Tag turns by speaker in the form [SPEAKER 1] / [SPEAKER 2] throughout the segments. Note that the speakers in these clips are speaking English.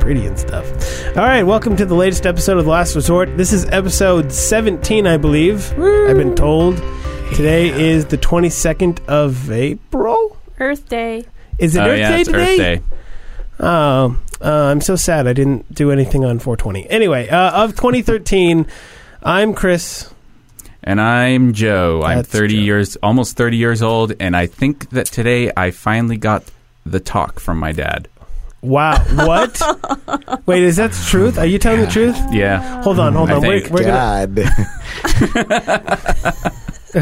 [SPEAKER 1] pretty and stuff. All right, welcome to the latest episode of The Last Resort. This is episode 17, I believe. I've been told. Today is the 22nd of April.
[SPEAKER 2] Earth Day.
[SPEAKER 1] Is it
[SPEAKER 3] oh
[SPEAKER 1] Earth
[SPEAKER 3] yeah,
[SPEAKER 1] Day
[SPEAKER 3] it's
[SPEAKER 1] today?
[SPEAKER 3] Earth Day.
[SPEAKER 1] Oh, uh, I'm so sad I didn't do anything on 420. Anyway, uh, of 2013, I'm Chris.
[SPEAKER 3] And I'm Joe. I'm
[SPEAKER 1] That's
[SPEAKER 3] 30
[SPEAKER 1] Joe.
[SPEAKER 3] years, almost 30 years old, and I think that today I finally got the talk from my dad.
[SPEAKER 1] Wow, what? Wait, is that the truth? Are you telling the truth?
[SPEAKER 3] Yeah.
[SPEAKER 1] Hold on, hold
[SPEAKER 3] I
[SPEAKER 1] on. We're,
[SPEAKER 3] think-
[SPEAKER 1] we're gonna uh,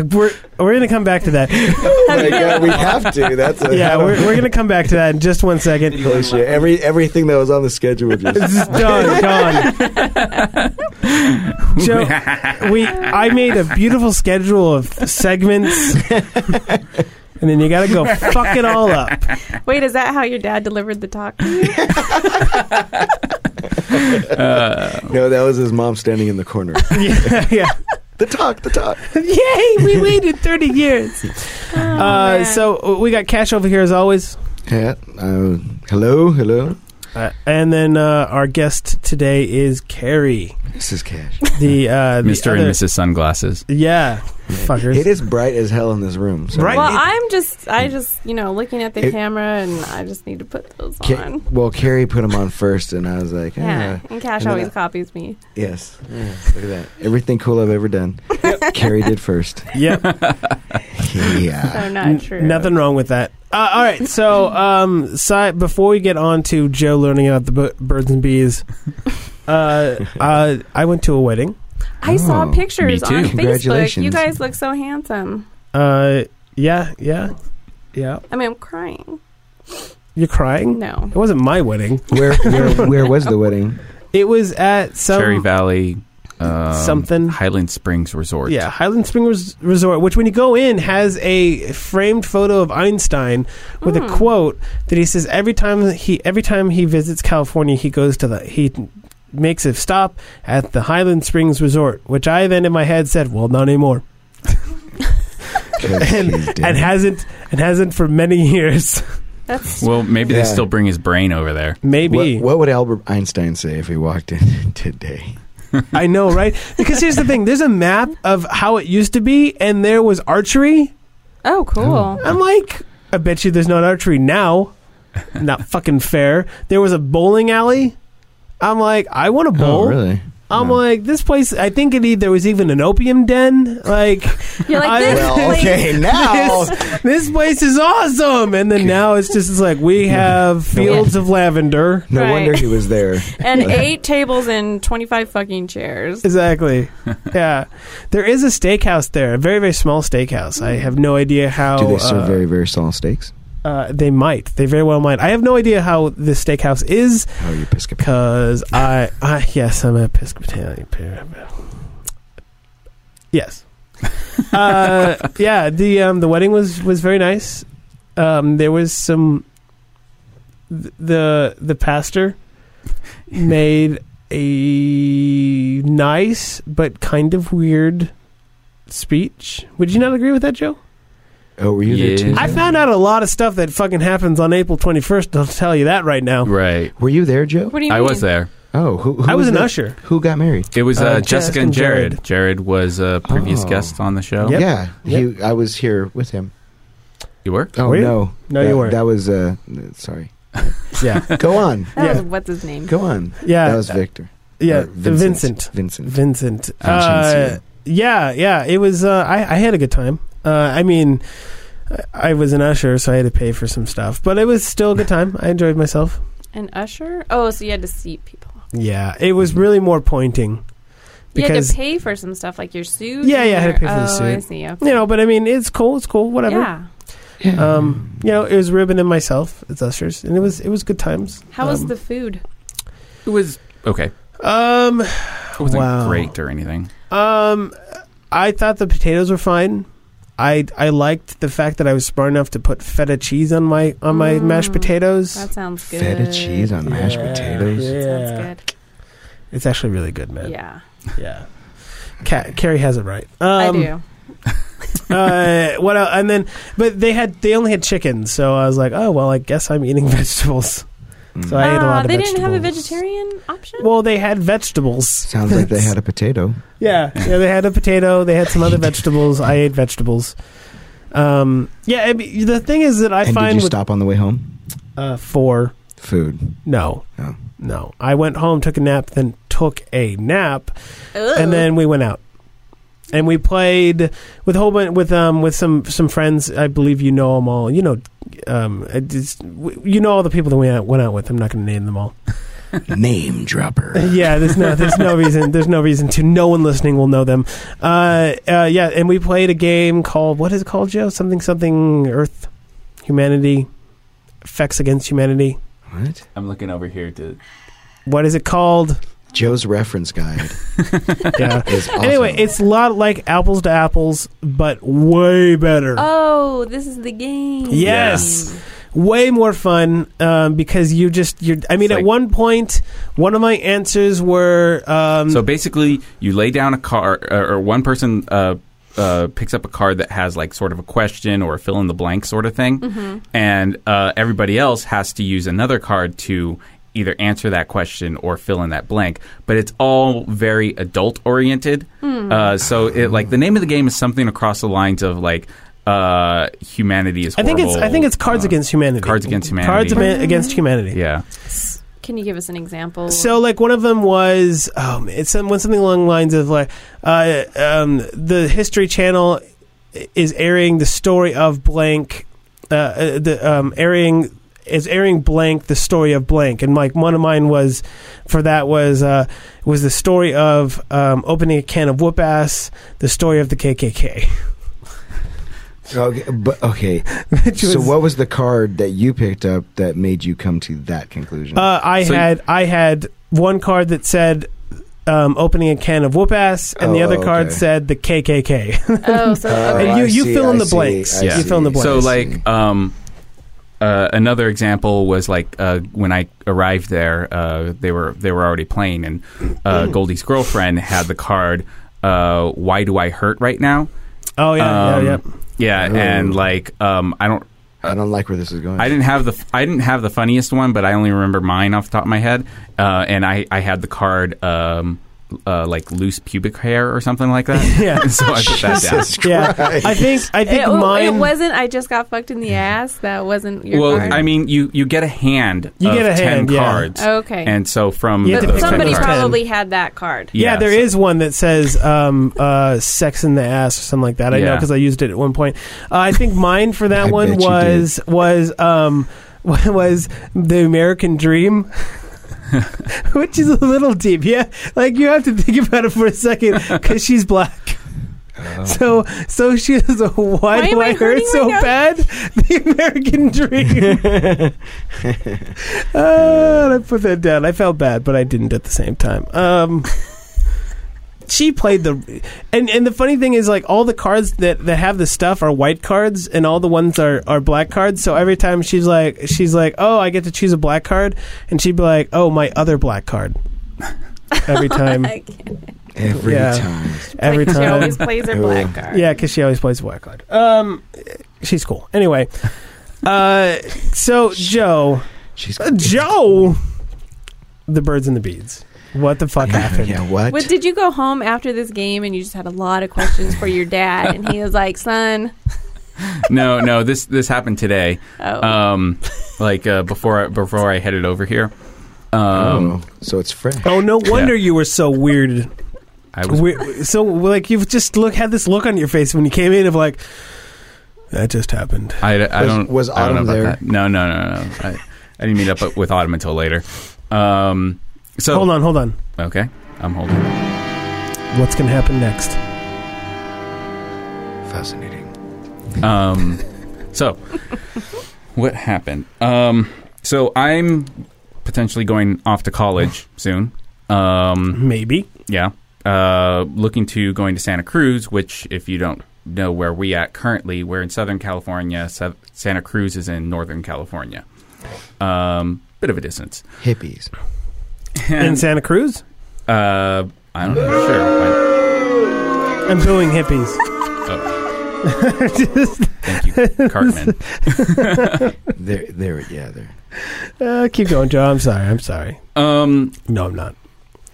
[SPEAKER 4] God.
[SPEAKER 1] we're, we're gonna come back to that.
[SPEAKER 4] Oh my God, we have to. That's a
[SPEAKER 1] Yeah, we're, we're gonna come back to that in just one second.
[SPEAKER 4] holy shit. Every everything that was on the schedule just
[SPEAKER 1] This is done, gone. Joe, we I made a beautiful schedule of segments, and then you gotta go fuck it all up.
[SPEAKER 2] Wait, is that how your dad delivered the talk?
[SPEAKER 3] Uh,
[SPEAKER 4] no. That was his mom standing in the corner.
[SPEAKER 1] Yeah, yeah.
[SPEAKER 4] The talk, the talk.
[SPEAKER 1] Yay, we waited 30 years. uh,
[SPEAKER 2] Oh, man.
[SPEAKER 1] so uh, we got Cash over here as always.
[SPEAKER 4] Yeah. Uh, hello, hello.
[SPEAKER 1] Uh, and then uh, our guest today is Carrie,
[SPEAKER 4] This is Cash.
[SPEAKER 1] the, uh, the
[SPEAKER 3] Mr.
[SPEAKER 1] other-
[SPEAKER 3] and Mrs. Sunglasses.
[SPEAKER 1] Yeah, fuckers.
[SPEAKER 4] It is bright as hell in this room. So
[SPEAKER 1] Bright.
[SPEAKER 2] well, I'm just, I just, you know, looking at the
[SPEAKER 4] It-
[SPEAKER 2] camera, and I just need to put those
[SPEAKER 4] Ca-
[SPEAKER 2] on.
[SPEAKER 4] well, Carrie put him on first, and I was like,
[SPEAKER 2] Yeah,
[SPEAKER 4] yeah.
[SPEAKER 2] and Cash
[SPEAKER 4] and then
[SPEAKER 2] always
[SPEAKER 4] I-
[SPEAKER 2] copies me.
[SPEAKER 4] yes. Yeah, look at that. Everything cool I've ever done. Carrie did first.
[SPEAKER 1] Yep,
[SPEAKER 4] Yeah.
[SPEAKER 2] So
[SPEAKER 1] n-
[SPEAKER 2] not Ah, true.
[SPEAKER 1] nothing wrong with that. Uh, all right, so um, si- before we get on to Joe learning about the b- birds and bees, uh, uh, I went to a wedding.
[SPEAKER 2] I saw
[SPEAKER 4] Oh,
[SPEAKER 2] pictures
[SPEAKER 3] me
[SPEAKER 2] on
[SPEAKER 3] too.
[SPEAKER 2] Facebook.
[SPEAKER 4] Congratulations.
[SPEAKER 2] You guys look so handsome.
[SPEAKER 1] Uh, yeah, yeah, yeah.
[SPEAKER 2] I mean, I'm crying.
[SPEAKER 1] You're crying?
[SPEAKER 2] No.
[SPEAKER 1] It wasn't my wedding.
[SPEAKER 4] Where, where where was the wedding?
[SPEAKER 1] It was at some
[SPEAKER 3] Cherry Valley. Um,
[SPEAKER 1] Something.
[SPEAKER 3] Highland Springs Resort.
[SPEAKER 1] Yeah, Highland Springs Resort, which when you go in has a framed photo of Einstein with a
[SPEAKER 2] Hmm.
[SPEAKER 1] quote that he says every time he every time he visits California, he goes to the he makes a stop at the Highland Springs Resort, which I then in my head said, well, not anymore, and, and hasn't and hasn't for many years.
[SPEAKER 2] That's
[SPEAKER 3] Well, maybe
[SPEAKER 4] Yeah.
[SPEAKER 3] they still bring his brain over there.
[SPEAKER 1] Maybe
[SPEAKER 4] What, what would Albert Einstein say if he walked in today?
[SPEAKER 1] I know, right? Because here's the thing: there's a map of how it used to be, and there was archery.
[SPEAKER 2] oh cool.
[SPEAKER 1] I'm like, I bet you there's not archery now. Not fucking fair. There was a bowling alley. I'm like, I want to bowl.
[SPEAKER 4] Oh, really?
[SPEAKER 1] I'm
[SPEAKER 4] No.
[SPEAKER 1] like, this place. I think it e- there was even an opium den. Like,
[SPEAKER 2] You're
[SPEAKER 1] I-
[SPEAKER 2] like this.
[SPEAKER 4] Well,
[SPEAKER 2] place-
[SPEAKER 4] okay, now
[SPEAKER 1] this, this place is awesome. And then now it's just it's like we have fields of lavender.
[SPEAKER 4] no
[SPEAKER 2] Right.
[SPEAKER 4] wonder he was there.
[SPEAKER 2] And eight tables and twenty five fucking chairs.
[SPEAKER 1] Exactly. Yeah, there is a steakhouse there. A very very small steakhouse. I have no idea how.
[SPEAKER 4] Do they serve
[SPEAKER 1] uh,
[SPEAKER 4] very very small steaks?
[SPEAKER 1] uh, they might. They very well might. I have no idea how this steakhouse is.
[SPEAKER 4] How are Oh, you Episcopal?
[SPEAKER 1] Because I, I, yes, I'm an Episcopalian. Yes. uh, yeah, the um, the wedding was was very nice. Um, there was some. th- the The pastor made a nice but kind of weird speech. Would you not agree with that, Joe?
[SPEAKER 4] Oh, were you there
[SPEAKER 3] Yeah.
[SPEAKER 4] Tuesday?
[SPEAKER 1] I found out a lot of stuff that fucking happens on April twenty first. I'll tell you that right now.
[SPEAKER 3] Right.
[SPEAKER 4] were you there, Joe?
[SPEAKER 2] What do you
[SPEAKER 3] I
[SPEAKER 2] mean?
[SPEAKER 3] was there.
[SPEAKER 4] Oh, who, who
[SPEAKER 1] I was an
[SPEAKER 4] that-
[SPEAKER 1] usher.
[SPEAKER 4] Who got married?
[SPEAKER 3] It was
[SPEAKER 1] Uh,
[SPEAKER 3] uh,
[SPEAKER 1] Jess
[SPEAKER 3] Jessica
[SPEAKER 1] and
[SPEAKER 3] and
[SPEAKER 1] Jared.
[SPEAKER 3] Jared. Jared, was a previous
[SPEAKER 4] Oh.
[SPEAKER 3] guest on the show.
[SPEAKER 1] Yep.
[SPEAKER 4] Yeah,
[SPEAKER 1] Yep.
[SPEAKER 4] he, I was here with him.
[SPEAKER 3] You were?
[SPEAKER 4] Oh
[SPEAKER 1] Were you?
[SPEAKER 4] no,
[SPEAKER 1] No,
[SPEAKER 4] that,
[SPEAKER 1] you weren't.
[SPEAKER 4] That was uh, n- sorry.
[SPEAKER 1] Yeah.
[SPEAKER 4] Go on,
[SPEAKER 2] That was
[SPEAKER 1] Yeah.
[SPEAKER 2] what's his name?
[SPEAKER 4] go on.
[SPEAKER 1] Yeah, uh,
[SPEAKER 4] that was Victor.
[SPEAKER 1] yeah,
[SPEAKER 4] Or
[SPEAKER 1] Vincent.
[SPEAKER 4] Vincent.
[SPEAKER 1] Vincent. Uh,
[SPEAKER 4] Vincenzo.
[SPEAKER 1] yeah, yeah. It was. Uh, I, I had a good time. Uh, I mean, I I was an usher, so I had to pay for some stuff, but it was still a good time. I enjoyed myself.
[SPEAKER 2] An usher? Oh, so you had to seat people.
[SPEAKER 1] Yeah, it was really more pointing.
[SPEAKER 2] you had
[SPEAKER 1] Because-
[SPEAKER 2] to pay for some stuff like your suit.
[SPEAKER 1] Yeah, yeah, I had to
[SPEAKER 2] and
[SPEAKER 1] pay
[SPEAKER 2] your-
[SPEAKER 1] for the
[SPEAKER 2] oh, I
[SPEAKER 1] suit.
[SPEAKER 2] see. Okay.
[SPEAKER 1] You know, but I mean, it's cool. It's cool. Whatever.
[SPEAKER 2] Yeah.
[SPEAKER 1] Um, you know, it was Ruben and myself as ushers, and it was it was good times.
[SPEAKER 2] How was
[SPEAKER 1] Um,
[SPEAKER 2] the food?
[SPEAKER 3] It was okay.
[SPEAKER 1] Um,
[SPEAKER 3] It wasn't
[SPEAKER 1] Wow.
[SPEAKER 3] great or anything.
[SPEAKER 1] Um, I thought the potatoes were fine. I I liked the fact that I was smart enough to put feta cheese on my on my
[SPEAKER 2] Mm,
[SPEAKER 1] mashed potatoes.
[SPEAKER 2] That sounds good.
[SPEAKER 4] Feta cheese on mashed
[SPEAKER 1] Yeah.
[SPEAKER 4] potatoes.
[SPEAKER 1] Yeah.
[SPEAKER 2] Sounds good.
[SPEAKER 1] It's actually really good, man.
[SPEAKER 2] Yeah,
[SPEAKER 1] Yeah. Ca- Carrie has it right. Um,
[SPEAKER 2] I do.
[SPEAKER 1] uh, what else? And then, but they had they only had chicken, so I was like, oh well, I guess I'm eating vegetables.
[SPEAKER 4] Mm.
[SPEAKER 1] So I ate a
[SPEAKER 2] Ah,
[SPEAKER 1] lot of
[SPEAKER 2] they didn't have a
[SPEAKER 1] vegetables.
[SPEAKER 2] vegetarian option.
[SPEAKER 1] Well, they had vegetables.
[SPEAKER 4] Sounds like they had a potato.
[SPEAKER 1] Yeah, yeah. They had a potato. They had some other vegetables. I ate vegetables. Um, yeah. I mean, the thing is that I
[SPEAKER 4] and
[SPEAKER 1] find
[SPEAKER 4] did you
[SPEAKER 1] with
[SPEAKER 4] stop on the way home?
[SPEAKER 1] uh, four.
[SPEAKER 4] Food.
[SPEAKER 1] No,
[SPEAKER 4] No.
[SPEAKER 1] no. I went home, took a nap, then took a nap,
[SPEAKER 2] Ugh.
[SPEAKER 1] and then we went out and we played with a whole bunch with um with some some friends i believe you know them all you know um I just, w- you know all the people that we out- went out with i'm not going to name them all
[SPEAKER 4] Name dropper.
[SPEAKER 1] yeah there's no there's no reason there's no reason to no one listening will know them uh, uh yeah and we played a game called what is it called joe something something earth humanity effects against humanity
[SPEAKER 4] What?
[SPEAKER 3] I'm looking over here to.
[SPEAKER 1] what is it called
[SPEAKER 4] Joe's reference guide
[SPEAKER 1] yeah
[SPEAKER 4] is awesome.
[SPEAKER 1] anyway it's a lot like apples to apples but way better
[SPEAKER 2] oh, this is the game.
[SPEAKER 1] Yes. way more fun um, because you just you're i mean
[SPEAKER 3] It's
[SPEAKER 1] at
[SPEAKER 3] like-
[SPEAKER 1] one point one of my answers were um,
[SPEAKER 3] So basically, you lay down a car, or or one person uh, uh, picks up a card that has like sort of a question or a fill in the blank sort of thing,
[SPEAKER 2] Mm-hmm.
[SPEAKER 3] and uh, everybody else has to use another card to either answer that question or fill in that blank. But it's all very adult oriented. Uh, so it like the name of the game is something across the lines of like uh, humanity is.
[SPEAKER 1] i think it's
[SPEAKER 3] horrible,
[SPEAKER 1] i think it's cards
[SPEAKER 3] uh,
[SPEAKER 1] against humanity
[SPEAKER 3] Cards Against
[SPEAKER 1] cards
[SPEAKER 3] Humanity.
[SPEAKER 1] Ama- against humanity
[SPEAKER 3] Yeah.
[SPEAKER 2] Can you give us an example?
[SPEAKER 1] so like one of them was um it's some, went something along the lines of like uh, um, the history channel is airing the story of blank uh, uh, the um, airing is airing blank the story of blank and like one of mine was for that was uh, was the story of um, opening a can of whoop ass the story of the KKK
[SPEAKER 4] Okay, but okay.
[SPEAKER 1] which was
[SPEAKER 4] so what was the card that you picked up that made you come to that conclusion?
[SPEAKER 1] uh, I
[SPEAKER 3] Mm-hmm. So you-
[SPEAKER 1] had I had one card that said um, opening a can of whoop ass and the
[SPEAKER 4] Oh,
[SPEAKER 1] other card
[SPEAKER 4] okay.
[SPEAKER 1] said the KKK
[SPEAKER 2] oh, so
[SPEAKER 4] Oh,
[SPEAKER 2] okay.
[SPEAKER 1] Uh, and you-
[SPEAKER 4] I
[SPEAKER 1] you
[SPEAKER 4] see,
[SPEAKER 1] fill in
[SPEAKER 4] I
[SPEAKER 1] the
[SPEAKER 4] see,
[SPEAKER 1] blanks.
[SPEAKER 4] I
[SPEAKER 3] Yeah.
[SPEAKER 1] You fill in the
[SPEAKER 4] see,
[SPEAKER 1] blanks.
[SPEAKER 3] So
[SPEAKER 4] I see.
[SPEAKER 3] like um, uh, another example was like uh, when I arrived there, uh, they were they were already playing, and
[SPEAKER 1] Mm.
[SPEAKER 3] uh, Goldie's girlfriend had the card. Uh, Why do I hurt right now?
[SPEAKER 1] Oh yeah, yeah, yeah.
[SPEAKER 3] Um, yeah,
[SPEAKER 4] Oh.
[SPEAKER 3] and like um, I don't.
[SPEAKER 4] I don't like where this is going.
[SPEAKER 3] I didn't have the f- I didn't have the funniest one, but I only remember mine off the top of my head. Uh, and I, I had the card um, uh, like loose pubic hair or something like that.
[SPEAKER 1] Yeah.
[SPEAKER 3] so I put that down.
[SPEAKER 4] Jesus
[SPEAKER 1] Yeah.
[SPEAKER 4] Christ.
[SPEAKER 1] I think I think
[SPEAKER 2] it, oh,
[SPEAKER 1] mine.
[SPEAKER 2] it wasn't. I just got fucked in the
[SPEAKER 4] Mm-hmm.
[SPEAKER 2] ass. That wasn't your
[SPEAKER 3] Well,
[SPEAKER 2] card.
[SPEAKER 3] I mean, you, you get a hand.
[SPEAKER 1] You
[SPEAKER 3] of
[SPEAKER 1] get a hand,
[SPEAKER 3] ten
[SPEAKER 1] yeah.
[SPEAKER 2] Oh,
[SPEAKER 3] cards.
[SPEAKER 2] okay.
[SPEAKER 3] And so from
[SPEAKER 1] You had to
[SPEAKER 2] but
[SPEAKER 1] pick
[SPEAKER 3] those
[SPEAKER 2] somebody
[SPEAKER 1] those
[SPEAKER 3] cards-
[SPEAKER 1] ten.
[SPEAKER 2] probably had that card.
[SPEAKER 1] yeah, there
[SPEAKER 3] so-
[SPEAKER 1] is one that says um, uh, "sex in the ass" or something like that. I know
[SPEAKER 3] Yeah.
[SPEAKER 1] because I used it at one point. Uh, I think mine for that
[SPEAKER 4] I
[SPEAKER 1] one
[SPEAKER 4] bet you
[SPEAKER 1] was was um, was the American Dream, which is a little deep. Yeah, like you have to think about it for a second because she's black. So, so she was a why,
[SPEAKER 2] Why
[SPEAKER 1] do
[SPEAKER 2] am I
[SPEAKER 1] I hurt
[SPEAKER 2] hurting
[SPEAKER 1] so
[SPEAKER 2] right now?
[SPEAKER 1] bad? The American Dream. Uh, and I put that down. I felt bad, but I didn't at the same time. Um, she played the, and and the funny thing is, like all the cards that that have the stuff are white cards, and all the ones are are black cards. So every time she's like, she's like, oh, I get to choose a black card, and she'd be like, oh, my other black card. Every time,
[SPEAKER 2] Like,
[SPEAKER 4] Every
[SPEAKER 1] Yeah.
[SPEAKER 4] time.
[SPEAKER 1] every
[SPEAKER 2] like she
[SPEAKER 1] time,
[SPEAKER 2] always plays her black card.
[SPEAKER 1] yeah, because she always plays the white card. Um, she's cool. Anyway, uh, so Joe.
[SPEAKER 4] She's
[SPEAKER 1] Uh, Joe, the birds and the beads. What the fuck happened?
[SPEAKER 4] Yeah, what?
[SPEAKER 2] But did you go home after this game and you just had a lot of questions for your dad and he was like, "Son,
[SPEAKER 3] no, no. This this happened today.
[SPEAKER 2] oh,
[SPEAKER 3] Um, like uh, before I, before I headed over here. Um,
[SPEAKER 4] oh, so it's fresh.
[SPEAKER 1] Oh, no wonder you were so weird.
[SPEAKER 3] I was
[SPEAKER 1] weird. So, like, you've just look had this look on your face when you came in of like, that just happened.
[SPEAKER 3] I, I
[SPEAKER 4] Was-
[SPEAKER 3] don't
[SPEAKER 4] was
[SPEAKER 3] I don't know
[SPEAKER 4] Autumn
[SPEAKER 3] about
[SPEAKER 4] there?
[SPEAKER 3] That. No, no, no, no. I, I didn't meet up with Autumn until later. Um, so
[SPEAKER 1] Hold on, hold on.
[SPEAKER 3] Okay, I'm holding.
[SPEAKER 1] What's going to happen next?
[SPEAKER 4] Fascinating.
[SPEAKER 3] Um, so what happened? Um, so I'm potentially going off to college soon. Um,
[SPEAKER 1] Maybe.
[SPEAKER 3] Yeah. Uh, looking to going to Santa Cruz, which, if you don't know where we at currently, we're in Southern California. Sa- Santa Cruz is in Northern California. Um, bit of a distance.
[SPEAKER 4] Hippies.
[SPEAKER 1] In
[SPEAKER 3] And,
[SPEAKER 1] Santa Cruz?
[SPEAKER 3] uh, I don't know. Sure.
[SPEAKER 1] I'm booing hippies.
[SPEAKER 3] But, oh. Thank you, Cartman.
[SPEAKER 4] There, there, yeah, there.
[SPEAKER 1] Uh, keep going, Joe. I'm sorry. I'm sorry.
[SPEAKER 3] Um,
[SPEAKER 1] No, I'm not.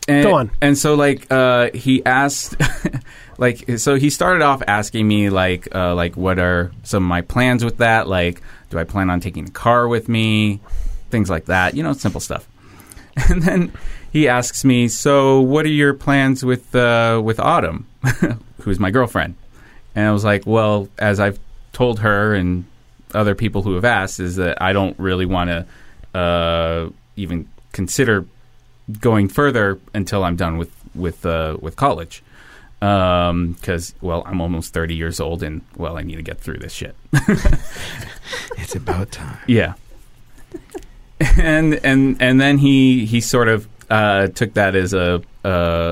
[SPEAKER 3] And,
[SPEAKER 1] Go on.
[SPEAKER 3] And so like uh, he asked, like so he started off asking me like uh, like what are some of my plans with that? Like, do I plan on taking the car with me? Things like that. You know, simple stuff. And then he asks me, so what are your plans with uh, with Autumn, who's my girlfriend? And I was like, well, as I've told her and other people who have asked, is that I don't really want to uh, even consider going further until I'm done with with uh, with college. Because well, I'm almost 30 years old, and well, I need to get through this shit.
[SPEAKER 4] It's about time.
[SPEAKER 3] Yeah. and and and then he he sort of uh, took that as a, a,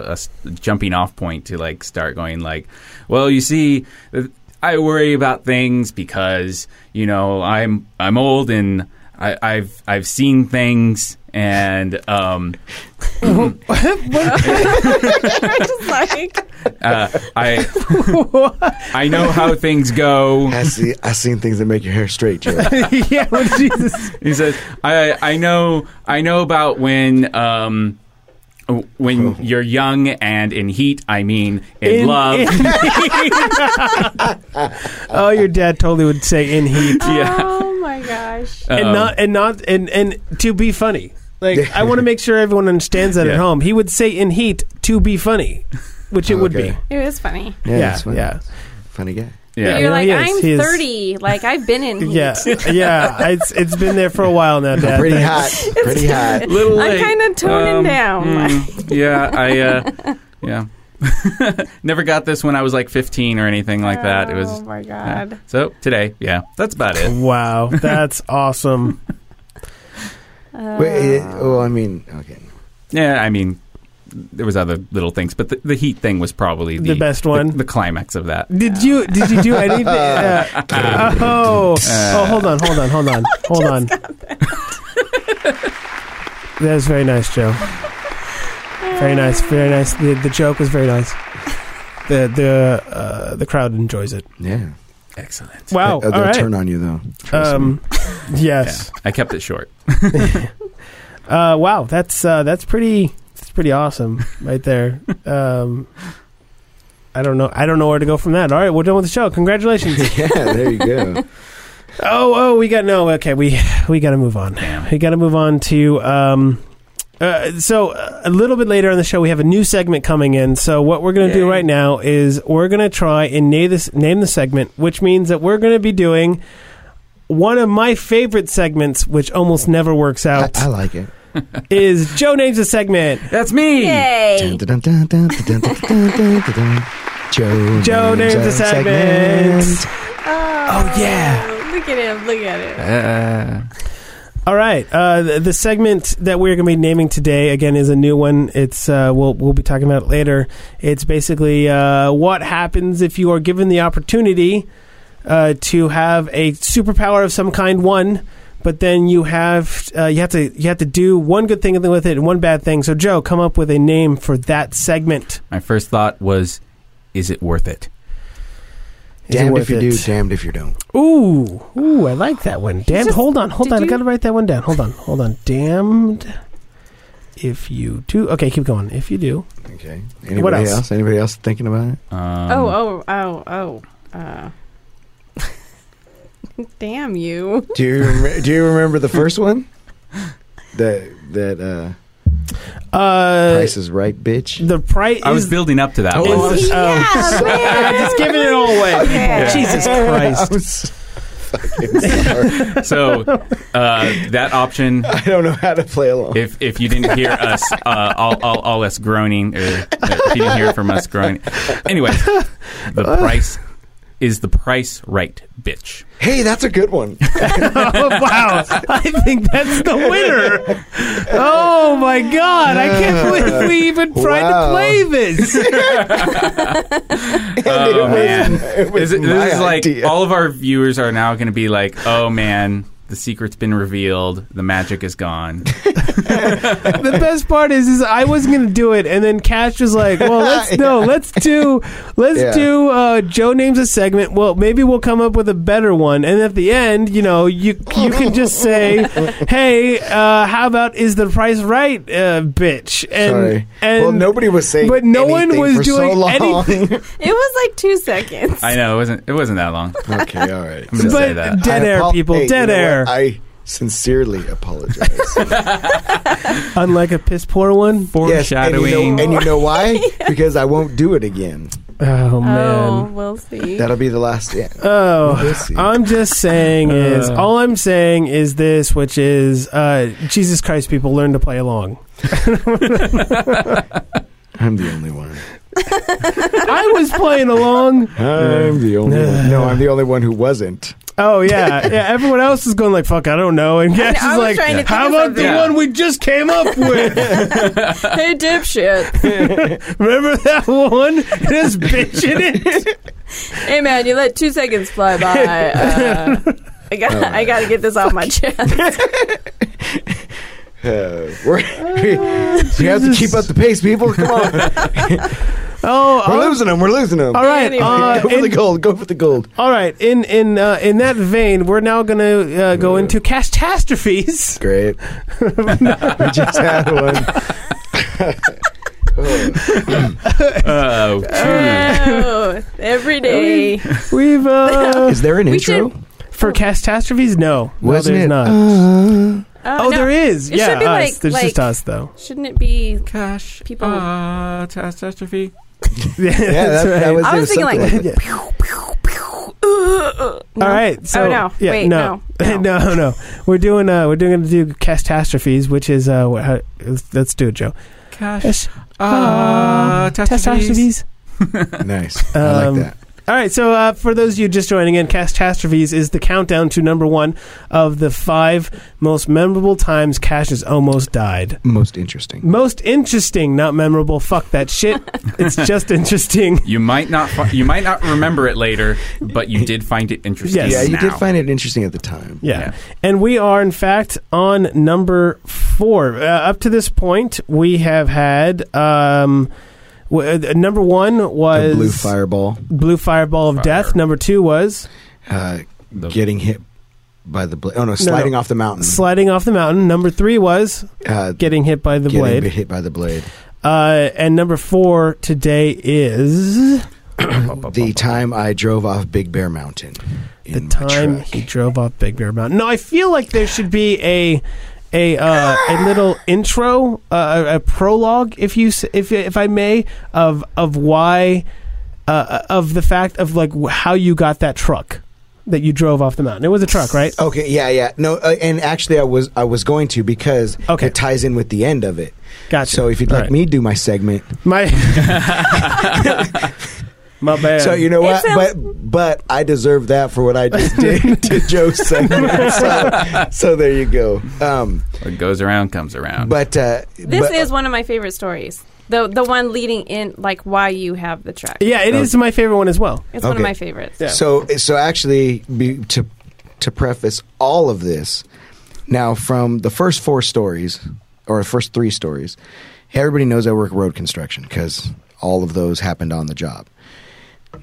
[SPEAKER 3] a s- jumping off point to like start going like, well, you see, I worry about things because you know I'm I'm old and I, I've I've seen things and um,
[SPEAKER 2] just like
[SPEAKER 3] uh, I I know how things go.
[SPEAKER 4] I see. I seen things that make your hair straight, Joe.
[SPEAKER 1] yeah, well, Jesus.
[SPEAKER 3] He says, "I I know I know about when um w- when you're young and in heat. I mean in,
[SPEAKER 1] In-
[SPEAKER 3] love.
[SPEAKER 1] in- Oh, your dad totally would say in heat.
[SPEAKER 3] Yeah.
[SPEAKER 2] Oh my gosh.
[SPEAKER 1] and
[SPEAKER 3] Um,
[SPEAKER 1] not and not and and to be funny. Like I want to make sure everyone understands that at
[SPEAKER 3] Yeah.
[SPEAKER 1] home. He would say in heat to be funny, which it would be.
[SPEAKER 4] Okay.
[SPEAKER 2] It was funny.
[SPEAKER 4] Yeah,
[SPEAKER 1] Yeah,
[SPEAKER 4] it's funny.
[SPEAKER 1] yeah.
[SPEAKER 4] funny guy.
[SPEAKER 2] But
[SPEAKER 3] yeah.
[SPEAKER 2] you're
[SPEAKER 1] Yeah,
[SPEAKER 2] like,
[SPEAKER 1] he is,
[SPEAKER 2] I'm
[SPEAKER 1] he is.
[SPEAKER 2] 30. Like, I've been in heat.
[SPEAKER 1] Yeah, yeah. It's it's been there for a while now, Dad.
[SPEAKER 4] Pretty hot. Pretty hot.
[SPEAKER 3] Little
[SPEAKER 2] I'm
[SPEAKER 3] late.
[SPEAKER 2] kinda toning down.
[SPEAKER 3] um, mm, yeah, I uh, yeah. Never got this when I was like 15 or anything like that. It
[SPEAKER 2] Oh
[SPEAKER 3] was
[SPEAKER 2] my god.
[SPEAKER 3] so today. Yeah, that's about it.
[SPEAKER 1] Wow, that's awesome.
[SPEAKER 2] Uh,
[SPEAKER 4] Wait, it- oh, I mean, okay.
[SPEAKER 3] Yeah, I mean, there was other little things, but the, the heat thing was probably the,
[SPEAKER 1] The best one?
[SPEAKER 3] the, the climax of that.
[SPEAKER 1] Did you did you do anything? Uh, oh, oh, hold on, hold on, hold on, hold on. That's very nice, Joe. Very nice, very nice. The the joke was very nice. The the uh, the crowd enjoys it. Uh,
[SPEAKER 4] Yeah.
[SPEAKER 3] Excellent.
[SPEAKER 1] Wow.
[SPEAKER 4] They'll
[SPEAKER 1] all right.
[SPEAKER 4] turn on you though. Trust me.
[SPEAKER 1] Um,
[SPEAKER 3] Yeah,
[SPEAKER 1] yes.
[SPEAKER 3] I kept it short.
[SPEAKER 1] Uh, wow, that's uh, that's pretty that's pretty awesome right there. Um, I don't know. I don't know where to go from that. All right, we're done with the show. Congratulations.
[SPEAKER 4] yeah, there you go.
[SPEAKER 1] oh, oh, we got no. Okay, we we got to move on.
[SPEAKER 3] Damn.
[SPEAKER 1] We got to move on to. Um, uh, so uh, a little bit later on the show, we have a new segment coming in. So what we're going to do
[SPEAKER 3] Yay.
[SPEAKER 1] right now is we're going to try and name this name the segment, which means that we're going to be doing one of my favorite segments, which almost never works
[SPEAKER 4] I,
[SPEAKER 1] out,
[SPEAKER 4] I like it.
[SPEAKER 1] is Joe names a segment.
[SPEAKER 3] That's me.
[SPEAKER 2] Yay.
[SPEAKER 4] Dun, dun, dun, dun, dun, dun, dun, dun, dun, dun, dun. Joe,
[SPEAKER 1] Joe names
[SPEAKER 4] a
[SPEAKER 1] the segment.
[SPEAKER 2] Oh,
[SPEAKER 1] yeah.
[SPEAKER 2] Look at him. Look at him.
[SPEAKER 3] Uh,
[SPEAKER 1] All right, uh, the, the segment that we're going to be naming today again is a new one. It's uh, we'll we'll be talking about it later. It's basically uh, what happens if you are given the opportunity uh, to have a superpower of some kind. One. But then you have uh, you have to you have to do one good thing with it and one bad thing. So Joe, come up with a name for that segment.
[SPEAKER 3] My first thought was, is it worth it?
[SPEAKER 1] Is it
[SPEAKER 4] Damned
[SPEAKER 1] worth
[SPEAKER 4] if you
[SPEAKER 1] it?
[SPEAKER 4] do, damned if you don't.
[SPEAKER 1] Ooh, ooh, I like that one. Damned.
[SPEAKER 2] just-
[SPEAKER 1] hold on, hold
[SPEAKER 2] did
[SPEAKER 1] on.
[SPEAKER 2] you-
[SPEAKER 1] I gotta write that one down. Hold on, hold on. Damned. If you do, okay, keep going. If you do,
[SPEAKER 4] Okay. Anybody
[SPEAKER 1] What else?
[SPEAKER 4] else? Anybody else thinking about it?
[SPEAKER 3] Um,
[SPEAKER 2] oh, oh, oh, oh. Uh. Damn you.
[SPEAKER 4] Do you rem- do you remember the first one? That that uh,
[SPEAKER 1] uh,
[SPEAKER 4] Price is Right, bitch.
[SPEAKER 1] the price
[SPEAKER 3] I was
[SPEAKER 1] is.
[SPEAKER 3] building up to that
[SPEAKER 4] Oh,
[SPEAKER 3] one.
[SPEAKER 1] is-
[SPEAKER 2] Yeah,
[SPEAKER 1] oh,
[SPEAKER 2] man.
[SPEAKER 1] just giving it all away.
[SPEAKER 2] Yeah.
[SPEAKER 1] Jesus
[SPEAKER 4] I
[SPEAKER 1] Christ.
[SPEAKER 4] was fucking sorry.
[SPEAKER 3] So uh, that option,
[SPEAKER 4] I don't know how to play along.
[SPEAKER 3] if if you didn't hear us, uh, all, all, all us groaning, or uh, if you didn't hear from us groaning. Anyway, the price is the price right, bitch.
[SPEAKER 4] Hey, that's a good one.
[SPEAKER 1] wow, I think that's the winner. Oh my God, I can't believe we even tried to
[SPEAKER 4] Wow.
[SPEAKER 1] play this.
[SPEAKER 3] Oh man,
[SPEAKER 4] it
[SPEAKER 3] Is
[SPEAKER 4] was
[SPEAKER 3] it-
[SPEAKER 4] my
[SPEAKER 3] Oh, this is like
[SPEAKER 4] idea.
[SPEAKER 3] all of our viewers are now going to be like, oh man, the secret's been revealed, the magic is gone.
[SPEAKER 1] the best part is, is I wasn't gonna do it, and then Cash was like, "Well, let's no, let's do, let's
[SPEAKER 4] Yeah.
[SPEAKER 1] do." Uh, Joe names a segment. Well, maybe we'll come up with a better one, and at the end, you know, you you can just say, "Hey, uh, how about is the price right, uh, bitch?" And
[SPEAKER 4] Sorry.
[SPEAKER 1] and
[SPEAKER 4] well, nobody was saying,
[SPEAKER 1] but no one
[SPEAKER 4] anything
[SPEAKER 1] was
[SPEAKER 4] for so
[SPEAKER 1] doing
[SPEAKER 4] long.
[SPEAKER 1] anything.
[SPEAKER 2] It was like two seconds.
[SPEAKER 3] I know it wasn't. It wasn't that long.
[SPEAKER 4] okay, all right.
[SPEAKER 3] I'm
[SPEAKER 1] But
[SPEAKER 3] gonna say that.
[SPEAKER 1] dead
[SPEAKER 4] I
[SPEAKER 1] air,
[SPEAKER 4] apo-
[SPEAKER 1] people,
[SPEAKER 4] Hey, you
[SPEAKER 1] dead
[SPEAKER 4] know what?
[SPEAKER 1] air.
[SPEAKER 4] I sincerely apologize.
[SPEAKER 1] Unlike a piss poor one.
[SPEAKER 4] yes, and
[SPEAKER 3] Foreshadowing.
[SPEAKER 4] you, know, and you know why? Because I won't do it again.
[SPEAKER 1] Oh
[SPEAKER 2] Oh,
[SPEAKER 1] man.
[SPEAKER 2] we'll see.
[SPEAKER 4] That'll be the last. Yeah. We'll
[SPEAKER 1] Oh,
[SPEAKER 4] see.
[SPEAKER 1] I'm just saying is
[SPEAKER 3] Uh.
[SPEAKER 1] all I'm saying is this, which is uh, Jesus Christ, people learn to play along.
[SPEAKER 4] I'm the only one.
[SPEAKER 1] I was playing along.
[SPEAKER 4] I'm the only one. No, I'm the only one who wasn't.
[SPEAKER 1] Oh yeah, yeah. Everyone else is going like, "Fuck, I don't know," and Cash
[SPEAKER 2] I
[SPEAKER 1] is
[SPEAKER 2] was
[SPEAKER 1] like,
[SPEAKER 2] trying to think
[SPEAKER 1] "How
[SPEAKER 2] of
[SPEAKER 1] about the
[SPEAKER 3] something."
[SPEAKER 1] one we just came up with?
[SPEAKER 2] hey, dipshit.
[SPEAKER 1] Remember that one? This bitch in it."
[SPEAKER 2] Hey, man, you let two seconds fly by. Uh, I got, I got to get this off my chest.
[SPEAKER 4] Uh, we're, we, we have to
[SPEAKER 1] Jesus.
[SPEAKER 4] keep up the pace, people. Come on.
[SPEAKER 1] Oh,
[SPEAKER 4] We're
[SPEAKER 1] oh,
[SPEAKER 4] losing them. We're losing them.
[SPEAKER 1] all right.
[SPEAKER 2] Anyway.
[SPEAKER 1] Uh,
[SPEAKER 4] go for the
[SPEAKER 1] in-
[SPEAKER 4] gold. Go for the gold.
[SPEAKER 1] all right. In in uh, in that vein, we're now going to uh, go into cash catastrophes.
[SPEAKER 4] Great. we just had one. Oh,
[SPEAKER 3] Oh, dude.
[SPEAKER 2] Oh, every day.
[SPEAKER 1] We've uh,
[SPEAKER 4] Is there an
[SPEAKER 2] We
[SPEAKER 4] intro?
[SPEAKER 2] should-
[SPEAKER 1] for catastrophes, no,
[SPEAKER 4] Wasn't
[SPEAKER 1] no, there's
[SPEAKER 4] it?
[SPEAKER 1] not.
[SPEAKER 4] Uh,
[SPEAKER 2] Oh,
[SPEAKER 1] oh,
[SPEAKER 2] no.
[SPEAKER 1] there is.
[SPEAKER 2] It
[SPEAKER 1] yeah,
[SPEAKER 2] should be
[SPEAKER 1] us.
[SPEAKER 2] like-
[SPEAKER 1] there's just
[SPEAKER 2] like-
[SPEAKER 1] us though.
[SPEAKER 2] Shouldn't it be?
[SPEAKER 3] Cash.
[SPEAKER 2] People-
[SPEAKER 3] Uh, catastrophe.
[SPEAKER 1] yeah,
[SPEAKER 4] yeah,
[SPEAKER 1] that's
[SPEAKER 4] that,
[SPEAKER 1] right.
[SPEAKER 4] that was,
[SPEAKER 2] I
[SPEAKER 4] it
[SPEAKER 2] was thinking
[SPEAKER 4] something
[SPEAKER 2] like-
[SPEAKER 4] like that.
[SPEAKER 2] Pew, pew, pew. Uh, no.
[SPEAKER 1] All right. So,
[SPEAKER 2] oh no!
[SPEAKER 1] yeah,
[SPEAKER 2] Wait,
[SPEAKER 1] no.
[SPEAKER 2] no.
[SPEAKER 1] no, no, We're doing uh, we're doing to do catastrophes, which is uh, wha- how, let's- let's do it, Joe.
[SPEAKER 3] Cash.
[SPEAKER 1] Cash-
[SPEAKER 4] Ah,
[SPEAKER 3] Uh, catastrophes.
[SPEAKER 1] catastrophes.
[SPEAKER 4] Nice. I
[SPEAKER 1] Um,
[SPEAKER 4] like that.
[SPEAKER 1] All right. So uh, for those of you just joining in, catastrophes is the countdown to number one of the five most memorable times Cash has almost died.
[SPEAKER 4] Most interesting.
[SPEAKER 1] Most interesting, not memorable. Fuck that shit. it's just interesting.
[SPEAKER 3] You might not. Fi- you might not remember it later, but you did find it interesting.
[SPEAKER 1] Yes.
[SPEAKER 4] Yeah, you did
[SPEAKER 3] now.
[SPEAKER 4] find it interesting at the time.
[SPEAKER 1] Yeah.
[SPEAKER 3] Yeah.
[SPEAKER 1] And we are, in fact, on number four. Uh, up to this point, we have had. Um, w- uh, number one
[SPEAKER 4] The
[SPEAKER 1] was
[SPEAKER 4] blue fireball.
[SPEAKER 1] Blue Fireball of
[SPEAKER 3] Fire.
[SPEAKER 1] Death. Number two was
[SPEAKER 4] Uh,
[SPEAKER 3] The-
[SPEAKER 4] getting hit by the blade. Oh no, sliding off the mountain.
[SPEAKER 1] Sliding Off the Mountain. Number three was
[SPEAKER 4] uh,
[SPEAKER 1] Getting Hit by the
[SPEAKER 4] getting
[SPEAKER 1] Blade.
[SPEAKER 4] hit by the blade.
[SPEAKER 1] Uh, and number four today is
[SPEAKER 4] The time I drove off Big Bear Mountain.
[SPEAKER 1] the
[SPEAKER 4] in my
[SPEAKER 1] time
[SPEAKER 4] truck.
[SPEAKER 1] he drove off Big Bear Mountain. No, I feel like there should be a. A, uh, a little intro, uh, a, a prologue, if you s- if if I may, of of why, uh, of the fact of like wh- how you got that truck that you drove off the mountain. It was a truck, right?
[SPEAKER 4] Okay, yeah, yeah. No, uh, and actually, I was I was going to because
[SPEAKER 1] Okay.
[SPEAKER 4] it ties in with the end of it.
[SPEAKER 1] Gotcha.
[SPEAKER 4] So if you'd
[SPEAKER 1] All
[SPEAKER 4] like
[SPEAKER 1] right.
[SPEAKER 4] me to do my segment,
[SPEAKER 1] my my bad.
[SPEAKER 4] so you know
[SPEAKER 2] It
[SPEAKER 4] what,
[SPEAKER 2] sounds-
[SPEAKER 4] but but I deserve that for what I just did to Joe's segment. So, so there you go. Um,
[SPEAKER 3] What goes around comes around.
[SPEAKER 4] but uh,
[SPEAKER 2] This
[SPEAKER 4] but-
[SPEAKER 2] is one of my favorite stories. The the one leading in, like why you have the truck.
[SPEAKER 1] yeah,
[SPEAKER 4] Oh.
[SPEAKER 1] it is my favorite one as well.
[SPEAKER 2] It's one of
[SPEAKER 4] Okay.
[SPEAKER 2] my favorites.
[SPEAKER 1] Yeah.
[SPEAKER 4] So, so actually, be, to to preface all of this, now from the first four stories or the first three stories, everybody knows I work road construction because all of those happened on the job.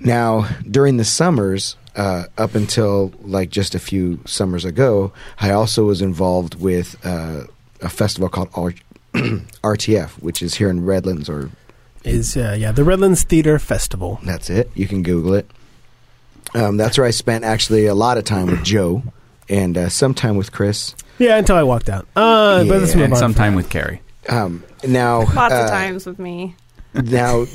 [SPEAKER 4] Now, during the summers, uh, up until like just a few summers ago, I also was involved with uh, a festival called R- RTF, which is here in Redlands or
[SPEAKER 1] Is uh, yeah, the Redlands Theater Festival.
[SPEAKER 4] that's it. You can Google it. Um, that's where I spent actually a lot of time with Joe and uh, some time with Chris.
[SPEAKER 1] Yeah, until I walked out. Uh, but let's
[SPEAKER 4] Yeah.
[SPEAKER 1] move
[SPEAKER 3] and
[SPEAKER 1] on.
[SPEAKER 3] sometime with Carrie.
[SPEAKER 4] Um, now,
[SPEAKER 2] Lots
[SPEAKER 4] uh,
[SPEAKER 2] of times with me.
[SPEAKER 4] now,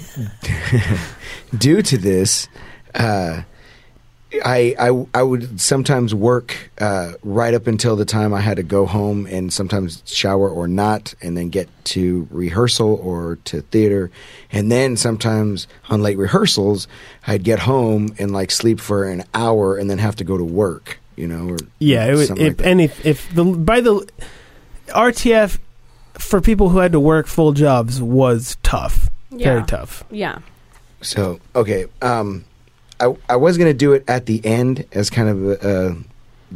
[SPEAKER 4] due to this, uh, I, I I would sometimes work uh, right up until the time I had to go home and sometimes shower or not, and then get to rehearsal or to theater, and then sometimes on late rehearsals I'd get home and like sleep for an hour and then have to go to work. You know, or
[SPEAKER 1] Yeah, it was,
[SPEAKER 4] something
[SPEAKER 1] if
[SPEAKER 4] like that.
[SPEAKER 1] any, if the by the RTF for people who had to work full jobs was tough, very
[SPEAKER 2] Yeah.
[SPEAKER 1] tough.
[SPEAKER 2] Yeah.
[SPEAKER 4] So okay, um, I I was gonna do it at the end as kind of a,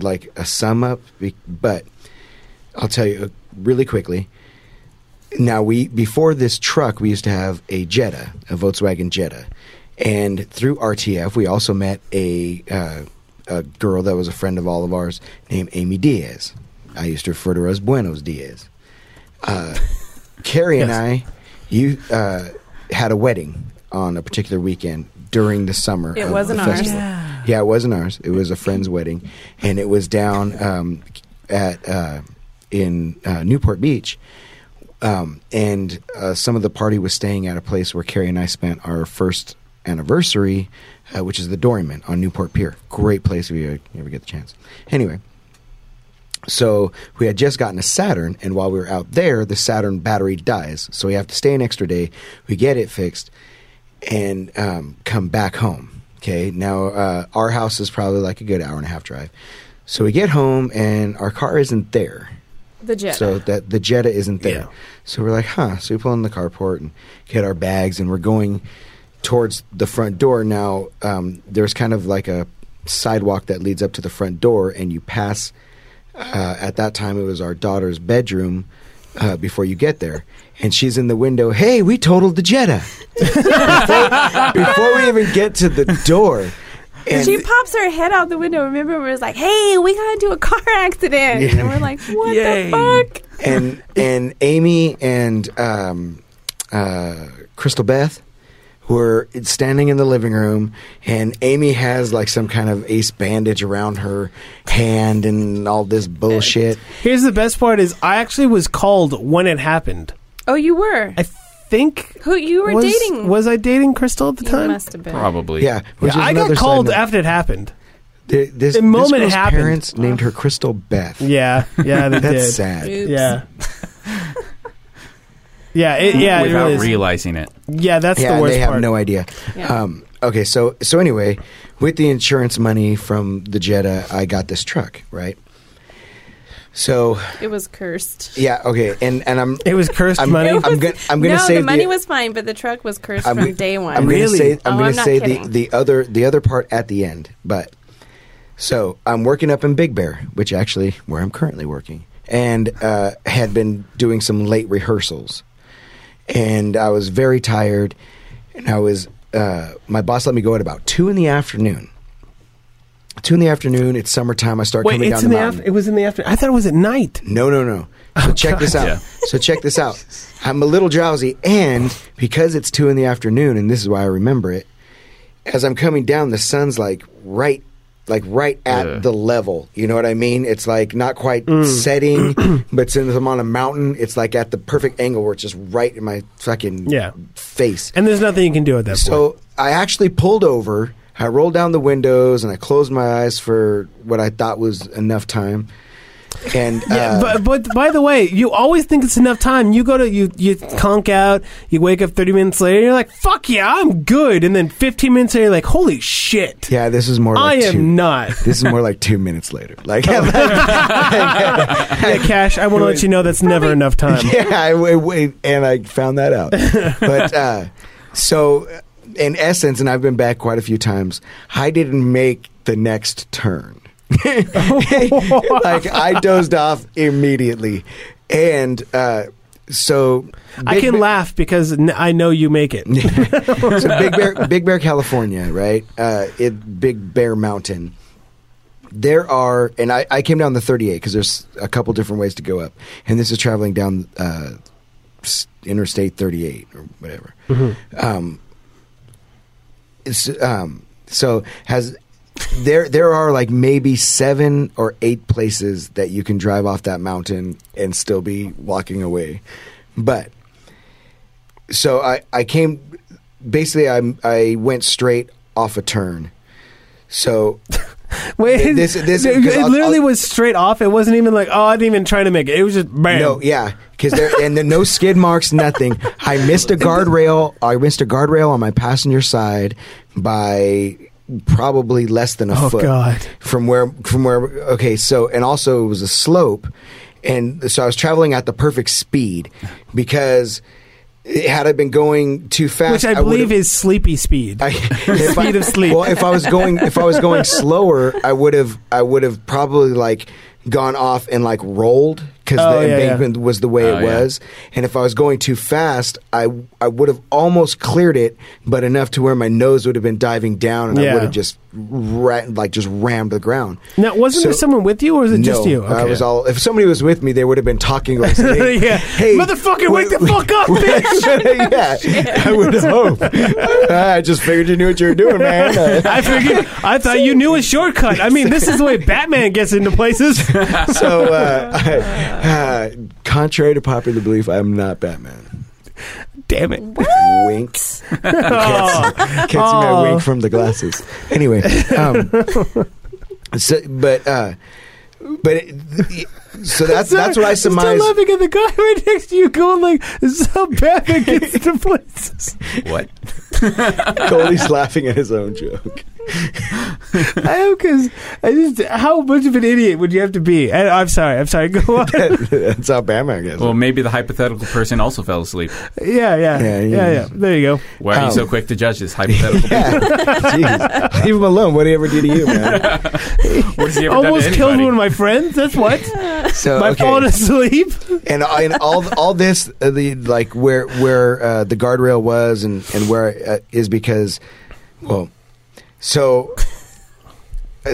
[SPEAKER 4] like a sum up, be- but I'll tell you uh, really quickly. Now we before this truck, we used to have a Jetta, a Volkswagen Jetta, and through RTF, we also met a uh, a girl that was a friend of all of ours named Amy Diaz. I used to refer to her as Buenos Diaz. Uh, Carrie and
[SPEAKER 1] Yes.
[SPEAKER 4] I, you uh, had a wedding on a particular weekend during the summer.
[SPEAKER 2] It
[SPEAKER 4] of
[SPEAKER 2] wasn't
[SPEAKER 4] the
[SPEAKER 2] ours.
[SPEAKER 4] festival. Yeah, it wasn't ours. It was a friend's wedding, and it was down um, at uh, in uh, Newport Beach. Um, and uh, some of the party was staying at a place where Carrie and I spent our first anniversary, uh, which is the Doryman on Newport Pier. Great place if you ever get the chance. Anyway, so we had just gotten a Saturn, and while we were out there, the Saturn battery dies. So we have to stay an extra day. We get it fixed and um, come back home. Okay, now uh, our house is probably like a good hour and a half drive. So we get home, and our car isn't there.
[SPEAKER 2] The jet.
[SPEAKER 4] So that the Jetta isn't there.
[SPEAKER 1] Yeah.
[SPEAKER 4] So we're like, huh. So we pull in the carport and get our bags, and we're going towards the front door. Now um, there's kind of like a sidewalk that leads up to the front door, and you pass. Uh, at that time, it was our daughter's bedroom. Uh, before you get there, and she's in the window. Hey, we totaled the Jetta before, before we even get to the door. And
[SPEAKER 2] she pops her head out the window. Remember, we was like, "Hey, we got into a car accident,"
[SPEAKER 4] Yeah.
[SPEAKER 2] and we're like, "What
[SPEAKER 3] Yay.
[SPEAKER 2] the fuck?"
[SPEAKER 4] and and Amy and um, uh, Crystal Beth were standing in the living room, and Amy has like some kind of ace bandage around her hand and all this bullshit.
[SPEAKER 1] Here's the best part: is I actually was called when it happened.
[SPEAKER 2] Oh, you were.
[SPEAKER 1] I think
[SPEAKER 2] Who you were
[SPEAKER 1] was,
[SPEAKER 2] dating?
[SPEAKER 1] Was I dating Crystal at the
[SPEAKER 2] you
[SPEAKER 1] time?
[SPEAKER 2] must have been.
[SPEAKER 3] Probably.
[SPEAKER 4] Yeah,
[SPEAKER 1] Yeah,
[SPEAKER 4] which is
[SPEAKER 1] I
[SPEAKER 4] another
[SPEAKER 1] got
[SPEAKER 4] side
[SPEAKER 1] called
[SPEAKER 4] note.
[SPEAKER 1] after it happened.
[SPEAKER 4] Th- this,
[SPEAKER 1] the
[SPEAKER 4] this
[SPEAKER 1] moment it
[SPEAKER 4] girl's
[SPEAKER 1] happened.
[SPEAKER 4] Parents named her Crystal Beth.
[SPEAKER 1] Yeah, yeah, they
[SPEAKER 4] That's
[SPEAKER 1] did.
[SPEAKER 4] sad.
[SPEAKER 2] Oops.
[SPEAKER 1] Yeah, yeah, it, yeah. it
[SPEAKER 3] Without
[SPEAKER 1] really is.
[SPEAKER 3] realizing it.
[SPEAKER 1] yeah, that's
[SPEAKER 4] yeah,
[SPEAKER 1] the worst
[SPEAKER 4] they have
[SPEAKER 1] part.
[SPEAKER 4] no idea.
[SPEAKER 2] Yeah.
[SPEAKER 4] Um, okay, so so anyway, with the insurance money from the Jetta, I got this truck, right? So
[SPEAKER 2] It was cursed.
[SPEAKER 4] yeah, okay, and and I'm
[SPEAKER 1] it was cursed
[SPEAKER 4] I'm-
[SPEAKER 1] money.
[SPEAKER 4] It was- I'm gonna- I'm gonna
[SPEAKER 2] no,
[SPEAKER 4] save
[SPEAKER 2] the
[SPEAKER 4] the-
[SPEAKER 2] money was fine, but the truck was cursed
[SPEAKER 4] I'm-
[SPEAKER 2] from day one.
[SPEAKER 4] I'm
[SPEAKER 1] Really?
[SPEAKER 4] gonna say I'm
[SPEAKER 2] Oh,
[SPEAKER 4] gonna
[SPEAKER 2] I'm not
[SPEAKER 4] say the,
[SPEAKER 2] kidding.
[SPEAKER 4] the other the other part at the end. But so I'm working up in Big Bear, which actually where I'm currently working, and uh, had been doing some late rehearsals, and I was very tired, and I was uh, my boss let me go at about two in the afternoon. Two in the afternoon. It's summertime. I start
[SPEAKER 1] Wait,
[SPEAKER 4] coming
[SPEAKER 1] it's
[SPEAKER 4] down
[SPEAKER 1] in
[SPEAKER 4] the
[SPEAKER 1] the
[SPEAKER 4] mountain.
[SPEAKER 1] after, it was in the afternoon. I thought it was at night.
[SPEAKER 4] No, no, no. So
[SPEAKER 1] Oh,
[SPEAKER 4] check this out.
[SPEAKER 3] Yeah.
[SPEAKER 4] So check this out. I'm a little drowsy, and because it's two in the afternoon, and this is why I remember it. As I'm coming down, the sun's like right, like right at
[SPEAKER 3] Yeah.
[SPEAKER 4] the level. You know what I mean? It's like not quite
[SPEAKER 1] Mm.
[SPEAKER 4] setting, but since I'm on a mountain, it's like at the perfect angle where it's just right in my fucking
[SPEAKER 1] Yeah.
[SPEAKER 4] face.
[SPEAKER 1] And there's nothing you can do at that point.
[SPEAKER 4] So I actually pulled over. I rolled down the windows and I closed my eyes for what I thought was enough time. And uh,
[SPEAKER 1] but but by the way, you always think it's enough time. You go to you you conk out. You wake up thirty minutes later. You're like, fuck yeah, I'm good. And then fifteen minutes later, you're like, holy shit,
[SPEAKER 4] Yeah, this is more.
[SPEAKER 1] I
[SPEAKER 4] Like
[SPEAKER 1] am
[SPEAKER 4] two,
[SPEAKER 1] not. Oh.
[SPEAKER 4] This is more like two minutes later. Like,
[SPEAKER 1] Yeah, Cash, I want to let you know that's never enough time.
[SPEAKER 4] yeah, I wait, wait, and I found that out. But uh, so, uh, in essence, and I've been back quite a few times. I didn't make the next turn. like I dozed off immediately, and uh, so
[SPEAKER 1] I
[SPEAKER 4] Big
[SPEAKER 1] can
[SPEAKER 4] Ba-
[SPEAKER 1] laugh because n- I know you make it.
[SPEAKER 4] so Big Bear, Big Bear, California, right? Uh, it Big Bear Mountain. There are, and I, I came down the 38 because there's a couple different ways to go up, and this is traveling down uh, s- Interstate 38 or whatever. Um, it's, um, so has there there are like maybe seven or eight places that you can drive off that mountain and still be walking away, but so I, I came basically I I went straight off a turn. So
[SPEAKER 1] Wait,
[SPEAKER 4] This- this-
[SPEAKER 1] it,
[SPEAKER 4] 'cause I'll-
[SPEAKER 1] literally
[SPEAKER 4] I'll-
[SPEAKER 1] was straight off. It wasn't even like, oh, I didn't even try to make it. It was just bam.
[SPEAKER 4] no, yeah, because there and there, no skid marks, nothing. I missed a guardrail. I missed a guardrail on my passenger side by probably less than a
[SPEAKER 1] Oh,
[SPEAKER 4] foot
[SPEAKER 1] God.
[SPEAKER 4] from where from where. Okay, so and also it was a slope, and so I was traveling at the perfect speed because had I been going too fast,
[SPEAKER 1] Which I believe
[SPEAKER 4] would've-
[SPEAKER 1] is sleepy speed.
[SPEAKER 4] I, if
[SPEAKER 1] Speed
[SPEAKER 4] I,
[SPEAKER 1] of sleep.
[SPEAKER 4] Well, if I was going, if I was going slower, I would have, I would have probably like gone off and like rolled because
[SPEAKER 1] Oh,
[SPEAKER 4] the
[SPEAKER 1] yeah, yeah.
[SPEAKER 4] embankment was the way
[SPEAKER 3] Oh,
[SPEAKER 4] it
[SPEAKER 3] yeah.
[SPEAKER 4] was. And if I was going too fast, I, I would have almost cleared it, but enough to where my nose would have been diving down, and
[SPEAKER 1] Yeah.
[SPEAKER 4] I would have just ra- like just rammed the ground.
[SPEAKER 1] now, wasn't
[SPEAKER 4] So-
[SPEAKER 1] there someone with you, or was it just
[SPEAKER 4] no, uh,
[SPEAKER 1] you?
[SPEAKER 4] I was all. If somebody was with me, they would have been talking. Like, hey,
[SPEAKER 1] yeah.
[SPEAKER 4] hey,
[SPEAKER 1] Motherfucker, wake
[SPEAKER 4] wait-
[SPEAKER 1] the fuck up, bitch!
[SPEAKER 4] yeah, I would hope. I just figured you knew what you were doing, man. Uh,
[SPEAKER 1] I figured. I thought you knew a shortcut. I mean, this is the way Batman gets into places.
[SPEAKER 4] so, uh, I- uh, contrary to popular belief, I'm not Batman.
[SPEAKER 1] Damn it!
[SPEAKER 4] Wink. You Can't, see- can't see my
[SPEAKER 1] Oh.
[SPEAKER 4] wink from the glasses. Anyway, um, so, but uh, but it, so that's that's what I
[SPEAKER 1] am
[SPEAKER 4] surmise.
[SPEAKER 1] still laughing at the guy right next to you, going like, "This is how Batman gets into places."
[SPEAKER 3] What?
[SPEAKER 4] Cody's laughing at his own joke.
[SPEAKER 1] I am because I just how much of an idiot would you have to be? I, I'm sorry. I'm sorry. Go on.
[SPEAKER 4] that's how Batman gets. it.
[SPEAKER 3] Well, maybe the hypothetical person also fell asleep.
[SPEAKER 1] yeah, yeah, yeah,
[SPEAKER 4] Yeah,
[SPEAKER 1] yeah,
[SPEAKER 4] yeah.
[SPEAKER 1] There you go.
[SPEAKER 3] Why are you
[SPEAKER 4] Oh.
[SPEAKER 3] so quick to judge this hypothetical?
[SPEAKER 4] Yeah. Jeez. Leave him alone. What he ever did to you, man?
[SPEAKER 3] What has he ever
[SPEAKER 1] Almost
[SPEAKER 3] done to
[SPEAKER 1] killed
[SPEAKER 3] anybody?
[SPEAKER 1] one of my friends. That's what.
[SPEAKER 4] So
[SPEAKER 1] By
[SPEAKER 4] okay.
[SPEAKER 1] falling asleep.
[SPEAKER 4] and and all all this uh, the like where where uh, the guardrail was and and where uh, is because well so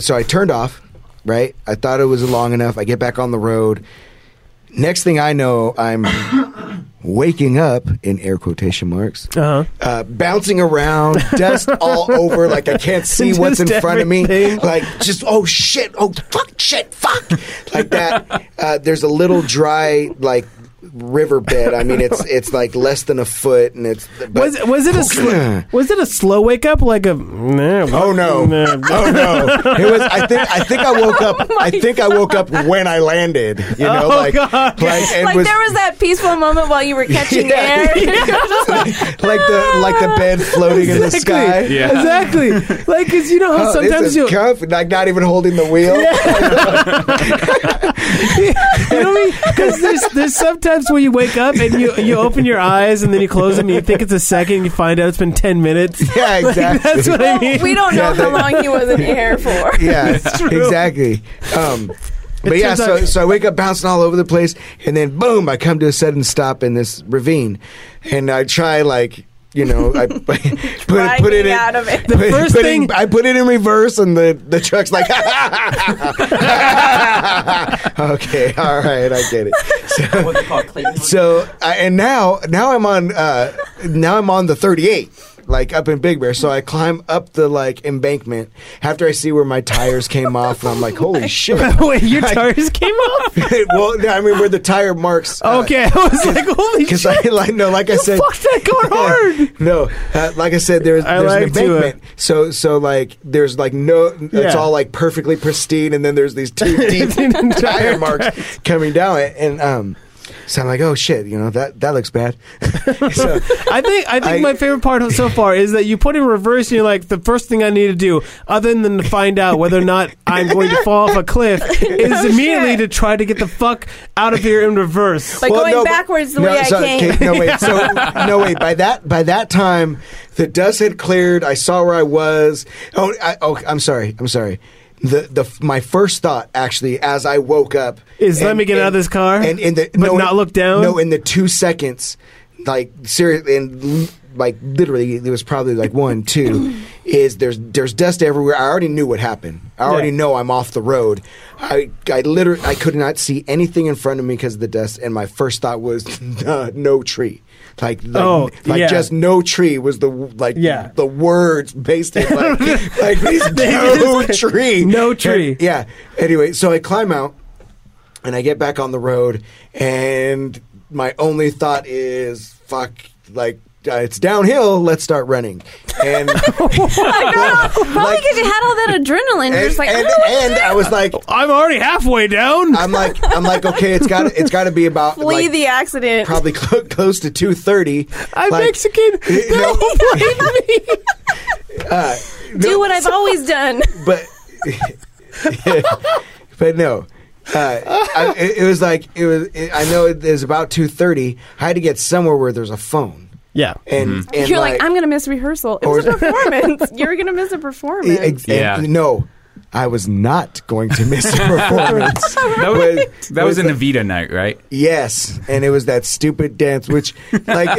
[SPEAKER 4] so I turned off right I thought it was long enough I get back on the road next thing I know I'm waking up in air quotation marks
[SPEAKER 3] Uh-huh.
[SPEAKER 1] Uh huh.
[SPEAKER 4] uh, bouncing around, dust all over. Like I can't see what's in
[SPEAKER 1] Just
[SPEAKER 4] front of me.
[SPEAKER 1] everything.
[SPEAKER 4] Like just oh shit, oh fuck, shit, fuck, like that. Uh, there's a little dry like riverbed. I mean, it's it's like less than a foot, and it's but-
[SPEAKER 1] Was it was it a sl- was it a slow wake up like a?
[SPEAKER 4] Oh no! Oh no! It was. I think. I think I woke up. I think I woke up when I landed. You know,
[SPEAKER 1] Oh,
[SPEAKER 4] like,
[SPEAKER 1] God.
[SPEAKER 4] like, and
[SPEAKER 2] like
[SPEAKER 4] was,
[SPEAKER 2] there was that peaceful moment while you were catching air.
[SPEAKER 4] Yeah. like the like the bed floating in the sky.
[SPEAKER 1] Exactly.
[SPEAKER 3] Yeah.
[SPEAKER 1] Exactly. Like, cause you know how
[SPEAKER 4] Oh,
[SPEAKER 1] sometimes
[SPEAKER 4] this
[SPEAKER 1] you
[SPEAKER 4] is comfy. like not even holding the wheel.
[SPEAKER 1] you know what I mean? Because there's there's sometimes where you wake up and you you open your eyes and then you close them and you think it's a second and you find out it's been ten minutes.
[SPEAKER 4] Yeah, exactly.
[SPEAKER 1] That's what I mean.
[SPEAKER 2] we don't know
[SPEAKER 4] Yeah,
[SPEAKER 2] how
[SPEAKER 4] they-
[SPEAKER 2] long he was in the air for.
[SPEAKER 4] yeah,
[SPEAKER 1] true.
[SPEAKER 4] exactly. Um, but yeah,
[SPEAKER 1] turns
[SPEAKER 4] so,
[SPEAKER 1] out-
[SPEAKER 4] so I wake up bouncing all over the place, and then boom, I come to a sudden stop in this ravine, and I try like you know I put it- put it
[SPEAKER 2] Dragging
[SPEAKER 4] in.
[SPEAKER 2] out of it.
[SPEAKER 1] The
[SPEAKER 4] put-
[SPEAKER 1] first
[SPEAKER 4] put it-
[SPEAKER 1] thing-
[SPEAKER 4] I put it in reverse, and the, the truck's like, okay, all right, I get it.
[SPEAKER 5] what they call Clayton.
[SPEAKER 4] So I, and now now I'm on uh, now I'm on the 38 like up in Big Bear. So I climb up the like embankment after I see where my tires came off, and I'm like, holy shit!
[SPEAKER 1] Wait, your tires came off?
[SPEAKER 4] well, no, I mean where the tire marks. uh,
[SPEAKER 1] Okay, I was like, holy
[SPEAKER 4] Because
[SPEAKER 1] shit!
[SPEAKER 4] I like no, like I said,
[SPEAKER 1] fuck that going hard.
[SPEAKER 4] no, uh, like I said, there's
[SPEAKER 1] I
[SPEAKER 4] there's an
[SPEAKER 1] like to, uh,
[SPEAKER 4] embankment. so so like there's like no, it's
[SPEAKER 1] Yeah.
[SPEAKER 4] all like perfectly pristine, and then there's these two deep tire marks coming down, and um, so I'm like, oh shit, you know that that looks bad. so
[SPEAKER 1] I think I think
[SPEAKER 4] I-
[SPEAKER 1] my favorite part so far is that you put in reverse and you're like, the first thing I need to do, other than to find out whether or not I'm going to fall off a cliff, is
[SPEAKER 4] Oh,
[SPEAKER 1] immediately to try to get the fuck out of here in reverse.
[SPEAKER 2] Like going
[SPEAKER 4] no, but-
[SPEAKER 2] backwards the
[SPEAKER 4] no,
[SPEAKER 2] way
[SPEAKER 4] so-
[SPEAKER 2] I came.
[SPEAKER 4] okay, no wait, so no wait. By that by that time, the dust had cleared. I saw where I was. Oh, I, oh, I'm sorry. I'm sorry. The the my first thought actually, as I woke up,
[SPEAKER 1] Is, let me get out of this car,
[SPEAKER 4] and in the
[SPEAKER 1] but
[SPEAKER 4] no,
[SPEAKER 1] not
[SPEAKER 4] in-
[SPEAKER 1] look down?
[SPEAKER 4] No, in the two seconds, like seriously, and l- like literally, it was probably like one, two. Is there's there's dust everywhere. I already knew what happened. I already
[SPEAKER 1] Yeah.
[SPEAKER 4] know I'm off the road. I I literally I could not see anything in front of me because of the dust, and my first thought was uh, no tree. Like, like,
[SPEAKER 1] Oh,
[SPEAKER 4] like
[SPEAKER 1] yeah.
[SPEAKER 4] just no tree was the like
[SPEAKER 1] Yeah.
[SPEAKER 4] the words based in like, like there's no tree
[SPEAKER 1] No tree.
[SPEAKER 4] And- yeah anyway so I climb out and I get back on the road, and my only thought is, fuck, like, uh, it's downhill, let's start running. And,
[SPEAKER 2] Oh, Probably
[SPEAKER 4] Like-
[SPEAKER 2] because you had all that adrenaline. You're
[SPEAKER 4] and,
[SPEAKER 2] just like,
[SPEAKER 4] and,
[SPEAKER 2] "Oh,
[SPEAKER 4] and I was like,
[SPEAKER 1] I'm already halfway down.
[SPEAKER 4] I'm like, I'm like, okay, it's got, it's got to be about
[SPEAKER 2] flee
[SPEAKER 4] like,
[SPEAKER 2] the accident.
[SPEAKER 4] probably clo- close to two thirty.
[SPEAKER 1] I'm Mexican.
[SPEAKER 4] you know-
[SPEAKER 1] Don't blame me.
[SPEAKER 4] Uh,
[SPEAKER 2] Do what I've always done.
[SPEAKER 4] but but no. Uh, I, it, it was like it was. It, I know it was about two thirty. I had to get somewhere where there's a phone,
[SPEAKER 1] Yeah.
[SPEAKER 4] and,
[SPEAKER 3] Mm-hmm.
[SPEAKER 4] and
[SPEAKER 2] You're like, I'm gonna miss rehearsal. It was a
[SPEAKER 4] Or-
[SPEAKER 2] performance. You're gonna miss a
[SPEAKER 4] E-
[SPEAKER 2] performance.
[SPEAKER 4] ex- and
[SPEAKER 3] Yeah.
[SPEAKER 4] No, I was not going to miss a performance.
[SPEAKER 3] That was,
[SPEAKER 4] Was-
[SPEAKER 3] that was
[SPEAKER 4] was
[SPEAKER 3] an
[SPEAKER 4] the-
[SPEAKER 3] Evita night, right?
[SPEAKER 4] yes, and it was that stupid dance. Which, like,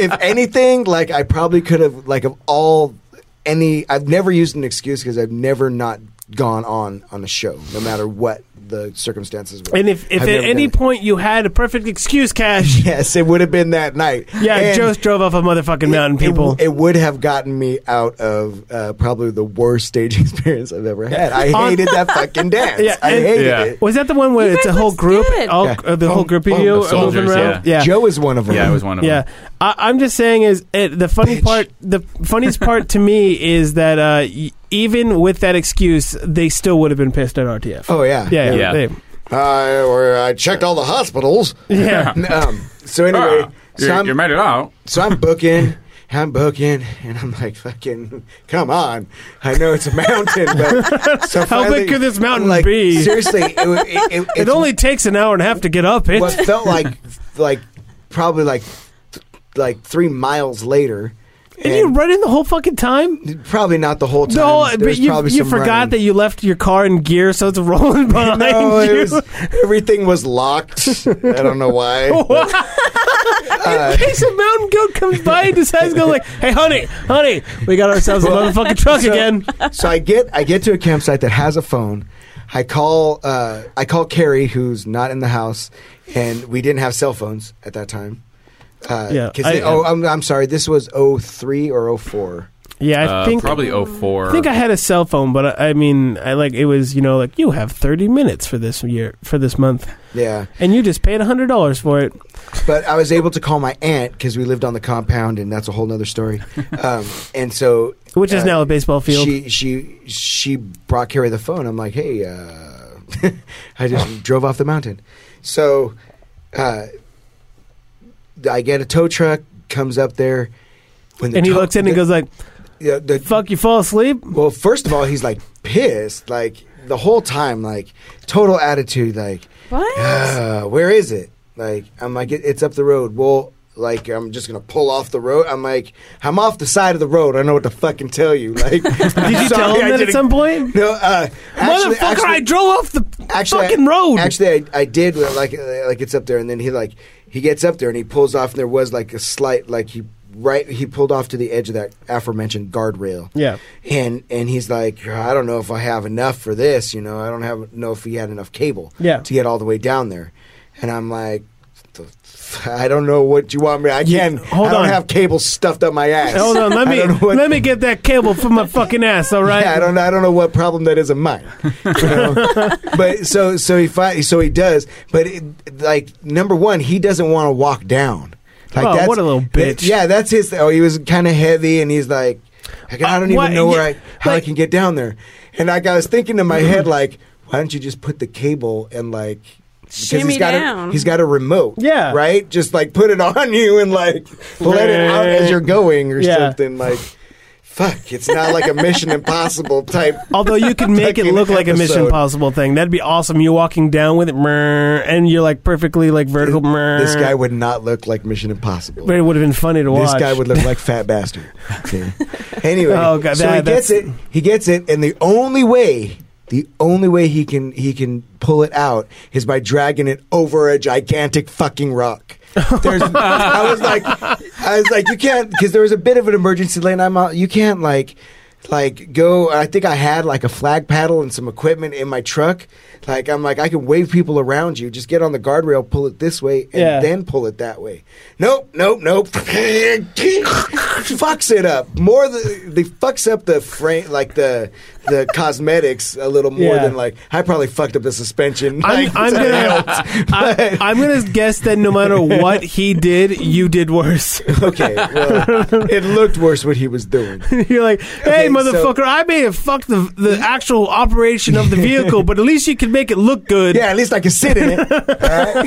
[SPEAKER 4] if anything, like I probably could have, like, of all any, I've never used an excuse because I've never not gone on on a show, no matter what the circumstances were.
[SPEAKER 1] And if, if
[SPEAKER 4] I've
[SPEAKER 1] at
[SPEAKER 4] never
[SPEAKER 1] any
[SPEAKER 4] done it.
[SPEAKER 1] point you had a perfect excuse, Cash.
[SPEAKER 4] yes, it would have been that night.
[SPEAKER 1] Yeah,
[SPEAKER 4] And-
[SPEAKER 1] Joe's drove off a motherfucking mountain,
[SPEAKER 4] It- it
[SPEAKER 1] people.
[SPEAKER 4] w- It, would have gotten me out of uh, probably the worst stage experience I've ever had. I
[SPEAKER 1] On-
[SPEAKER 4] hated that fucking dance.
[SPEAKER 1] Yeah,
[SPEAKER 4] I
[SPEAKER 1] and-
[SPEAKER 4] hated
[SPEAKER 3] Yeah.
[SPEAKER 4] it.
[SPEAKER 1] was that the one where
[SPEAKER 2] You
[SPEAKER 1] it's a
[SPEAKER 2] guys
[SPEAKER 1] whole
[SPEAKER 2] look
[SPEAKER 1] group?
[SPEAKER 2] good.
[SPEAKER 1] All,
[SPEAKER 4] Yeah.
[SPEAKER 1] uh, the whole
[SPEAKER 4] Well,
[SPEAKER 1] group of
[SPEAKER 4] well,
[SPEAKER 1] you
[SPEAKER 4] the
[SPEAKER 1] are
[SPEAKER 3] soldiers,
[SPEAKER 1] moving around?
[SPEAKER 3] yeah.
[SPEAKER 1] Yeah.
[SPEAKER 4] Joe is one of them.
[SPEAKER 3] Yeah, it was one of
[SPEAKER 1] Yeah,
[SPEAKER 3] them.
[SPEAKER 1] I, I'm just saying is it, the funny
[SPEAKER 4] Bitch.
[SPEAKER 1] part. The funniest part to me is that uh, y- even with that excuse, they still would have been pissed at RTF.
[SPEAKER 4] Oh yeah,
[SPEAKER 1] yeah, yeah.
[SPEAKER 3] Yeah.
[SPEAKER 1] they-
[SPEAKER 4] Uh, or I checked all the hospitals.
[SPEAKER 1] yeah.
[SPEAKER 4] Um, so anyway,
[SPEAKER 3] Ah,
[SPEAKER 4] so,
[SPEAKER 3] you,
[SPEAKER 4] I'm,
[SPEAKER 3] you made it out.
[SPEAKER 4] so I'm booking, I'm booking, and I'm like, fucking, come on! I know it's a mountain, but so
[SPEAKER 1] How
[SPEAKER 4] finally-
[SPEAKER 1] big could this mountain
[SPEAKER 4] like,
[SPEAKER 1] be?
[SPEAKER 4] Seriously, it, wa- it, it,
[SPEAKER 1] It
[SPEAKER 4] it's
[SPEAKER 1] only takes an hour and a half to get up it.
[SPEAKER 4] what felt like like probably like th- like three miles later.
[SPEAKER 1] and you run in the whole fucking time.
[SPEAKER 4] probably not the whole time.
[SPEAKER 1] The whole,
[SPEAKER 4] There
[SPEAKER 1] but
[SPEAKER 4] was
[SPEAKER 1] you,
[SPEAKER 4] probably
[SPEAKER 1] you
[SPEAKER 4] some
[SPEAKER 1] forgot
[SPEAKER 4] running.
[SPEAKER 1] that you left your car in gear, so it's rolling behind
[SPEAKER 4] No,
[SPEAKER 1] you.
[SPEAKER 4] it was, everything was locked. I don't know why. uh,
[SPEAKER 1] in case a mountain goat comes by and decides to go like, "Hey, honey, honey, we got ourselves a motherfucking truck again."
[SPEAKER 4] so I get I get to a campsite that has a phone. I call uh, I call Carrie, who's not in the house, and we didn't have cell phones at that time. Uh,
[SPEAKER 1] Yeah,
[SPEAKER 4] 'cause
[SPEAKER 1] I-
[SPEAKER 4] it- oh, I'm, I'm sorry. This was 03 or 04.
[SPEAKER 1] Yeah, I
[SPEAKER 3] Uh,
[SPEAKER 1] think
[SPEAKER 3] probably 04.
[SPEAKER 1] I think I had a cell phone, but I, I mean, I like it was you know like you have thirty minutes for this year for this month,
[SPEAKER 4] Yeah,
[SPEAKER 1] and you just paid hundred dollars for it.
[SPEAKER 4] but I was able to call my aunt because we lived on the compound, and that's a whole nother story. Um, and so
[SPEAKER 1] Which is
[SPEAKER 4] Uh,
[SPEAKER 1] now a baseball field.
[SPEAKER 4] She she she brought Carrie the phone. I'm like, hey, uh, I
[SPEAKER 1] Oh.
[SPEAKER 4] just drove off the mountain. So uh, I get a tow truck comes up there. When
[SPEAKER 1] and he
[SPEAKER 4] tow-
[SPEAKER 1] looks in and
[SPEAKER 4] the-
[SPEAKER 1] goes like,
[SPEAKER 4] yeah, the-
[SPEAKER 1] "Fuck, you fall asleep."
[SPEAKER 4] Well, first of all, he's like pissed, like the whole time, like total attitude, like
[SPEAKER 2] What?
[SPEAKER 4] uh, where is it? Like, I'm like, it, it's up the road. Well, like, I'm just gonna pull off the road. I'm like, I'm off the side of the road. I don't know what to fucking tell you. Like, did
[SPEAKER 1] Did you tell him that at some point?
[SPEAKER 4] No, uh, actually,
[SPEAKER 1] Motherfucker, I drove off the
[SPEAKER 4] actually,
[SPEAKER 1] fucking road.
[SPEAKER 4] Actually, I, I did. Like, uh, like it's up there, and then he like he gets up there and he pulls off, and there was like a slight like he right he pulled off to the edge of that aforementioned guardrail.
[SPEAKER 1] yeah,
[SPEAKER 4] And and he's like, I don't know if I have enough for this. You know, I don't have know if he had enough cable
[SPEAKER 1] Yeah.
[SPEAKER 4] to get all the way down there. And I'm like, "The f- I don't know what you want me. I can
[SPEAKER 1] hold
[SPEAKER 4] I don't
[SPEAKER 1] on.
[SPEAKER 4] have cable stuffed up my ass.
[SPEAKER 1] hold on, let
[SPEAKER 4] I
[SPEAKER 1] me
[SPEAKER 4] don't know what-
[SPEAKER 1] let me get that cable from my fucking ass. All right,
[SPEAKER 4] yeah, I don't. I don't know what problem that is of mine. you know? but so so he fi- so he does. But it, like number one, he doesn't want to walk down. Like
[SPEAKER 1] Oh, what a little bitch.
[SPEAKER 4] yeah, that's his. Oh, he was kind of heavy, and he's like, like, I
[SPEAKER 1] Uh,
[SPEAKER 4] don't
[SPEAKER 1] what-
[SPEAKER 4] even know where
[SPEAKER 1] yeah,
[SPEAKER 4] I how
[SPEAKER 1] like-
[SPEAKER 4] I can get down there. And like I was thinking in my head, like, why don't you just put the cable and like. because
[SPEAKER 2] Shimmy
[SPEAKER 4] he's got
[SPEAKER 2] down.
[SPEAKER 4] A, he's got a remote.
[SPEAKER 1] Yeah.
[SPEAKER 4] Right? Just like put it on you and like let it out as you're going or
[SPEAKER 1] Yeah.
[SPEAKER 4] something. Like, fuck, it's not like a Mission Impossible type.
[SPEAKER 1] Although you could make it
[SPEAKER 4] Fucking
[SPEAKER 1] look like a Mission
[SPEAKER 4] episode.
[SPEAKER 1] Impossible thing, that'd be awesome. You walking down with it, brrr, and you're like perfectly like vertical. brrr.
[SPEAKER 4] This guy would not look like Mission Impossible.
[SPEAKER 1] but it would have been funny to watch.
[SPEAKER 4] This guy would look like Fat Bastard. Okay. Anyway,
[SPEAKER 1] Oh, God,
[SPEAKER 4] so
[SPEAKER 1] that-
[SPEAKER 4] he gets
[SPEAKER 1] that's-
[SPEAKER 4] it. He gets it, and the only way, the only way he can he can pull it out is by dragging it over a gigantic fucking rock. There's, I was like, I was like, you can't because there was a bit of an emergency lane. I'm out. You can't like. Like go, I think I had like a flag paddle and some equipment in my truck. Like I'm like I can wave people around you. Just get on the guardrail, pull it this way, and
[SPEAKER 1] Yeah.
[SPEAKER 4] then pull it that way. Nope, nope, nope. fucks it up more. The, they fucks up the frame, like the the cosmetics a little more
[SPEAKER 1] Yeah.
[SPEAKER 4] than like I probably fucked up the suspension.
[SPEAKER 1] I'm,
[SPEAKER 4] like,
[SPEAKER 1] I'm
[SPEAKER 4] to
[SPEAKER 1] gonna,
[SPEAKER 4] help.
[SPEAKER 1] I, I'm gonna guess that no matter what he did, you did worse.
[SPEAKER 4] okay, well, it looked worse what he was doing.
[SPEAKER 1] You're like, hey,
[SPEAKER 4] Okay, so-
[SPEAKER 1] motherfucker, I may have fucked the the actual operation of the vehicle, but at least you can make it look good.
[SPEAKER 4] Yeah, at least I can sit in it. All right?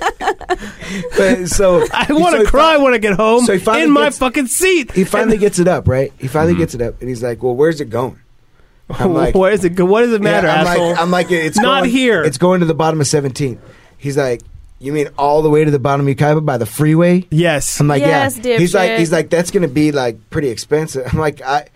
[SPEAKER 4] but so
[SPEAKER 1] I want to
[SPEAKER 4] so-
[SPEAKER 1] cry when I get home
[SPEAKER 4] so he finally
[SPEAKER 1] in my
[SPEAKER 4] gets-
[SPEAKER 1] fucking seat.
[SPEAKER 4] He finally gets it up, right? He finally gets it up, and he's like, "Well, where's it going?" I'm like,
[SPEAKER 1] what is it? What does it matter,
[SPEAKER 4] yeah, I'm
[SPEAKER 1] asshole?
[SPEAKER 4] Like, I'm like, it's
[SPEAKER 1] Not
[SPEAKER 4] going-
[SPEAKER 1] here.
[SPEAKER 4] It's going to the bottom of 17. He's like, you mean all the way to the bottom of Yucaipa by the freeway?
[SPEAKER 1] yes.
[SPEAKER 4] I'm like,
[SPEAKER 2] Yes,
[SPEAKER 4] yeah. He's like,
[SPEAKER 2] dipshit.
[SPEAKER 4] he's like, that's gonna be like pretty expensive. I'm like, I.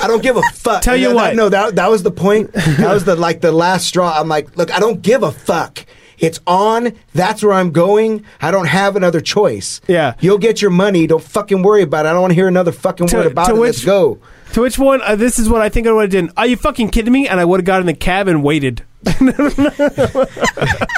[SPEAKER 4] I don't give a fuck.
[SPEAKER 1] Tell you
[SPEAKER 4] That-
[SPEAKER 1] what.
[SPEAKER 4] no, that that was the point. That was the like the last straw. I'm like, look, I don't give a fuck. It's on. That's where I'm going. I don't have another choice.
[SPEAKER 1] Yeah.
[SPEAKER 4] you'll get your money. Don't fucking worry about it. I don't want to hear another fucking
[SPEAKER 1] To-
[SPEAKER 4] word about
[SPEAKER 1] to
[SPEAKER 4] it. Let's
[SPEAKER 1] which-
[SPEAKER 4] go.
[SPEAKER 1] To which one? Uh, this is what I think I would have done. Are you fucking kidding me? And I would have got in the cab and waited.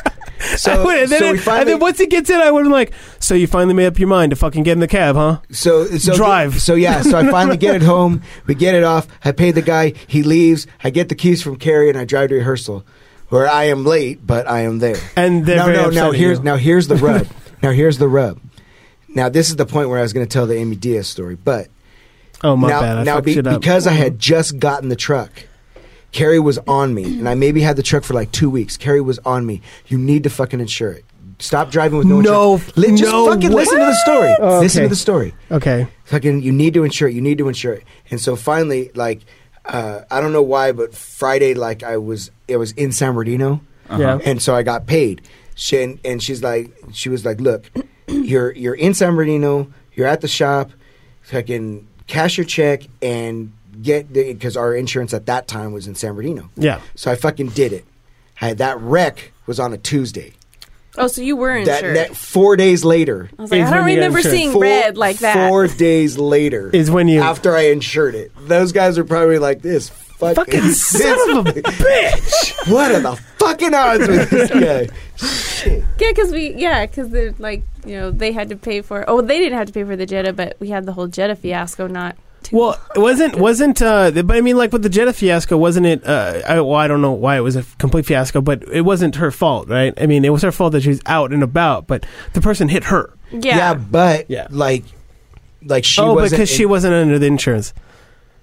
[SPEAKER 4] So,
[SPEAKER 1] and, then
[SPEAKER 4] so
[SPEAKER 1] it-
[SPEAKER 4] we
[SPEAKER 1] and
[SPEAKER 4] finally,
[SPEAKER 1] then once he gets in, I would have been like, so you finally made up your mind to fucking get in the cab, huh?
[SPEAKER 4] So, so
[SPEAKER 1] Drive.
[SPEAKER 4] So yeah. So I finally get it home. We get it off. I pay the guy. He leaves. I get the keys from Carrie, and I drive to rehearsal, where I am late, but I am there.
[SPEAKER 1] And they're
[SPEAKER 4] no,
[SPEAKER 1] very
[SPEAKER 4] no,
[SPEAKER 1] upset
[SPEAKER 4] now
[SPEAKER 1] at
[SPEAKER 4] here's
[SPEAKER 1] you.
[SPEAKER 4] now here's the rub. now here's the rub. Now this is the point where I was going to tell the Amy Diaz story, but
[SPEAKER 1] Oh, my
[SPEAKER 4] now,
[SPEAKER 1] bad. I
[SPEAKER 4] now
[SPEAKER 1] fucked
[SPEAKER 4] be-
[SPEAKER 1] it up.
[SPEAKER 4] because I had just gotten the truck, Carrie was on me, and I maybe had the truck for like two weeks. Carrie was on me. You need to fucking insure it. Stop driving with no,
[SPEAKER 1] No,
[SPEAKER 4] insurance. Li- just
[SPEAKER 1] no
[SPEAKER 4] fucking
[SPEAKER 1] way.
[SPEAKER 4] listen to the story.
[SPEAKER 1] Oh,
[SPEAKER 4] Listen
[SPEAKER 1] okay.
[SPEAKER 4] to the story
[SPEAKER 1] Okay.
[SPEAKER 4] fucking you need to insure it you need to insure it and so finally like uh, i don't know why but friday like i was it was in san bernardino
[SPEAKER 1] Uh-huh. Yeah.
[SPEAKER 4] and so i got paid she, and, and she's like she was like look you're you're in san bernardino you're at the shop fucking cash your check and get because our insurance at that time was in san bernardino
[SPEAKER 1] Yeah.
[SPEAKER 4] so i fucking did it I had that wreck was on a tuesday
[SPEAKER 2] Oh, so you were
[SPEAKER 4] that,
[SPEAKER 2] insured. Oh,
[SPEAKER 4] that four days later
[SPEAKER 2] I was like,
[SPEAKER 1] Is
[SPEAKER 2] I
[SPEAKER 1] when
[SPEAKER 2] don't
[SPEAKER 1] you got
[SPEAKER 2] remember
[SPEAKER 1] insured.
[SPEAKER 2] seeing red like that.
[SPEAKER 4] Four days later
[SPEAKER 1] Is when you-
[SPEAKER 4] after I insured it. Those guys are probably like this. Fucking,
[SPEAKER 1] Fucking
[SPEAKER 4] this-
[SPEAKER 1] son of a bitch!
[SPEAKER 4] what are the fucking odds with this guy? Shit.
[SPEAKER 2] Yeah, because we yeah, because like you know they had to pay for. Oh, they didn't have to pay for the Jetta, but we had the whole Jetta fiasco. Not too
[SPEAKER 1] Well, it wasn't wasn't uh, the- but I mean, like with the Jetta fiasco, wasn't it? Uh, I, well, I don't know why it was a complete fiasco, but it wasn't her fault, right? I mean, it was her fault that she was out and about, but the person hit her.
[SPEAKER 2] yeah.
[SPEAKER 4] but
[SPEAKER 1] Yeah.
[SPEAKER 4] like, like she
[SPEAKER 1] oh,
[SPEAKER 4] wasn't.
[SPEAKER 1] because she wasn't under the insurance.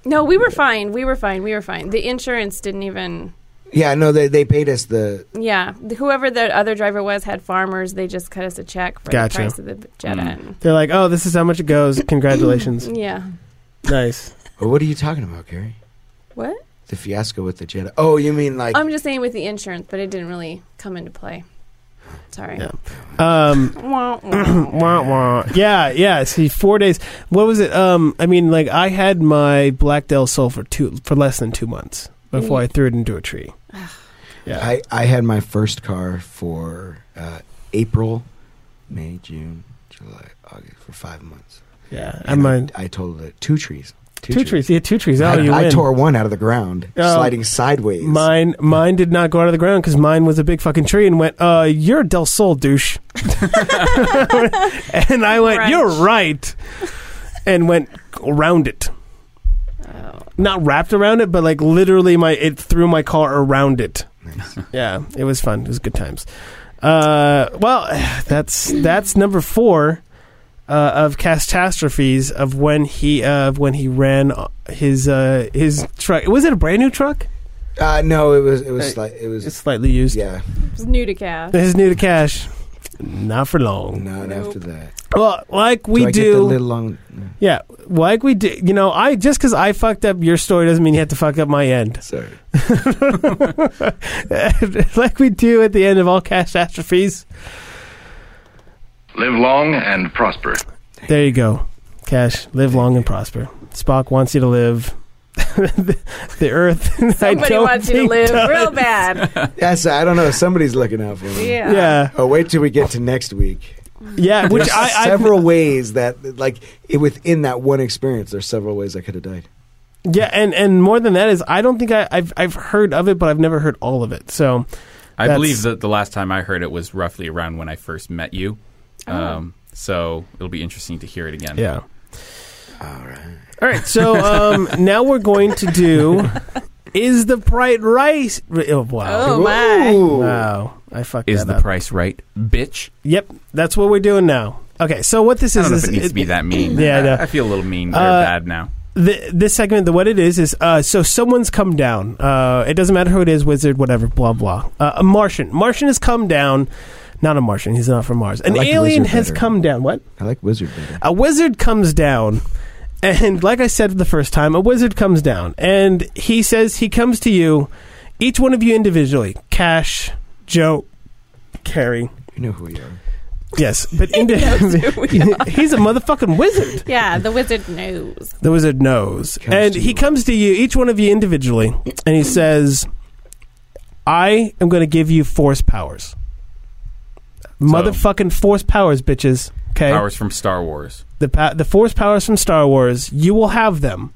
[SPEAKER 2] No, we were fine. We were fine. We were fine. The insurance didn't even.
[SPEAKER 4] Yeah, no, they they paid us the
[SPEAKER 2] Yeah, The- whoever the other driver was had farmers. They just cut us a check for
[SPEAKER 1] Gotcha.
[SPEAKER 2] the price of the Jetta.
[SPEAKER 3] Mm.
[SPEAKER 1] They're like, oh, this is how much it goes. Congratulations.
[SPEAKER 2] And, yeah.
[SPEAKER 1] nice.
[SPEAKER 4] Or what are you talking about, Gary?
[SPEAKER 2] What?
[SPEAKER 4] The fiasco with the Jedi. Oh, you mean like?
[SPEAKER 2] I'm just saying with the insurance, but it didn't really come into play. Sorry.
[SPEAKER 1] Yeah. Um,
[SPEAKER 2] Wah, wah.
[SPEAKER 1] wah, wah. Yeah, yeah. See, four days. What was it? Um, I mean, like I had my Black Del Sol for two for less than two months before I threw it into a tree. Yeah.
[SPEAKER 4] I I had my first car for uh, April, May, June, July, August for five months.
[SPEAKER 1] Yeah, I'm
[SPEAKER 4] And
[SPEAKER 1] a,
[SPEAKER 4] I, I told it two trees.
[SPEAKER 1] two trees. Yeah, two trees. Oh,
[SPEAKER 4] I,
[SPEAKER 1] you
[SPEAKER 4] I
[SPEAKER 1] win.
[SPEAKER 4] tore one out of the ground,
[SPEAKER 1] Oh.
[SPEAKER 4] sliding sideways.
[SPEAKER 1] Mine, mine did not go out of the ground because mine was a big fucking tree and went, "Uh, you're a Del Sol douche," and I went,
[SPEAKER 2] Right.
[SPEAKER 1] "You're right," and went around it,
[SPEAKER 2] Oh.
[SPEAKER 1] not wrapped around it, but like literally, my it threw my car around it. yeah, it was fun. It was good times. Uh, well, that's that's number four uh, of catastrophes of when he uh, of when he ran his uh, his truck. Was it a brand new truck?
[SPEAKER 4] Uh, no, it was it was
[SPEAKER 1] Hey,
[SPEAKER 4] like it was
[SPEAKER 1] It's slightly used.
[SPEAKER 4] yeah,
[SPEAKER 2] It was new to Cass.
[SPEAKER 1] This is new to cash. Not for long.
[SPEAKER 4] not
[SPEAKER 2] Nope.
[SPEAKER 4] after that.
[SPEAKER 1] Well, like we
[SPEAKER 4] I get the
[SPEAKER 1] do.
[SPEAKER 4] little long-
[SPEAKER 1] yeah, like we do. You know, I just because I fucked up your story doesn't mean you have to fuck up my end.
[SPEAKER 4] Sorry.
[SPEAKER 1] like we do at the end of all catastrophes.
[SPEAKER 5] Live long and prosper.
[SPEAKER 1] There you go. Cash, live long and prosper. Spock wants you to live. the, the Earth. I
[SPEAKER 2] Somebody
[SPEAKER 1] don't
[SPEAKER 2] wants you to
[SPEAKER 1] think
[SPEAKER 2] live
[SPEAKER 1] does.
[SPEAKER 2] real bad.
[SPEAKER 4] That's I don't know. Somebody's looking out for me.
[SPEAKER 2] Yeah.
[SPEAKER 1] Yeah,
[SPEAKER 4] Oh, wait till we get to next week.
[SPEAKER 1] yeah. Which I, I
[SPEAKER 4] several ways that like it, within that one experience, there's several ways I could have died.
[SPEAKER 1] yeah, and and more than that is I don't think I, I've I've heard of it, but I've never heard all of it. So
[SPEAKER 3] I
[SPEAKER 1] That's-
[SPEAKER 3] believe that the last time I heard it was roughly around when I first met you. Um, so it'll be interesting to hear it again.
[SPEAKER 1] Oh. yeah.
[SPEAKER 4] All right.
[SPEAKER 1] All right, so um, now we're going to do is the bright rice. Oh, wow,
[SPEAKER 2] Oh my.
[SPEAKER 4] Ooh.
[SPEAKER 1] wow, I fucked
[SPEAKER 3] Is
[SPEAKER 1] that
[SPEAKER 3] the
[SPEAKER 1] up.
[SPEAKER 3] price right, bitch?
[SPEAKER 1] yep, that's what we're doing now. Okay, so what this
[SPEAKER 3] I
[SPEAKER 1] is
[SPEAKER 3] don't know
[SPEAKER 1] is
[SPEAKER 3] if it needs to be that mean.
[SPEAKER 1] Yeah, I know.
[SPEAKER 3] I, I feel a little mean or
[SPEAKER 1] Uh,
[SPEAKER 3] bad now.
[SPEAKER 1] th- this segment, the what it is is uh, so someone's come down. Uh, it doesn't matter who it is, wizard, whatever, blah blah. Uh, a Martian, Martian has come down. Not a Martian. He's not from Mars. An
[SPEAKER 4] like the
[SPEAKER 1] alien
[SPEAKER 4] wizard
[SPEAKER 1] has
[SPEAKER 4] better.
[SPEAKER 1] come down. What?
[SPEAKER 4] I like wizard better.
[SPEAKER 1] A wizard comes down And like I said the first time, a wizard comes down and he says he comes to you, each one of you individually, Cash, Joe, Carrie.
[SPEAKER 4] You know who we are.
[SPEAKER 1] Yes, but
[SPEAKER 2] knows
[SPEAKER 1] individually.
[SPEAKER 2] who we are.
[SPEAKER 1] he's a motherfucking wizard.
[SPEAKER 2] Yeah, the wizard knows.
[SPEAKER 1] The wizard knows.
[SPEAKER 4] Comes
[SPEAKER 1] and
[SPEAKER 4] to
[SPEAKER 1] he
[SPEAKER 4] you.
[SPEAKER 1] comes to you, each one of you individually, and he says, I am going to give you force powers. Motherfucking force powers, bitches. Okay?
[SPEAKER 3] Powers from Star Wars.
[SPEAKER 1] the pa- the force powers from Star Wars, you will have them.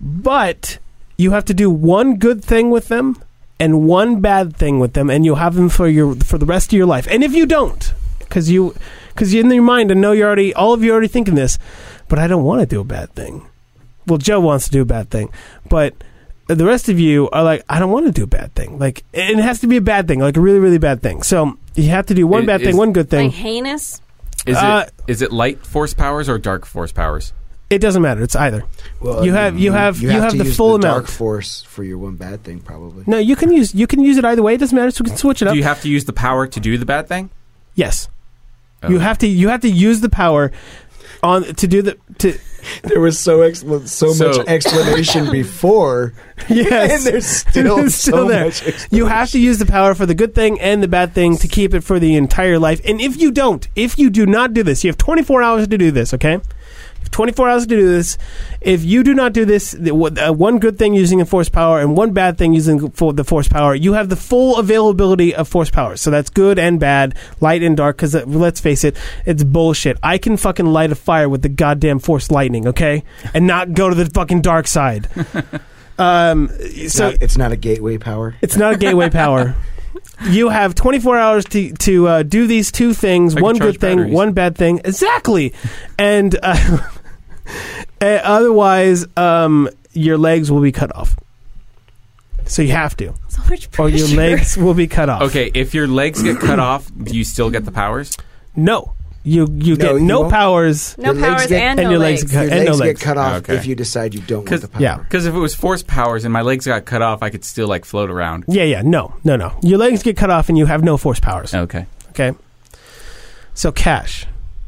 [SPEAKER 1] But you have to do one good thing with them and one bad thing with them and you'll have them for your for the rest of your life. And if you don't, cuz you cuz you're in your mind and know you're already all of you are already thinking this, but I don't want to do a bad thing. Well, Joe wants to do a bad thing, but the rest of you are like, I don't want to do a bad thing. Like, and it has to be a bad thing, like a really, really bad thing. So you have to do one
[SPEAKER 3] It
[SPEAKER 1] bad thing,
[SPEAKER 3] is-
[SPEAKER 1] one good thing.
[SPEAKER 2] Like heinous.
[SPEAKER 3] Is
[SPEAKER 1] Uh,
[SPEAKER 3] it is it light force powers or dark force powers?
[SPEAKER 1] It doesn't matter. It's either.
[SPEAKER 4] Well,
[SPEAKER 1] You have- you have- you have
[SPEAKER 4] to
[SPEAKER 1] the
[SPEAKER 4] use
[SPEAKER 1] full
[SPEAKER 4] the Dark
[SPEAKER 1] amount.
[SPEAKER 4] force for your one bad thing, probably.
[SPEAKER 1] No, you can use you can use it either way. It doesn't matter. So we can switch it up.
[SPEAKER 3] Do you have to use the power to do the bad thing?
[SPEAKER 1] yes,
[SPEAKER 3] Oh.
[SPEAKER 1] you have to you have to use the power on to do the to
[SPEAKER 4] There was so ex- so,
[SPEAKER 3] So-
[SPEAKER 4] much explanation before,
[SPEAKER 1] yes.
[SPEAKER 4] and there's still,
[SPEAKER 1] It's
[SPEAKER 4] so
[SPEAKER 1] still there.
[SPEAKER 4] much.
[SPEAKER 1] you have to use the power for the good thing and the bad thing to keep it for the entire life. And if you don't, if you do not do this, you have 24 hours to do this. Okay. 24 hours to do this. If you do not do this, the, what- uh, one good thing using the force power and one bad thing using for the force power, you have the full availability of force power. So that's good and bad, light and dark. Because let's face it, it's bullshit. I can fucking light a fire with the goddamn force lightning, okay, and not go to the fucking dark side. um,
[SPEAKER 4] It's
[SPEAKER 1] so
[SPEAKER 4] not- it's not a gateway power.
[SPEAKER 1] it's not a gateway power. You have 24 hours to to uh, do these two things:
[SPEAKER 3] I can
[SPEAKER 1] one
[SPEAKER 3] charge
[SPEAKER 1] good thing,
[SPEAKER 3] batteries.
[SPEAKER 1] one bad thing. Exactly, and uh, uh, otherwise, um, your legs will be cut off. So you have to,
[SPEAKER 2] So much pressure.
[SPEAKER 1] or Oh, your legs will be cut off.
[SPEAKER 3] Okay, if your legs get cut off, do you still get the powers?
[SPEAKER 1] No, you you
[SPEAKER 4] No,
[SPEAKER 1] get
[SPEAKER 4] you
[SPEAKER 1] no
[SPEAKER 4] won't.
[SPEAKER 1] powers.
[SPEAKER 2] No
[SPEAKER 4] Your legs
[SPEAKER 2] powers
[SPEAKER 4] get-
[SPEAKER 2] and,
[SPEAKER 1] and
[SPEAKER 2] no
[SPEAKER 1] your legs
[SPEAKER 2] legs.
[SPEAKER 1] cut-
[SPEAKER 4] Your
[SPEAKER 1] and
[SPEAKER 4] legs
[SPEAKER 1] no
[SPEAKER 4] get
[SPEAKER 1] legs.
[SPEAKER 4] cut off
[SPEAKER 3] Okay.
[SPEAKER 4] if you decide you don't want
[SPEAKER 3] 'Cause-
[SPEAKER 4] the power.
[SPEAKER 1] yeah.
[SPEAKER 3] Because if it was force powers and my legs got cut off, I could still like float around.
[SPEAKER 1] Yeah, yeah, no, no, no. Your legs get cut off, and you have no force powers.
[SPEAKER 3] Okay.
[SPEAKER 1] Okay. So, Cash,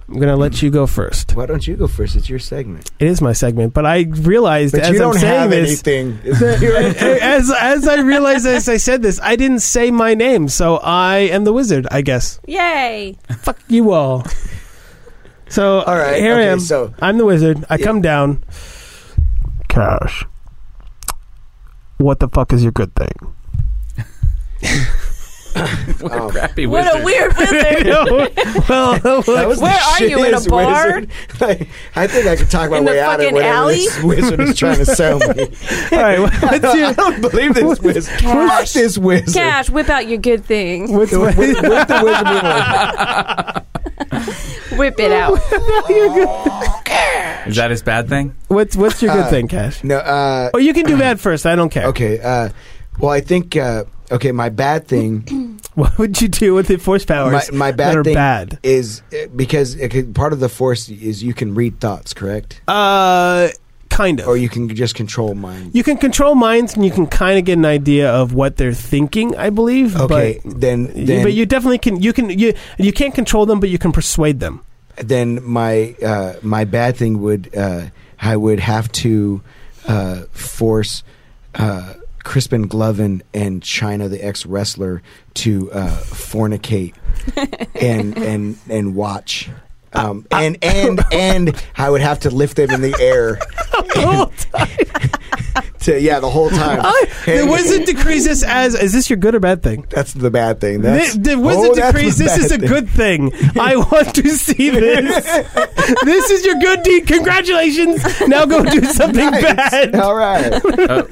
[SPEAKER 1] I'm gonna let you go first.
[SPEAKER 4] Why don't you go first? It's your segment.
[SPEAKER 1] It is my segment, but I realized
[SPEAKER 4] But
[SPEAKER 1] as
[SPEAKER 4] you don't
[SPEAKER 1] I'm saying
[SPEAKER 4] have
[SPEAKER 1] this.
[SPEAKER 4] anything.
[SPEAKER 1] as as I realized as I said this, I didn't say my name, so I am the wizard, I guess.
[SPEAKER 2] Yay!
[SPEAKER 1] Fuck you all. So
[SPEAKER 4] All right.
[SPEAKER 1] here
[SPEAKER 4] okay,
[SPEAKER 1] I am.
[SPEAKER 4] So
[SPEAKER 1] I'm the wizard. I
[SPEAKER 4] Yeah.
[SPEAKER 1] come down. Cash. What the fuck is your good thing?
[SPEAKER 3] What a
[SPEAKER 4] Oh.
[SPEAKER 3] crappy
[SPEAKER 2] What
[SPEAKER 3] wizard.
[SPEAKER 2] a weird wizard.
[SPEAKER 1] well,
[SPEAKER 4] that was the
[SPEAKER 2] Where are you, in a
[SPEAKER 4] shittiest
[SPEAKER 2] bar?
[SPEAKER 4] wizard. Like, I think I could talk my
[SPEAKER 2] In the
[SPEAKER 4] way out of
[SPEAKER 2] fucking
[SPEAKER 4] whatever
[SPEAKER 2] alley?
[SPEAKER 4] this wizard is trying to sell me.
[SPEAKER 1] all right.
[SPEAKER 4] I
[SPEAKER 1] What's your,
[SPEAKER 4] don't, I don't believe this wizard. Fuck this wizard.
[SPEAKER 2] Cash, whip out your good thing.
[SPEAKER 1] what's,
[SPEAKER 4] With, with the wizard, we won.
[SPEAKER 2] Whip it out.
[SPEAKER 3] Is that his bad thing?
[SPEAKER 1] what's what's your good
[SPEAKER 4] Uh,
[SPEAKER 1] thing, Cash?
[SPEAKER 4] no. Uh,
[SPEAKER 1] Or you can do bad first. I don't care.
[SPEAKER 4] okay. Uh, well, I think. Uh, okay, my bad thing.
[SPEAKER 1] What would you do with the force powers
[SPEAKER 4] my
[SPEAKER 1] that
[SPEAKER 4] bad
[SPEAKER 1] are
[SPEAKER 4] thing-
[SPEAKER 1] bad?
[SPEAKER 4] is uh, because it could, part of the force is you can read thoughts, correct?
[SPEAKER 1] Uh, kind of.
[SPEAKER 4] Or you can just control mind.
[SPEAKER 1] You can control minds, and you can kind of get an idea of what they're thinking. I believe.
[SPEAKER 4] Okay,
[SPEAKER 1] But,
[SPEAKER 4] then then,
[SPEAKER 1] but you definitely can. You can. You you can't control them, but you can persuade them.
[SPEAKER 4] then my uh, my bad thing would uh, I would have to uh, force uh, Crispin Glovin and China the ex wrestler to uh, fornicate and and and watch.
[SPEAKER 1] Uh,
[SPEAKER 4] Um, and and and I would have to lift them in the air. to, yeah, the whole time.
[SPEAKER 1] the
[SPEAKER 4] And-
[SPEAKER 1] wizard decrees this as: is this your good or bad thing?
[SPEAKER 4] That's the bad thing.
[SPEAKER 1] The,
[SPEAKER 4] That's,
[SPEAKER 1] the
[SPEAKER 4] oh,
[SPEAKER 1] wizard
[SPEAKER 4] that's
[SPEAKER 1] decrees
[SPEAKER 4] the
[SPEAKER 1] this is a
[SPEAKER 4] bad thing.
[SPEAKER 1] good thing. I want to see this. this is your good deed. Congratulations. Now go do something bad.
[SPEAKER 4] All right.
[SPEAKER 3] Oh,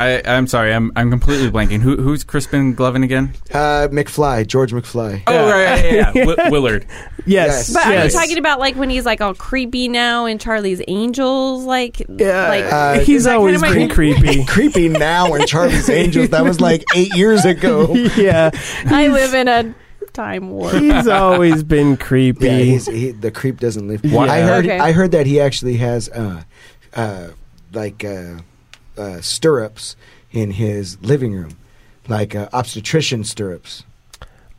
[SPEAKER 3] I, I'm sorry. I'm I'm completely blanking. Who, who's Crispin Glovin again?
[SPEAKER 4] Uh, McFly, George McFly.
[SPEAKER 3] Oh, right, yeah, yeah, yeah. Wi- Willard.
[SPEAKER 1] Yes.
[SPEAKER 2] But are you
[SPEAKER 1] yes.
[SPEAKER 4] Uh,
[SPEAKER 2] talking about like when he's like all creepy now and Charlie's Angels? Like,
[SPEAKER 1] Yeah,
[SPEAKER 2] like
[SPEAKER 4] Uh,
[SPEAKER 1] he's
[SPEAKER 2] that kind
[SPEAKER 1] always
[SPEAKER 2] of my-
[SPEAKER 1] been creepy.
[SPEAKER 4] Creepy now and Charlie's Angels. That was like eight years ago.
[SPEAKER 1] yeah,
[SPEAKER 2] I live in a time warp.
[SPEAKER 1] he's always been creepy.
[SPEAKER 4] Yeah, he's, he, the creep doesn't live.
[SPEAKER 1] Wow.
[SPEAKER 4] I heard.
[SPEAKER 2] Okay.
[SPEAKER 4] I heard that he actually has uh, uh, like uh, uh, stirrups in his living room, like uh, obstetrician stirrups.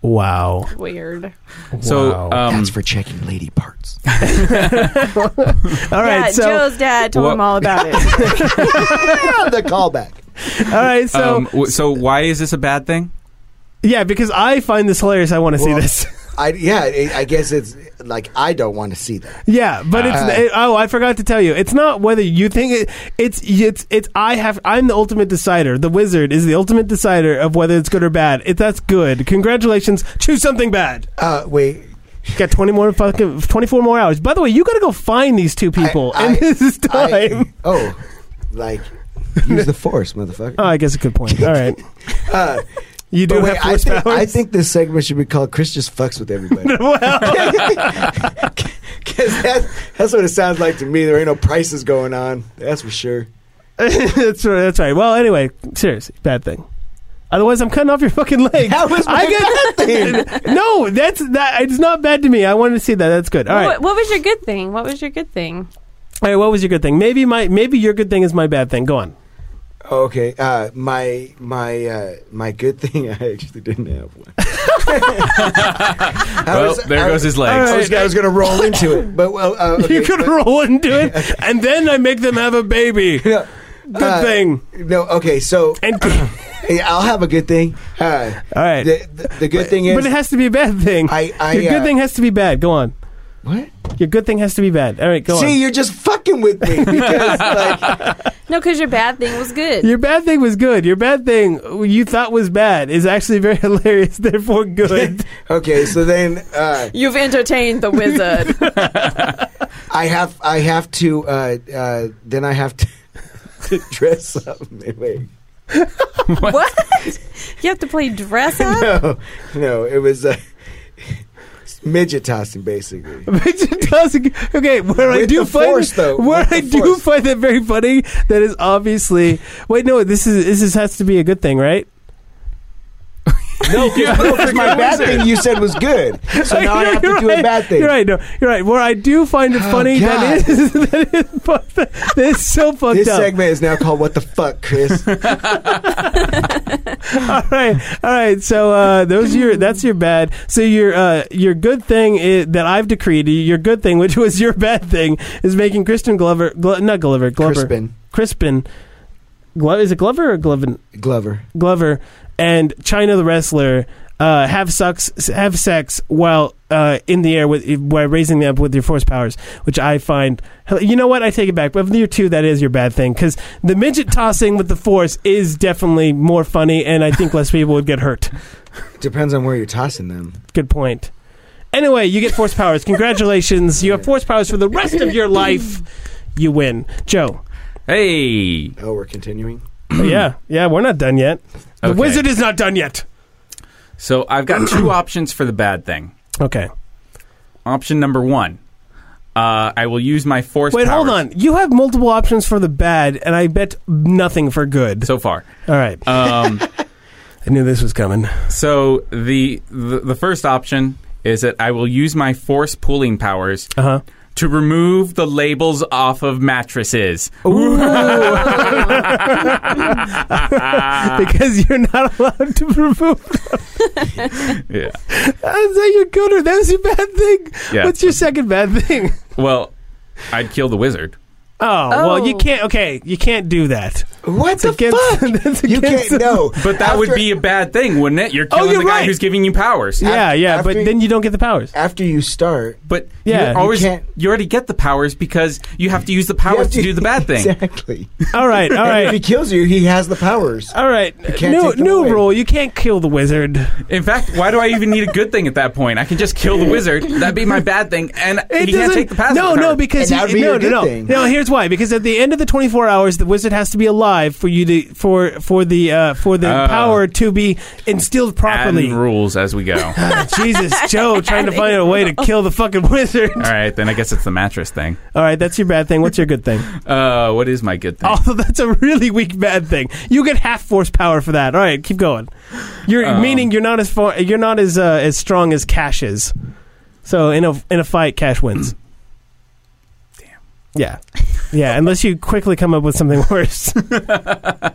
[SPEAKER 1] Wow.
[SPEAKER 2] Weird.
[SPEAKER 3] So
[SPEAKER 1] Wow.
[SPEAKER 3] um,
[SPEAKER 4] That's for checking lady parts.
[SPEAKER 1] all right.
[SPEAKER 2] yeah,
[SPEAKER 1] so
[SPEAKER 2] Joe's dad told
[SPEAKER 3] What-
[SPEAKER 2] him all about it.
[SPEAKER 4] the callback.
[SPEAKER 1] all right. So
[SPEAKER 3] um, w- so why is this a bad thing?
[SPEAKER 1] yeah, because I find this hilarious. I want to see
[SPEAKER 4] Well-
[SPEAKER 1] this.
[SPEAKER 4] I yeah. I- I guess it's like I don't want to see that.
[SPEAKER 1] Yeah, but it's
[SPEAKER 4] Uh,
[SPEAKER 1] it- oh, I forgot to tell you. It's not whether you think it, it's it's it's I have I'm the ultimate decider. The wizard is the ultimate decider of whether it's good or bad. If that's good, congratulations. Choose something bad.
[SPEAKER 4] Uh, wait.
[SPEAKER 1] Got 20 more fucking 24 more hours. By the way, you got to go find these two people
[SPEAKER 4] I-
[SPEAKER 1] and
[SPEAKER 4] I-
[SPEAKER 1] this is time.
[SPEAKER 4] I, oh, like use the force, motherfucker.
[SPEAKER 1] oh, I guess a good point. All right.
[SPEAKER 4] Uh,
[SPEAKER 1] You do
[SPEAKER 4] but wait,
[SPEAKER 1] have
[SPEAKER 4] I
[SPEAKER 1] force
[SPEAKER 4] think,
[SPEAKER 1] powers.
[SPEAKER 4] I think this segment should be called "Chris just fucks with everybody."
[SPEAKER 1] well,
[SPEAKER 4] Because that's, that's what it sounds like to me. There ain't no prices going on. That's for sure.
[SPEAKER 1] that's right, that's right. Well, anyway, seriously, bad thing. Otherwise, I'm cutting off your fucking leg.
[SPEAKER 4] That was my
[SPEAKER 1] I get bad thing. no, that's that. It's not bad to me. I wanted to see that. That's good. All right.
[SPEAKER 2] What, what was your good thing? What was your good thing?
[SPEAKER 1] All right, what was your good thing? Maybe my maybe your good thing is my bad thing. Go on.
[SPEAKER 4] Okay, uh, my my uh, my good thing. I actually didn't have one. I
[SPEAKER 3] Well,
[SPEAKER 4] was-
[SPEAKER 3] there
[SPEAKER 4] I-
[SPEAKER 3] goes his legs.
[SPEAKER 4] I was, I was going to roll into it, but well, uh, okay,
[SPEAKER 1] you could
[SPEAKER 4] but-
[SPEAKER 1] roll into it, and then I make them have a baby. Good
[SPEAKER 4] No, uh,
[SPEAKER 1] thing.
[SPEAKER 4] No, okay, so
[SPEAKER 1] And
[SPEAKER 4] hey, I'll have a good thing. Uh,
[SPEAKER 1] all right,
[SPEAKER 4] the, the, the good thing is,
[SPEAKER 1] but it has to be a bad thing.
[SPEAKER 4] I, I
[SPEAKER 1] your good
[SPEAKER 4] uh,
[SPEAKER 1] thing has to be bad. Go on.
[SPEAKER 4] What?
[SPEAKER 1] Your good thing has to be bad. All right, go
[SPEAKER 4] See,
[SPEAKER 1] on.
[SPEAKER 4] you're just fucking with me because like
[SPEAKER 2] No, because your bad thing was good.
[SPEAKER 1] Your bad thing was good. Your bad thing you thought was bad is actually very hilarious. Therefore, good.
[SPEAKER 4] okay, so then uh,
[SPEAKER 2] You've entertained the wizard.
[SPEAKER 4] I have I have to uh, uh, then I have to dress up. Wait,
[SPEAKER 2] what? You have to play dress up?
[SPEAKER 4] no, no, it was uh, midget tossing basically.
[SPEAKER 1] But it doesn't- okay, where I
[SPEAKER 4] With
[SPEAKER 1] do
[SPEAKER 4] the
[SPEAKER 1] find
[SPEAKER 4] force, though.
[SPEAKER 1] where
[SPEAKER 4] With the
[SPEAKER 1] I do
[SPEAKER 4] force.
[SPEAKER 1] find that very funny. That is obviously wait. No, this is this is, has to be a good thing, right?
[SPEAKER 4] No, because my bad
[SPEAKER 3] wizard.
[SPEAKER 4] thing you said was good, so now I have to
[SPEAKER 1] You're
[SPEAKER 4] do
[SPEAKER 1] right.
[SPEAKER 4] a bad thing.
[SPEAKER 1] You're right. No, you're right. Where I do find it
[SPEAKER 4] Oh,
[SPEAKER 1] funny, that
[SPEAKER 4] God.
[SPEAKER 1] is that is fucked up. that is so fucked
[SPEAKER 4] This
[SPEAKER 1] up.
[SPEAKER 4] segment is now called "What the Fuck, Chris."
[SPEAKER 1] All right, all right. So uh, those are your that's your bad. So your uh, your good thing is, that I've decreed your good thing, which was your bad thing, is making Kristen Glover Glo- not Glover Glover
[SPEAKER 4] Crispin
[SPEAKER 1] Crispin. Glo- is it Glover or Glovin?
[SPEAKER 4] Glover.
[SPEAKER 1] Glover and China the wrestler uh, have sex have sex while uh, in the air with while raising them up with your force powers, which I find you know what I take it back. But year two, that is your bad thing because the midget tossing with the force is definitely more funny, and I think less people would get hurt.
[SPEAKER 4] Depends on where you're tossing them.
[SPEAKER 1] Good point. Anyway, you get force powers. Congratulations, you have force powers for the rest of your life. You win, Joe.
[SPEAKER 3] Hey,
[SPEAKER 4] Oh, we're continuing.
[SPEAKER 1] yeah, yeah, we're not done yet. The
[SPEAKER 3] Okay.
[SPEAKER 1] wizard is not done yet.
[SPEAKER 3] so I've got two options for the bad thing.
[SPEAKER 1] Okay.
[SPEAKER 3] Option number one, uh, I will use my force.
[SPEAKER 1] Wait, hold
[SPEAKER 3] powers-
[SPEAKER 1] on. You have multiple options for the bad, and I bet nothing for good.
[SPEAKER 3] So far,
[SPEAKER 1] All right,
[SPEAKER 3] um,
[SPEAKER 1] I knew this was coming.
[SPEAKER 3] so the, the the first option is that I will use my force pulling powers
[SPEAKER 1] Uh huh.
[SPEAKER 3] to remove the labels off of mattresses.
[SPEAKER 1] Oh. because you're not allowed to remove.
[SPEAKER 3] Yeah.
[SPEAKER 1] Is that your good or that was your bad thing?
[SPEAKER 3] Yeah.
[SPEAKER 1] What's your second bad thing?
[SPEAKER 3] Well, I'd kill the wizard.
[SPEAKER 1] Oh, well, you
[SPEAKER 2] Oh.
[SPEAKER 1] can't. Okay, you can't do that.
[SPEAKER 4] What the
[SPEAKER 1] against-
[SPEAKER 4] fuck?
[SPEAKER 1] that's
[SPEAKER 4] you
[SPEAKER 1] against
[SPEAKER 4] can't
[SPEAKER 1] the-
[SPEAKER 4] know.
[SPEAKER 3] But that would be a bad thing, wouldn't it? You're
[SPEAKER 1] Oh,
[SPEAKER 3] killing
[SPEAKER 1] you're
[SPEAKER 3] the guy
[SPEAKER 1] right.
[SPEAKER 3] who's giving you powers.
[SPEAKER 1] yeah, yeah,
[SPEAKER 4] after
[SPEAKER 1] but
[SPEAKER 4] you-
[SPEAKER 1] then you don't get the powers.
[SPEAKER 4] after you start.
[SPEAKER 3] But
[SPEAKER 1] Yeah,
[SPEAKER 3] you
[SPEAKER 1] you
[SPEAKER 3] always you,
[SPEAKER 4] can't-
[SPEAKER 3] already get the powers because you have to use the
[SPEAKER 4] you
[SPEAKER 3] powers
[SPEAKER 4] have
[SPEAKER 3] to, do the bad thing.
[SPEAKER 4] Exactly.
[SPEAKER 1] All right, all
[SPEAKER 4] If he
[SPEAKER 1] right.
[SPEAKER 4] kills you, he has the powers.
[SPEAKER 1] All right,
[SPEAKER 4] can't
[SPEAKER 1] new
[SPEAKER 4] take them
[SPEAKER 1] new
[SPEAKER 4] away.
[SPEAKER 1] rule. You can't kill the wizard.
[SPEAKER 3] In fact, why do I even need a good thing at that point? I can just kill the wizard. That'd be my bad thing, and
[SPEAKER 1] It
[SPEAKER 3] he can't
[SPEAKER 1] doesn't-
[SPEAKER 3] take the passive.
[SPEAKER 1] No,
[SPEAKER 3] power.
[SPEAKER 1] no, because
[SPEAKER 4] And that
[SPEAKER 1] he-
[SPEAKER 4] would be
[SPEAKER 1] no,
[SPEAKER 4] your
[SPEAKER 1] no,
[SPEAKER 4] good
[SPEAKER 1] no.
[SPEAKER 4] thing.
[SPEAKER 1] No, here's why. Because at the end of the 24 hours, the wizard has to be alive for you to for for the uh, for the
[SPEAKER 3] Oh.
[SPEAKER 1] power to be instilled properly.
[SPEAKER 3] Adding rules as we go. All
[SPEAKER 1] Jesus, Joe, trying to find a way to kill the fucking wizard.
[SPEAKER 3] right, then I guess it's the mattress thing.
[SPEAKER 1] All right, that's your bad thing. What's your good thing?
[SPEAKER 3] Uh, what is my good thing?
[SPEAKER 1] Oh, that's a really weak bad thing. You get half force power for that. All right, keep going. You're
[SPEAKER 3] Um.
[SPEAKER 1] meaning you're not as far, you're not as uh, as strong as Cash is. So in a in a fight, Cash wins. Damn. Yeah. yeah, unless you quickly come up with something worse.
[SPEAKER 3] Well,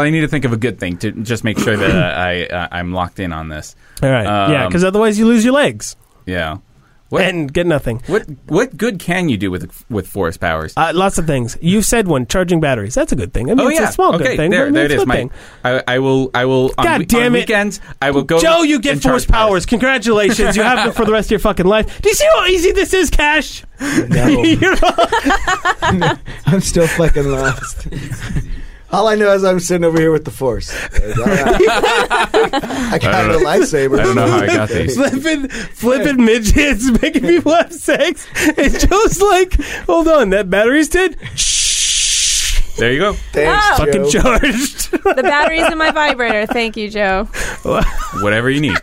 [SPEAKER 3] I need to think of a good thing to just make sure that uh, I, I I'm locked in on this.
[SPEAKER 1] All right, yeah,
[SPEAKER 3] Um,
[SPEAKER 1] because otherwise you lose your legs
[SPEAKER 3] Yeah. What
[SPEAKER 1] and get nothing.
[SPEAKER 3] what what good can you do with with force powers?
[SPEAKER 1] Uh, lots of things. You said one charging batteries. That's a good thing. I mean,
[SPEAKER 3] oh
[SPEAKER 1] it's
[SPEAKER 3] yeah.
[SPEAKER 1] a small
[SPEAKER 3] okay,
[SPEAKER 1] good thing.
[SPEAKER 3] there,
[SPEAKER 1] but I mean,
[SPEAKER 3] there it
[SPEAKER 1] it's a
[SPEAKER 3] is,
[SPEAKER 1] good
[SPEAKER 3] Mike.
[SPEAKER 1] thing.
[SPEAKER 3] I, I will I will on,
[SPEAKER 1] God
[SPEAKER 3] we-
[SPEAKER 1] damn
[SPEAKER 3] on
[SPEAKER 1] it.
[SPEAKER 3] weekends I will go
[SPEAKER 1] Joe, you get
[SPEAKER 3] and charge
[SPEAKER 1] force powers. Congratulations. You have them for the rest of your fucking life. Do you see how easy this is, Cash? You're
[SPEAKER 4] I'm still fucking lost. All I know is I'm sitting over here with the force. I got a
[SPEAKER 3] don't know.
[SPEAKER 4] lightsaber.
[SPEAKER 3] I don't know how I got these.
[SPEAKER 1] flipping, flipping midgets, making people have sex. And Joe's like, hold on, that battery's dead? Shh.
[SPEAKER 3] There you go.
[SPEAKER 4] Thanks,
[SPEAKER 2] Oh.
[SPEAKER 1] Fucking
[SPEAKER 4] Joe.
[SPEAKER 1] charged.
[SPEAKER 2] The batteries in my vibrator. Thank you, Joe.
[SPEAKER 3] Whatever you need.
[SPEAKER 1] and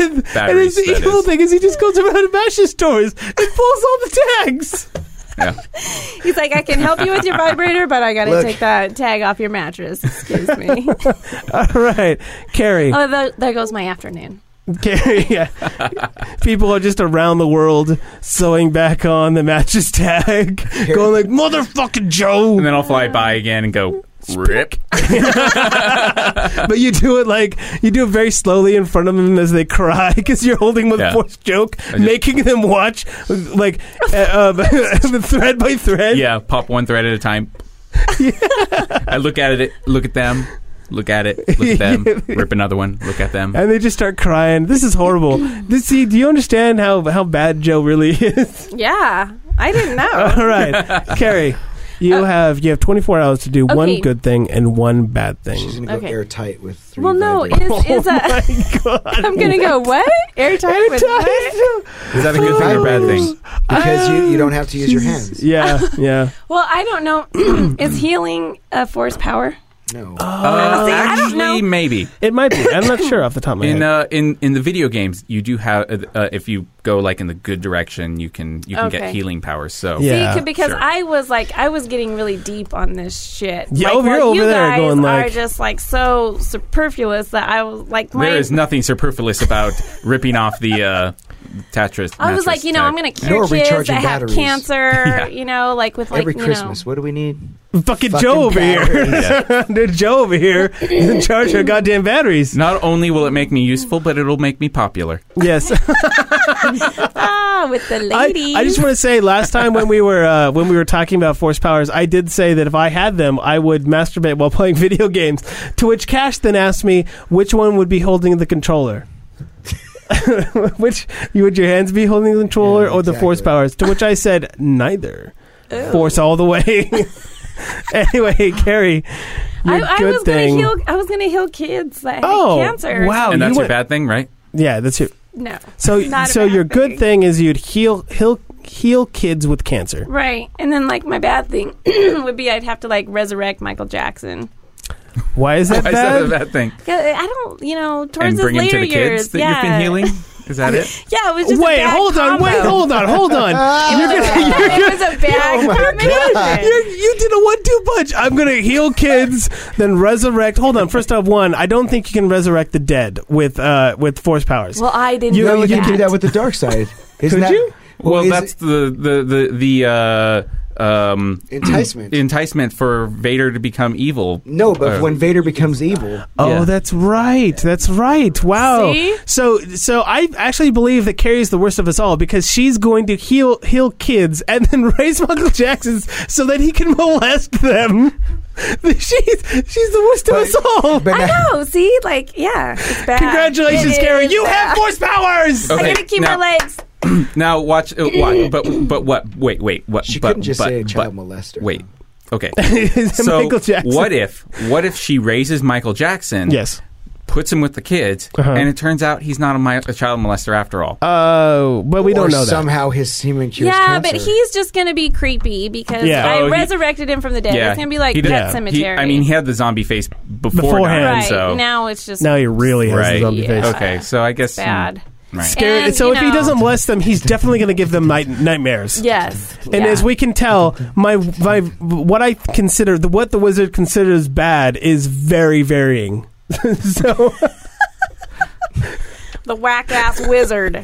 [SPEAKER 1] it's
[SPEAKER 3] Batteries.
[SPEAKER 1] the
[SPEAKER 3] that
[SPEAKER 1] evil
[SPEAKER 3] is.
[SPEAKER 1] thing is he just goes around and bashes doors and pulls all the tags.
[SPEAKER 3] Yeah.
[SPEAKER 2] He's like, I can help you with your vibrator, but I gotta
[SPEAKER 4] Look.
[SPEAKER 2] take that tag off your mattress. Excuse me.
[SPEAKER 1] All right, Carrie.
[SPEAKER 2] oh, tha- there goes my afternoon.
[SPEAKER 1] Carrie, yeah. People are just around the world sewing back on the matches tag, going like, motherfucking Joe.
[SPEAKER 3] And then I'll fly by again and go rip.
[SPEAKER 1] but you do it like you do it very slowly in front of them as they cry because you're holding with
[SPEAKER 3] Yeah.
[SPEAKER 1] force joke, making them watch like uh, um, thread by thread.
[SPEAKER 3] Yeah, pop one thread at a time. I look at it, look at them, look at it, look at them, rip another one, look at them.
[SPEAKER 1] And they just start crying. This is horrible. This, see, do you understand how, how bad Joe really is?
[SPEAKER 2] Yeah, I didn't know.
[SPEAKER 1] All right, Carrie, you have you have 24 hours to do one
[SPEAKER 2] Uh, Okay.
[SPEAKER 1] good thing and one bad
[SPEAKER 4] She's
[SPEAKER 1] thing. Oh
[SPEAKER 4] gonna go
[SPEAKER 2] Okay.
[SPEAKER 4] airtight with three.
[SPEAKER 2] Well, no,
[SPEAKER 4] vibrators.
[SPEAKER 2] is is a,
[SPEAKER 1] My God.
[SPEAKER 2] I'm gonna go what airtight with what?
[SPEAKER 3] Is that a good thing or a bad thing?
[SPEAKER 4] because you, you don't have to use your hands.
[SPEAKER 1] Yeah, yeah.
[SPEAKER 2] Well, I don't know. is healing a force power?
[SPEAKER 4] No,
[SPEAKER 2] Oh,
[SPEAKER 3] Uh,
[SPEAKER 2] See, I don't
[SPEAKER 3] actually,
[SPEAKER 2] know.
[SPEAKER 3] maybe
[SPEAKER 1] It might be. I'm not sure off the top of my head.
[SPEAKER 3] in uh, in in the video games, you do have uh, if you go like in the good direction, you can you can
[SPEAKER 2] Okay.
[SPEAKER 3] get healing powers. So
[SPEAKER 1] Yeah.
[SPEAKER 2] See, 'cause- because
[SPEAKER 3] sure.
[SPEAKER 2] I was like, I was getting really deep on this shit.
[SPEAKER 1] Yeah,
[SPEAKER 2] like,
[SPEAKER 1] over here,
[SPEAKER 2] what
[SPEAKER 1] over
[SPEAKER 2] you
[SPEAKER 1] there,
[SPEAKER 2] guys
[SPEAKER 1] going like-
[SPEAKER 2] are just like so superfluous that I was like, my,
[SPEAKER 3] there is nothing superfluous about ripping off the uh, Tetris.
[SPEAKER 2] I was like, you know, I'm gonna
[SPEAKER 4] Nor
[SPEAKER 2] cure kids
[SPEAKER 4] recharging
[SPEAKER 2] that have
[SPEAKER 4] batteries.
[SPEAKER 2] cancer.
[SPEAKER 3] Yeah.
[SPEAKER 2] You know, like with like
[SPEAKER 4] every
[SPEAKER 2] you
[SPEAKER 4] Christmas. What do we need?
[SPEAKER 1] fucking,
[SPEAKER 4] Fucking
[SPEAKER 1] Joe over
[SPEAKER 4] batteries.
[SPEAKER 1] here. Dude, Joe over here is in charge of goddamn batteries.
[SPEAKER 3] Not only will it make me useful, but it'll make me popular.
[SPEAKER 1] Yes.
[SPEAKER 2] know, ah, with the
[SPEAKER 1] I,
[SPEAKER 2] ladies.
[SPEAKER 1] I just want to say last time when we were uh, when we were talking about force powers, I did say that if I had them, I would masturbate while playing video games. To which Cash then asked me which one would be holding the controller. which you would your hands be holding the controller
[SPEAKER 4] Yeah,
[SPEAKER 1] or the force
[SPEAKER 4] exactly.
[SPEAKER 1] powers? To which I said neither.
[SPEAKER 2] Ew.
[SPEAKER 1] Force all the way. anyway, Carrie, your
[SPEAKER 2] I, I
[SPEAKER 1] good
[SPEAKER 2] was
[SPEAKER 1] thing.
[SPEAKER 2] gonna heal. I was gonna heal kids that
[SPEAKER 1] Oh,
[SPEAKER 2] had cancer.
[SPEAKER 1] wow. Oh,
[SPEAKER 3] and
[SPEAKER 1] you
[SPEAKER 3] that's
[SPEAKER 1] went-
[SPEAKER 3] your bad thing, right?
[SPEAKER 1] yeah, that's your
[SPEAKER 2] No.
[SPEAKER 1] So,
[SPEAKER 2] Not a
[SPEAKER 1] so
[SPEAKER 2] bad
[SPEAKER 1] your good
[SPEAKER 2] thing.
[SPEAKER 1] thing is you'd heal heal heal kids with cancer.
[SPEAKER 2] Right. And then like my bad thing would be I'd have to like resurrect Michael Jackson.
[SPEAKER 1] Why is that
[SPEAKER 3] Why
[SPEAKER 1] bad?
[SPEAKER 3] is that a bad thing?
[SPEAKER 2] 'Cause I don't, you know, towards
[SPEAKER 3] and
[SPEAKER 2] his
[SPEAKER 3] bring him
[SPEAKER 2] later
[SPEAKER 3] to the
[SPEAKER 2] years.
[SPEAKER 3] kids that
[SPEAKER 2] yeah.
[SPEAKER 3] you've been healing. Is that it?
[SPEAKER 2] Yeah, it was just a
[SPEAKER 1] wait,
[SPEAKER 2] bad
[SPEAKER 1] hold on,
[SPEAKER 2] combo.
[SPEAKER 1] wait, hold on, hold on.
[SPEAKER 2] It was a bad- Oh it was a bad combination.
[SPEAKER 1] you you did a one two punch. I'm gonna heal kids, then resurrect. Hold on. First off, one, I don't think you can resurrect the dead with uh with force powers.
[SPEAKER 2] Well, I didn't
[SPEAKER 1] You-
[SPEAKER 2] know
[SPEAKER 4] no, you
[SPEAKER 2] that.
[SPEAKER 4] can do that with the dark side. Isn't
[SPEAKER 1] Could
[SPEAKER 4] that,
[SPEAKER 1] you?
[SPEAKER 3] Well,
[SPEAKER 4] is
[SPEAKER 3] that's the the the the uh, um,
[SPEAKER 4] enticement.
[SPEAKER 3] enticement for Vader to become evil.
[SPEAKER 4] no,
[SPEAKER 3] Uh,
[SPEAKER 4] but when Vader becomes evil,
[SPEAKER 1] oh,
[SPEAKER 3] yeah.
[SPEAKER 1] that's right. That's right. Wow.
[SPEAKER 2] See?
[SPEAKER 1] So, so I actually believe that Carrie's the worst of us all because she's going to heal heal kids and then raise Michael Jackson's so that he can molest them. she's she's the worst of us all.
[SPEAKER 4] but
[SPEAKER 2] I
[SPEAKER 4] now,
[SPEAKER 2] know. See, like, yeah, it's bad.
[SPEAKER 1] Congratulations,
[SPEAKER 2] It
[SPEAKER 1] Carrie.
[SPEAKER 2] is
[SPEAKER 1] You
[SPEAKER 2] bad.
[SPEAKER 1] have force powers.
[SPEAKER 2] I'm
[SPEAKER 3] Okay,
[SPEAKER 2] gonna keep
[SPEAKER 3] now,
[SPEAKER 2] my legs.
[SPEAKER 3] Now watch, uh, watch, but but what? Wait, wait, what?
[SPEAKER 4] she
[SPEAKER 3] but,
[SPEAKER 4] couldn't just
[SPEAKER 3] but,
[SPEAKER 4] say a child
[SPEAKER 3] but-
[SPEAKER 4] molester.
[SPEAKER 3] Wait, okay. so
[SPEAKER 1] Michael Jackson.
[SPEAKER 3] what if what if she raises Michael Jackson?
[SPEAKER 1] Yes.
[SPEAKER 3] puts him with the kids,
[SPEAKER 1] Uh-huh.
[SPEAKER 3] and it turns out he's not a, mi- a child molester after all.
[SPEAKER 1] Oh, but we
[SPEAKER 4] or
[SPEAKER 1] don't know that.
[SPEAKER 4] somehow his semen cures
[SPEAKER 2] yeah,
[SPEAKER 4] cancer.
[SPEAKER 2] but he's just gonna be creepy because
[SPEAKER 1] Yeah.
[SPEAKER 2] I
[SPEAKER 3] Oh, he-
[SPEAKER 2] resurrected him from the dead.
[SPEAKER 3] yeah,
[SPEAKER 2] it's gonna be like
[SPEAKER 3] he
[SPEAKER 2] Pet
[SPEAKER 3] did-
[SPEAKER 1] yeah.
[SPEAKER 2] Cemetery.
[SPEAKER 3] He, I mean, he had the zombie face before
[SPEAKER 1] Beforehand.
[SPEAKER 2] right
[SPEAKER 3] so
[SPEAKER 2] now it's just
[SPEAKER 1] now he really has
[SPEAKER 3] Right.
[SPEAKER 1] his zombie
[SPEAKER 2] Yeah.
[SPEAKER 1] face.
[SPEAKER 3] okay. So I guess hmm,
[SPEAKER 2] bad.
[SPEAKER 3] right.
[SPEAKER 1] Scary.
[SPEAKER 2] And,
[SPEAKER 1] so
[SPEAKER 2] you
[SPEAKER 1] if he
[SPEAKER 2] know-
[SPEAKER 1] doesn't molest them, he's definitely going to give them night- nightmares.
[SPEAKER 2] Yes,
[SPEAKER 1] And as we can tell, my my what I consider the what the wizard considers bad is very varying. so
[SPEAKER 2] the whack ass wizard.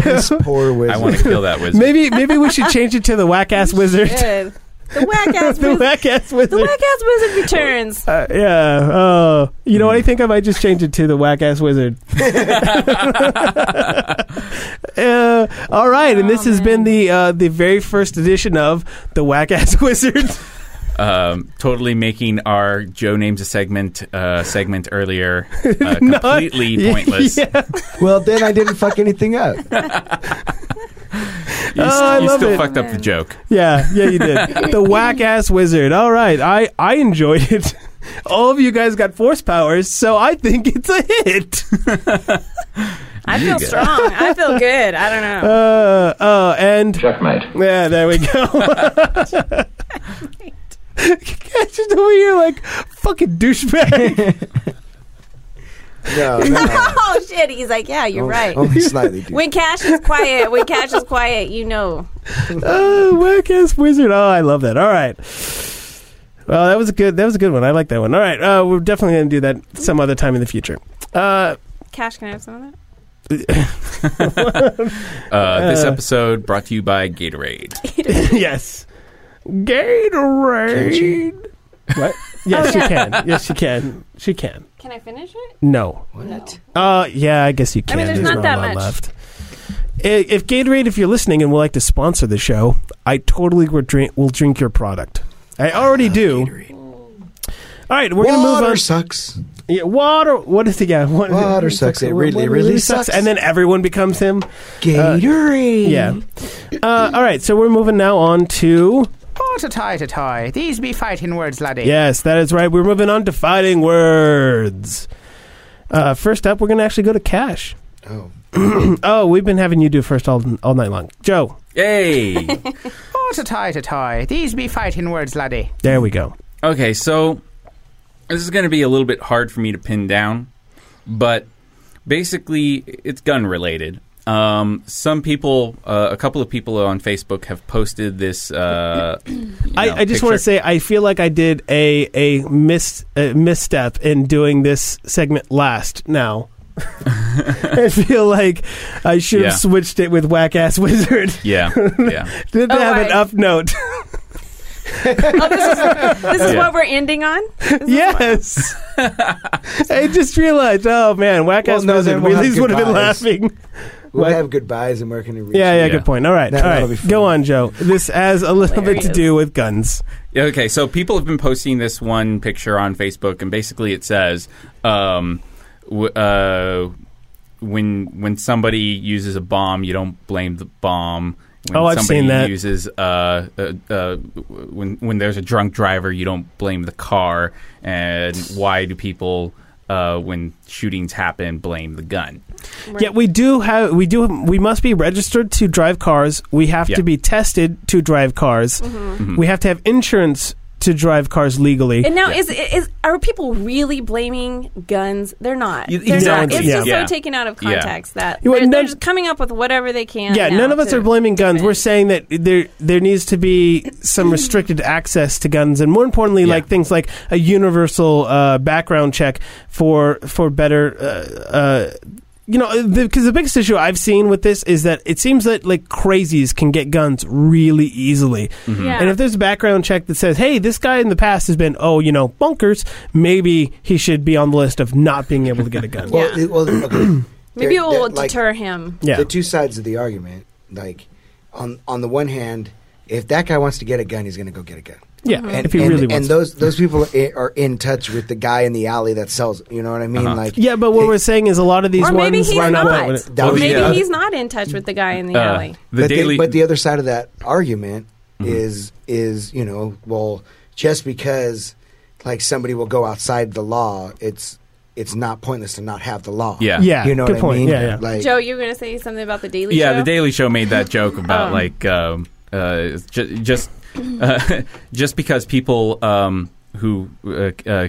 [SPEAKER 4] Piss poor
[SPEAKER 3] I
[SPEAKER 4] wizard.
[SPEAKER 3] want to kill that wizard.
[SPEAKER 1] Maybe maybe we should change it to the whack ass wizard.
[SPEAKER 2] Good. The whack ass
[SPEAKER 1] the
[SPEAKER 2] wizard.
[SPEAKER 1] whack ass
[SPEAKER 2] The
[SPEAKER 1] wizard.
[SPEAKER 2] whack ass wizard returns.
[SPEAKER 1] Uh, yeah. Oh, you know what? I think I might just change it to the whack ass wizard. uh, all right, and this
[SPEAKER 2] Oh,
[SPEAKER 1] has
[SPEAKER 2] man.
[SPEAKER 1] been the uh, the very first edition of the whack ass wizard.
[SPEAKER 3] um, totally making our Joe names a segment uh, segment earlier uh,
[SPEAKER 1] Not-
[SPEAKER 3] completely pointless.
[SPEAKER 1] Yeah.
[SPEAKER 4] well, then I didn't fuck anything up.
[SPEAKER 3] You, s-
[SPEAKER 1] Oh, I
[SPEAKER 3] you
[SPEAKER 1] love
[SPEAKER 3] still
[SPEAKER 1] it.
[SPEAKER 3] fucked up the joke.
[SPEAKER 1] Yeah, yeah, you did. the whack ass wizard. All right, I I enjoyed it. All of you guys got force powers, so I think it's a hit.
[SPEAKER 2] I
[SPEAKER 3] You
[SPEAKER 2] feel
[SPEAKER 3] go.
[SPEAKER 2] strong. I feel good. I don't
[SPEAKER 1] Uh,
[SPEAKER 2] know.
[SPEAKER 1] uh, and
[SPEAKER 5] Checkmate.
[SPEAKER 1] yeah, there we go. Just the way you're like fucking douchebag.
[SPEAKER 4] No, no, no.
[SPEAKER 2] oh shit! He's like, yeah, you're right.
[SPEAKER 1] oh,
[SPEAKER 4] Only slightly. Dude.
[SPEAKER 2] When Cash is quiet, when Cash is quiet, you know.
[SPEAKER 1] Oh, whack ass wizard. Oh, I love that. All right. Well, that was a good. That was a good one. I like that one. All right, uh, we're definitely going to do that some other time in the future. Uh,
[SPEAKER 2] Cash, can I have some of that?
[SPEAKER 3] Uh, this
[SPEAKER 1] Uh.
[SPEAKER 3] episode brought to you by Gatorade.
[SPEAKER 1] yes, Gatorade. What? Yes,
[SPEAKER 2] Oh,
[SPEAKER 1] she
[SPEAKER 2] yeah.
[SPEAKER 1] can. Yes, she can. She can.
[SPEAKER 2] Can I finish it?
[SPEAKER 1] No.
[SPEAKER 2] No.
[SPEAKER 1] Uh, yeah, I guess you
[SPEAKER 2] I
[SPEAKER 1] can.
[SPEAKER 2] mean, there's not
[SPEAKER 1] a
[SPEAKER 2] that
[SPEAKER 1] lot
[SPEAKER 2] much.
[SPEAKER 1] left. I- If Gatorade, if you're listening and would like to sponsor the show, I totally would drink. Will drink your product. I
[SPEAKER 4] Uh,
[SPEAKER 1] already do. All right, we're
[SPEAKER 4] Water
[SPEAKER 1] going to move on. Uh,
[SPEAKER 4] sucks.
[SPEAKER 1] Yeah, water. What is it? Yeah, what is
[SPEAKER 4] Water
[SPEAKER 1] it?
[SPEAKER 4] sucks. It
[SPEAKER 1] Wa-
[SPEAKER 4] really,
[SPEAKER 1] water
[SPEAKER 4] really sucks.
[SPEAKER 1] And then everyone becomes him.
[SPEAKER 4] Gatorade.
[SPEAKER 1] Yeah.
[SPEAKER 2] Mm-hmm.
[SPEAKER 1] Uh, all right, so we're moving now on to
[SPEAKER 6] Oh, to tie, to tie. These be fighting words, laddie.
[SPEAKER 1] yes, that is right. We're moving on to fighting words. Uh, first up, we're going to actually go to cash.
[SPEAKER 4] Oh.
[SPEAKER 1] Oh, we've been having you do first all all night long, Joe.
[SPEAKER 3] Yay!
[SPEAKER 6] Oh, to tie, to tie. These be fighting words, laddie.
[SPEAKER 1] There we go.
[SPEAKER 3] Okay, so this is going to be a little bit hard for me to pin down, but basically it's gun related. Um, some people, uh, a couple of people on Facebook have posted this. Uh,
[SPEAKER 1] I, I just want to say I feel like I did a a miss a misstep in doing this segment last. Now, I feel like I should have
[SPEAKER 3] Yeah.
[SPEAKER 1] switched it with whack ass wizard.
[SPEAKER 3] Yeah, yeah.
[SPEAKER 1] Did they
[SPEAKER 2] Oh,
[SPEAKER 1] have an
[SPEAKER 2] right.
[SPEAKER 1] up note?
[SPEAKER 2] Oh, this is, this is
[SPEAKER 3] Yeah.
[SPEAKER 2] what we're ending on.
[SPEAKER 1] yes. I just realized. Oh man, whack ass
[SPEAKER 4] Well, no,
[SPEAKER 1] wizard.
[SPEAKER 4] then
[SPEAKER 1] we
[SPEAKER 4] we'll
[SPEAKER 1] at
[SPEAKER 4] have
[SPEAKER 1] least would have been
[SPEAKER 4] goodbyes.
[SPEAKER 1] laughing.
[SPEAKER 4] We'll
[SPEAKER 1] What?
[SPEAKER 4] have goodbyes and where can you reach?
[SPEAKER 1] Yeah, yeah,
[SPEAKER 3] Yeah.
[SPEAKER 1] good point. All right,
[SPEAKER 4] That-
[SPEAKER 1] all
[SPEAKER 4] that'll be
[SPEAKER 1] right.
[SPEAKER 4] fun.
[SPEAKER 1] Go on, Joe. This has a little
[SPEAKER 2] There
[SPEAKER 1] bit
[SPEAKER 2] he
[SPEAKER 1] to
[SPEAKER 2] is.
[SPEAKER 1] do with guns.
[SPEAKER 3] Yeah, Okay, so people have been posting this one picture on Facebook, and basically it says, um, w- uh, "When when somebody uses a bomb, you don't blame the bomb." When
[SPEAKER 1] Oh, I've
[SPEAKER 3] somebody
[SPEAKER 1] seen that.
[SPEAKER 3] Uses uh, uh, uh, when when there's a drunk driver, you don't blame the car. And why do people uh, when shootings happen blame the gun?
[SPEAKER 1] Yeah, we do have we do we must be registered to drive cars. We have
[SPEAKER 3] Yeah.
[SPEAKER 1] to be tested to drive cars.
[SPEAKER 4] Mm-hmm.
[SPEAKER 1] We have to have insurance to drive cars legally.
[SPEAKER 2] And now, is, is are people really blaming guns? They're not.
[SPEAKER 3] You-
[SPEAKER 2] They're
[SPEAKER 1] no
[SPEAKER 2] not.
[SPEAKER 1] one's-
[SPEAKER 2] It's just
[SPEAKER 3] yeah.
[SPEAKER 2] so taken out of
[SPEAKER 3] Yeah.
[SPEAKER 2] context that
[SPEAKER 1] You
[SPEAKER 2] they're,
[SPEAKER 1] know,
[SPEAKER 2] they're
[SPEAKER 1] none-
[SPEAKER 2] just coming up with whatever they can.
[SPEAKER 1] yeah,
[SPEAKER 2] now
[SPEAKER 1] none of us
[SPEAKER 2] to-
[SPEAKER 1] are blaming guns. We're
[SPEAKER 2] defend.
[SPEAKER 1] saying that there there needs to be some restricted access to guns, and more importantly,
[SPEAKER 3] Yeah.
[SPEAKER 1] like things like a universal uh, background check for for better. Uh, uh, you know, because the, biggest issue I've seen with this is that it seems that like crazies can get guns really easily.
[SPEAKER 3] Mm-hmm.
[SPEAKER 2] Yeah.
[SPEAKER 1] And if there's a background check that says, "Hey, this guy in the past has been, oh, you know, bunkers," maybe he should be on the list of not being able to get a gun.
[SPEAKER 4] Well, it, well okay.
[SPEAKER 2] Maybe it
[SPEAKER 4] They're-
[SPEAKER 2] will
[SPEAKER 4] they're, like,
[SPEAKER 2] deter him.
[SPEAKER 1] yeah,
[SPEAKER 4] the two sides of the argument. Like, on on the one hand, if that guy wants to get a gun, he's going to go get a gun.
[SPEAKER 1] yeah.
[SPEAKER 4] And,
[SPEAKER 1] if he
[SPEAKER 4] and,
[SPEAKER 1] really
[SPEAKER 4] and
[SPEAKER 1] wants. to.
[SPEAKER 4] those those people i- are in touch with the guy in the alley that sells. it, You know what I mean?
[SPEAKER 3] Uh-huh.
[SPEAKER 4] Like,
[SPEAKER 1] yeah, but what we're saying is a lot of these
[SPEAKER 2] Or maybe
[SPEAKER 1] ones
[SPEAKER 2] he's
[SPEAKER 1] line up.
[SPEAKER 2] not.
[SPEAKER 1] with-
[SPEAKER 4] That
[SPEAKER 2] Or
[SPEAKER 4] was
[SPEAKER 2] maybe
[SPEAKER 4] the other-
[SPEAKER 2] he's not in touch with the guy in the
[SPEAKER 3] Uh,
[SPEAKER 2] alley.
[SPEAKER 3] the
[SPEAKER 4] but
[SPEAKER 3] daily, Mm-hmm.
[SPEAKER 4] The, but the other side of that argument is is you know well just because like somebody will go outside the law, it's it's not pointless to not have the law.
[SPEAKER 3] yeah,
[SPEAKER 1] Yeah,
[SPEAKER 4] you know
[SPEAKER 1] good
[SPEAKER 4] what
[SPEAKER 1] point.
[SPEAKER 4] I mean.
[SPEAKER 1] Yeah, yeah.
[SPEAKER 4] Like,
[SPEAKER 2] Joe, you were going to say something about the Daily
[SPEAKER 3] yeah,
[SPEAKER 2] Show?
[SPEAKER 3] the Daily Show made that joke about
[SPEAKER 2] Um.
[SPEAKER 3] like um, uh, ju- just uh, just because people um, who uh, uh,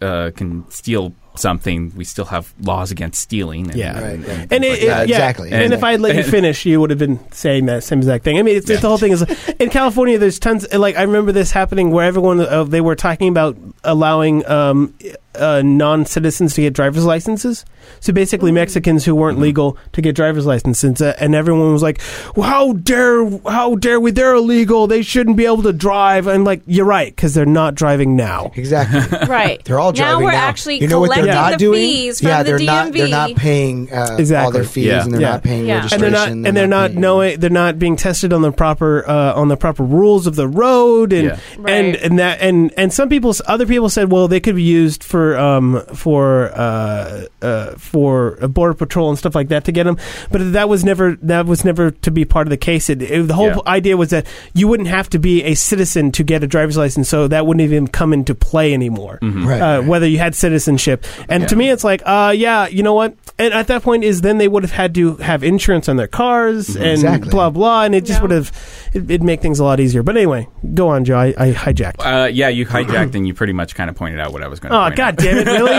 [SPEAKER 3] uh, can steal something, we still have laws against stealing. and-
[SPEAKER 1] Yeah.
[SPEAKER 4] right, right.
[SPEAKER 1] And it, it-
[SPEAKER 4] Yeah,
[SPEAKER 1] yeah,
[SPEAKER 4] exactly.
[SPEAKER 1] And if I had let you
[SPEAKER 3] And-
[SPEAKER 1] finish, you would have been saying that same exact thing. I mean, it's, it's the whole thing is in California. There's tons. Like I remember this happening where everyone uh, they were talking about allowing um, uh, non citizens to get driver's licenses. So basically,
[SPEAKER 2] Mm.
[SPEAKER 1] Mexicans who weren't legal to get driver's licenses, uh, and everyone was like, well, "How dare, how dare we? They're illegal. They shouldn't be able to drive." And like, you're right because they're not driving now.
[SPEAKER 4] Exactly.
[SPEAKER 2] Right.
[SPEAKER 4] They're all
[SPEAKER 2] now
[SPEAKER 4] driving
[SPEAKER 2] we're actually
[SPEAKER 4] you know what
[SPEAKER 2] collecting
[SPEAKER 4] they're not
[SPEAKER 2] the
[SPEAKER 4] doing?
[SPEAKER 2] fees from
[SPEAKER 4] yeah,
[SPEAKER 2] the
[SPEAKER 4] they're
[SPEAKER 2] DMV.
[SPEAKER 4] not. They're not paying uh, all
[SPEAKER 1] Exactly.
[SPEAKER 4] their fees,
[SPEAKER 3] Yeah.
[SPEAKER 4] and they're
[SPEAKER 1] Yeah.
[SPEAKER 4] not paying
[SPEAKER 2] Yeah.
[SPEAKER 1] and
[SPEAKER 4] registration.
[SPEAKER 1] they're not and they're not
[SPEAKER 4] paying-
[SPEAKER 1] knowing they're not being tested on the proper uh, on the proper rules of the road and
[SPEAKER 3] Yeah.
[SPEAKER 1] and
[SPEAKER 2] Right.
[SPEAKER 1] and that and and some people other people said well they could be used for um for uh uh for border patrol and stuff like that to get them but that was never that was never to be part of the case it, it- the whole
[SPEAKER 3] Yeah.
[SPEAKER 1] idea was that you wouldn't have to be a citizen to get a driver's license so that wouldn't even come into play anymore
[SPEAKER 4] Right.
[SPEAKER 1] uh, whether you had citizenship. And to
[SPEAKER 3] Yeah.
[SPEAKER 1] me, it's like, uh, yeah, you know what? And at that point, is then they would have had to have insurance on their cars and
[SPEAKER 4] Mm-hmm. Exactly.
[SPEAKER 1] blah blah, and it just
[SPEAKER 2] Yeah.
[SPEAKER 1] would have it, it'd make things a lot easier. But anyway, go on, Joe. I, I hijacked.
[SPEAKER 3] Uh, yeah, you hijacked and you pretty much kind of pointed out what I was going to.
[SPEAKER 1] oh God damn it, really?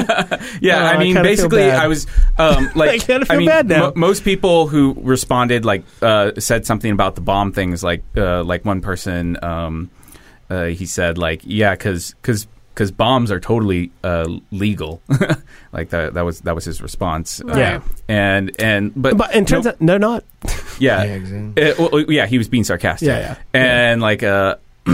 [SPEAKER 3] yeah,
[SPEAKER 1] Oh, I
[SPEAKER 3] I mean,
[SPEAKER 1] kinda feel
[SPEAKER 3] basically,
[SPEAKER 1] bad.
[SPEAKER 3] I was um, like,
[SPEAKER 1] I kinda feel
[SPEAKER 3] mean,
[SPEAKER 1] bad now.
[SPEAKER 3] mo- most people who responded like uh, said something about the bomb things. Like, uh, like one person, um, uh, he said like, yeah, because because because bombs are totally uh, legal. like that that was that was his response. Uh,
[SPEAKER 1] Yeah.
[SPEAKER 3] and and but
[SPEAKER 1] but and turns
[SPEAKER 3] nope,
[SPEAKER 1] out no, not
[SPEAKER 3] yeah.
[SPEAKER 4] Yeah, exactly.
[SPEAKER 3] Uh, well, well, yeah, he was being sarcastic.
[SPEAKER 1] Yeah, yeah.
[SPEAKER 3] and like uh,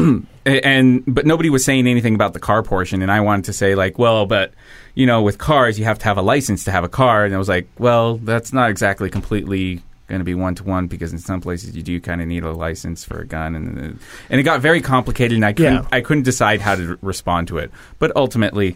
[SPEAKER 3] and but nobody was saying anything about the car portion, and I wanted to say like, well, but you know, with cars, you have to have a license to have a car, and I was like, well, that's not exactly completely going to be one to one because in some places you do kind of need a license for a gun, and uh, and it got very complicated, and I couldn't
[SPEAKER 1] Yeah.
[SPEAKER 3] I couldn't decide how to r- respond to it, but ultimately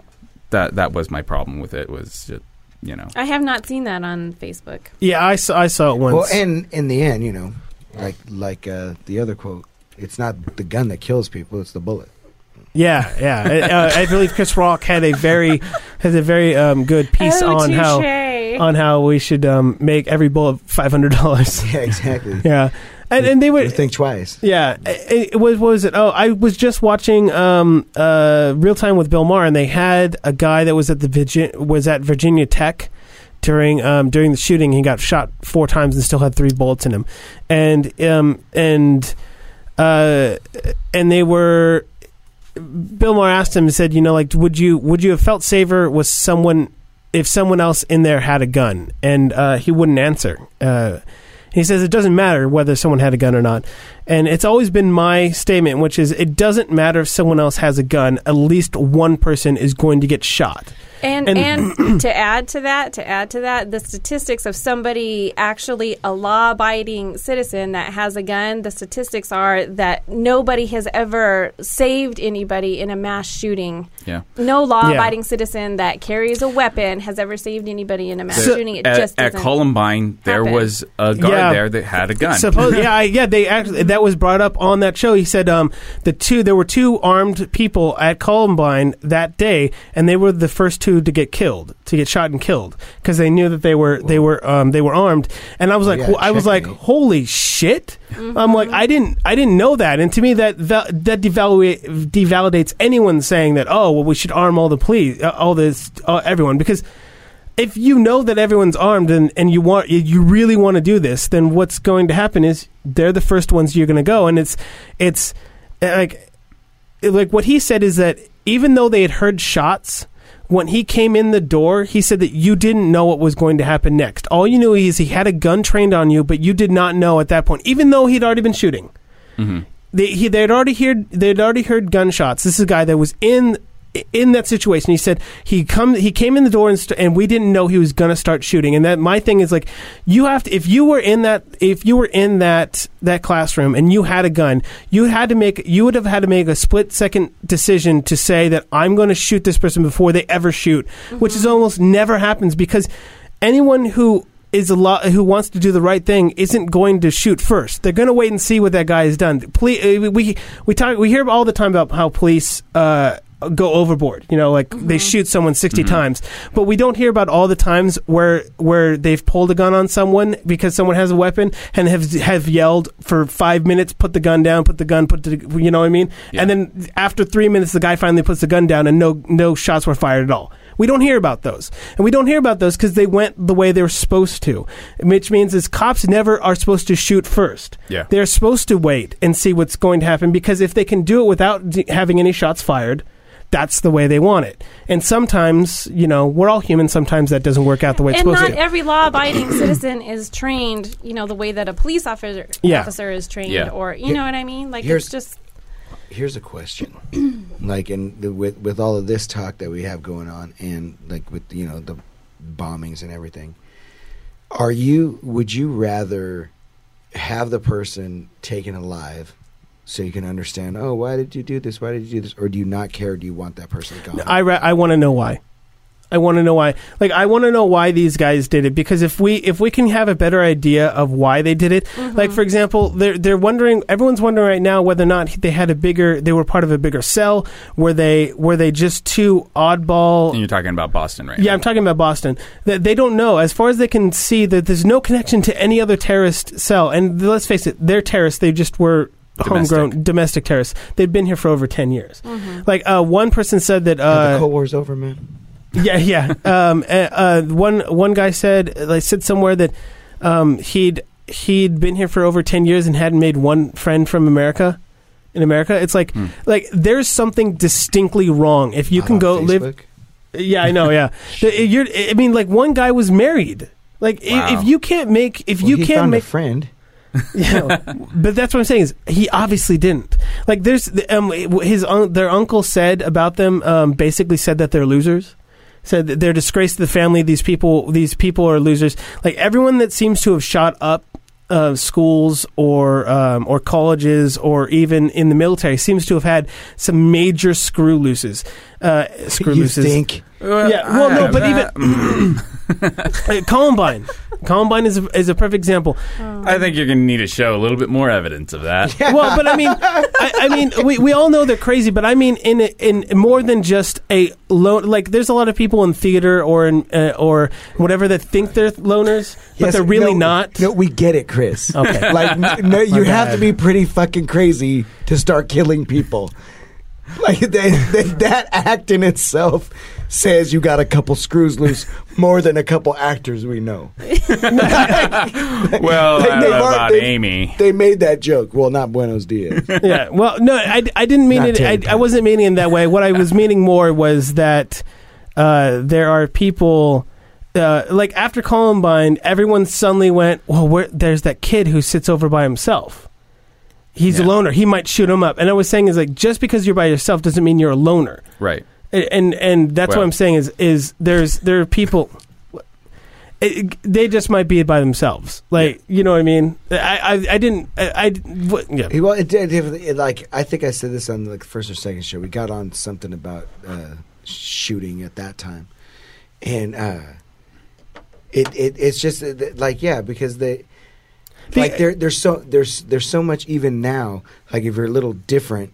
[SPEAKER 3] that that was my problem with it was just, you know.
[SPEAKER 2] I have not seen that on Facebook.
[SPEAKER 1] yeah. I saw I saw it once.
[SPEAKER 4] Well, and in the end, you know, like like uh, the other quote, it's not the gun that kills people; it's the bullet.
[SPEAKER 1] yeah, yeah. uh, I believe Chris Rock had a very has a very um, good piece
[SPEAKER 2] oh,
[SPEAKER 1] on how
[SPEAKER 2] touche.
[SPEAKER 1] on how we should um, make every bullet five hundred dollars.
[SPEAKER 4] Yeah, exactly.
[SPEAKER 1] Yeah, and and they
[SPEAKER 4] You
[SPEAKER 1] would
[SPEAKER 4] think twice.
[SPEAKER 1] Yeah, it, it was. What was it? Oh, I was just watching um, uh, Real Time with Bill Maher, and they had a guy that was at the Virgin, was at Virginia Tech during um, during the shooting. He got shot four times and still had three bullets in him, and um, and uh, and they were. Bill Maher asked him and said, "You know, like, would you would you have felt safer with someone if someone else in there had a gun?" And uh, he wouldn't answer. Uh, he says it doesn't matter whether someone had a gun or not. And it's always been my statement, which is it doesn't matter if someone else has a gun, at least one person is going to get shot.
[SPEAKER 4] uh,
[SPEAKER 2] And
[SPEAKER 1] And-
[SPEAKER 2] and, to add to that, to add to that, the statistics of somebody actually a law-abiding citizen that has a gun, the statistics are that nobody has ever saved anybody in a mass shooting.
[SPEAKER 3] Yeah.
[SPEAKER 2] No law-abiding citizen that carries a weapon has ever saved anybody in a mass
[SPEAKER 1] So-
[SPEAKER 2] shooting. It
[SPEAKER 3] At,
[SPEAKER 2] just
[SPEAKER 3] at
[SPEAKER 2] doesn't.
[SPEAKER 3] Columbine, there
[SPEAKER 2] happen.
[SPEAKER 3] was a guard
[SPEAKER 1] Yeah.
[SPEAKER 3] there that had a gun.
[SPEAKER 1] Suppose, yeah, I, yeah, they actually that was brought up on that show. He said um, the two there were two armed people at Columbine that day, and they were the first two to get killed, to get shot and killed, because they knew that they were they were um, they were armed. And I was like,
[SPEAKER 4] yeah,
[SPEAKER 1] wh- I was like,
[SPEAKER 4] checkmate.
[SPEAKER 1] holy shit! I'm like, I didn't I didn't know that, and to me that val- that devalu- devalidates anyone saying that oh well we should arm all the police uh, all this uh, everyone because if you know that everyone's armed and, and you want you really want to do this, then what's going to happen is they're the first ones you're going to go, and it's it's uh, like like what he said is that even though they had heard shots. When he came in the door, he said that you didn't know what was going to happen next. All you knew is he had a gun trained on you, but you did not know at that point, even though he'd already been shooting
[SPEAKER 3] Mm-hmm.
[SPEAKER 1] they he, they'd already heard they'd already heard gunshots. This is a guy that was in in that situation. He said he come he came in the door and st- and we didn't know he was gonna start shooting. And that my thing is like you have to if you were in that if you were in that that classroom and you had a gun, you had to make you would have had to make a split second decision to say that I'm going to shoot this person before they ever shoot, which is almost never happens because anyone who is a lot who wants to do the right thing isn't going to shoot first. They're going to wait and see what that guy has done. Police, we we talk we hear all the time about how police uh, go overboard. You know, like they shoot someone 60 times, but we don't hear about all the times where where they've pulled a gun on someone because someone has a weapon and have have yelled for five minutes, put the gun down, put the gun, put the you know what I mean. And then after three minutes, the guy finally puts the gun down, and no no shots were fired at all. We don't hear about those. And we don't hear about those because they went the way they were supposed to, which means is cops never are supposed to shoot first.
[SPEAKER 3] Yeah.
[SPEAKER 1] They're supposed to wait and see what's going to happen because if they can do it without d- having any shots fired, that's the way they want it. And sometimes, you know, we're all human. Sometimes that doesn't work out the way it's
[SPEAKER 2] and
[SPEAKER 1] supposed
[SPEAKER 2] not
[SPEAKER 1] to.
[SPEAKER 2] every law-abiding citizen is trained, you know, the way that a police officer
[SPEAKER 1] Yeah.
[SPEAKER 2] officer is trained,
[SPEAKER 3] Yeah.
[SPEAKER 2] or you
[SPEAKER 4] Here-
[SPEAKER 2] know what I mean. Like
[SPEAKER 4] here's-
[SPEAKER 2] it's just
[SPEAKER 4] Here's a question, like in the, with with all of this talk that we have going on, and like with you know the bombings and everything, are you would you rather have the person taken alive? So you can understand. Oh, why did you do this? Why did you do this? Or do you not care? Do you want that person gone?
[SPEAKER 1] I ra- I want to know why. I want to know why. Like I want to know why these guys did it because if we if we can have a better idea of why they did it, like for example, they're they're wondering. Everyone's wondering right now whether or not they had a bigger. They were part of a bigger cell. Were they were they just two oddball?
[SPEAKER 3] And you're talking about Boston, right?
[SPEAKER 1] Yeah, I'm talking about Boston. That they don't know, as far as they can see, that there's no connection to any other terrorist cell. And th- let's face it, they're terrorists. They just were
[SPEAKER 3] Domestic.
[SPEAKER 1] homegrown domestic terrorists. They've been here for over ten years.
[SPEAKER 2] mm-hmm.
[SPEAKER 1] Like uh, one person said that.
[SPEAKER 4] Now
[SPEAKER 1] Uh,
[SPEAKER 4] the Cold War's over, man.
[SPEAKER 1] yeah, yeah. Um, uh, uh, one one guy said, like, said somewhere that um, he'd he'd been here for over ten years and hadn't made one friend from America. In America, it's like
[SPEAKER 3] Hmm.
[SPEAKER 1] like there's something distinctly wrong. If you
[SPEAKER 4] Not
[SPEAKER 1] can
[SPEAKER 4] on
[SPEAKER 1] go live,
[SPEAKER 4] Facebook.
[SPEAKER 1] yeah, I know. Yeah, The- you're. I mean, like one guy was married. Like i-
[SPEAKER 3] Wow.
[SPEAKER 1] if you can't make if
[SPEAKER 4] Well,
[SPEAKER 1] you
[SPEAKER 4] he
[SPEAKER 1] can't
[SPEAKER 4] found
[SPEAKER 1] make,
[SPEAKER 4] a friend.
[SPEAKER 1] you know, but that's what I'm saying is he obviously didn't. Like there's the- um his un- their uncle said about them um basically said that they're losers. Said that they're disgrace to the family. These people, these people are losers. Like everyone that seems to have shot up uh, schools or um, or colleges or even in the military seems to have had some major screw looses. Uh, screw
[SPEAKER 4] you
[SPEAKER 1] looses.
[SPEAKER 4] think?
[SPEAKER 1] Yeah, well, no, but
[SPEAKER 3] even
[SPEAKER 1] Uh, Columbine. Columbine is a, is a perfect example.
[SPEAKER 3] I think you're going to need to show a little bit more evidence of that.
[SPEAKER 1] Well, but I mean, I, I mean, we, we all know they're crazy, but I mean, in a- in more than just a lone. Like, there's a lot of people in theater or in uh, or whatever that think they're loners, but
[SPEAKER 4] Yes,
[SPEAKER 1] they're really
[SPEAKER 4] no,
[SPEAKER 1] not.
[SPEAKER 4] No, we get it, Chris.
[SPEAKER 1] Okay.
[SPEAKER 4] like n- no, you have
[SPEAKER 1] bad.
[SPEAKER 4] to be pretty fucking crazy to start killing people. Like they, they, that act in itself says you got a couple screws loose more than a couple actors we know.
[SPEAKER 3] Well, I don't
[SPEAKER 4] Like, they've
[SPEAKER 3] know
[SPEAKER 4] al-
[SPEAKER 3] about
[SPEAKER 4] they-
[SPEAKER 3] Amy.
[SPEAKER 4] They made that joke. Well, not Buenos Dias.
[SPEAKER 1] yeah. Well, no, I, I didn't mean
[SPEAKER 4] Not
[SPEAKER 1] it.
[SPEAKER 4] Terry
[SPEAKER 1] I, I
[SPEAKER 4] Pat.
[SPEAKER 1] wasn't meaning it that way. What I was meaning more was that uh, there are people. Uh, like after Columbine, everyone suddenly went, "Well, where, there's that kid who sits over by himself. He's a
[SPEAKER 3] Yeah.
[SPEAKER 1] loner. He might shoot him up." And I was saying is like just because you're by yourself doesn't mean you're a loner.
[SPEAKER 3] Right.
[SPEAKER 1] A- And and that's what
[SPEAKER 3] Well-
[SPEAKER 1] I'm saying is is there's there are people. It, they just might be by themselves, like you know what I mean. I I, I didn't I, I what- yeah.
[SPEAKER 4] Well, it did. It, it, like I think I said this on the first or second show. We got on something about uh, shooting at that time, and uh, it, it it's just uh, th- like yeah, because they
[SPEAKER 1] The-
[SPEAKER 4] like there there's so there's there's so much even now. Like if you're a little different,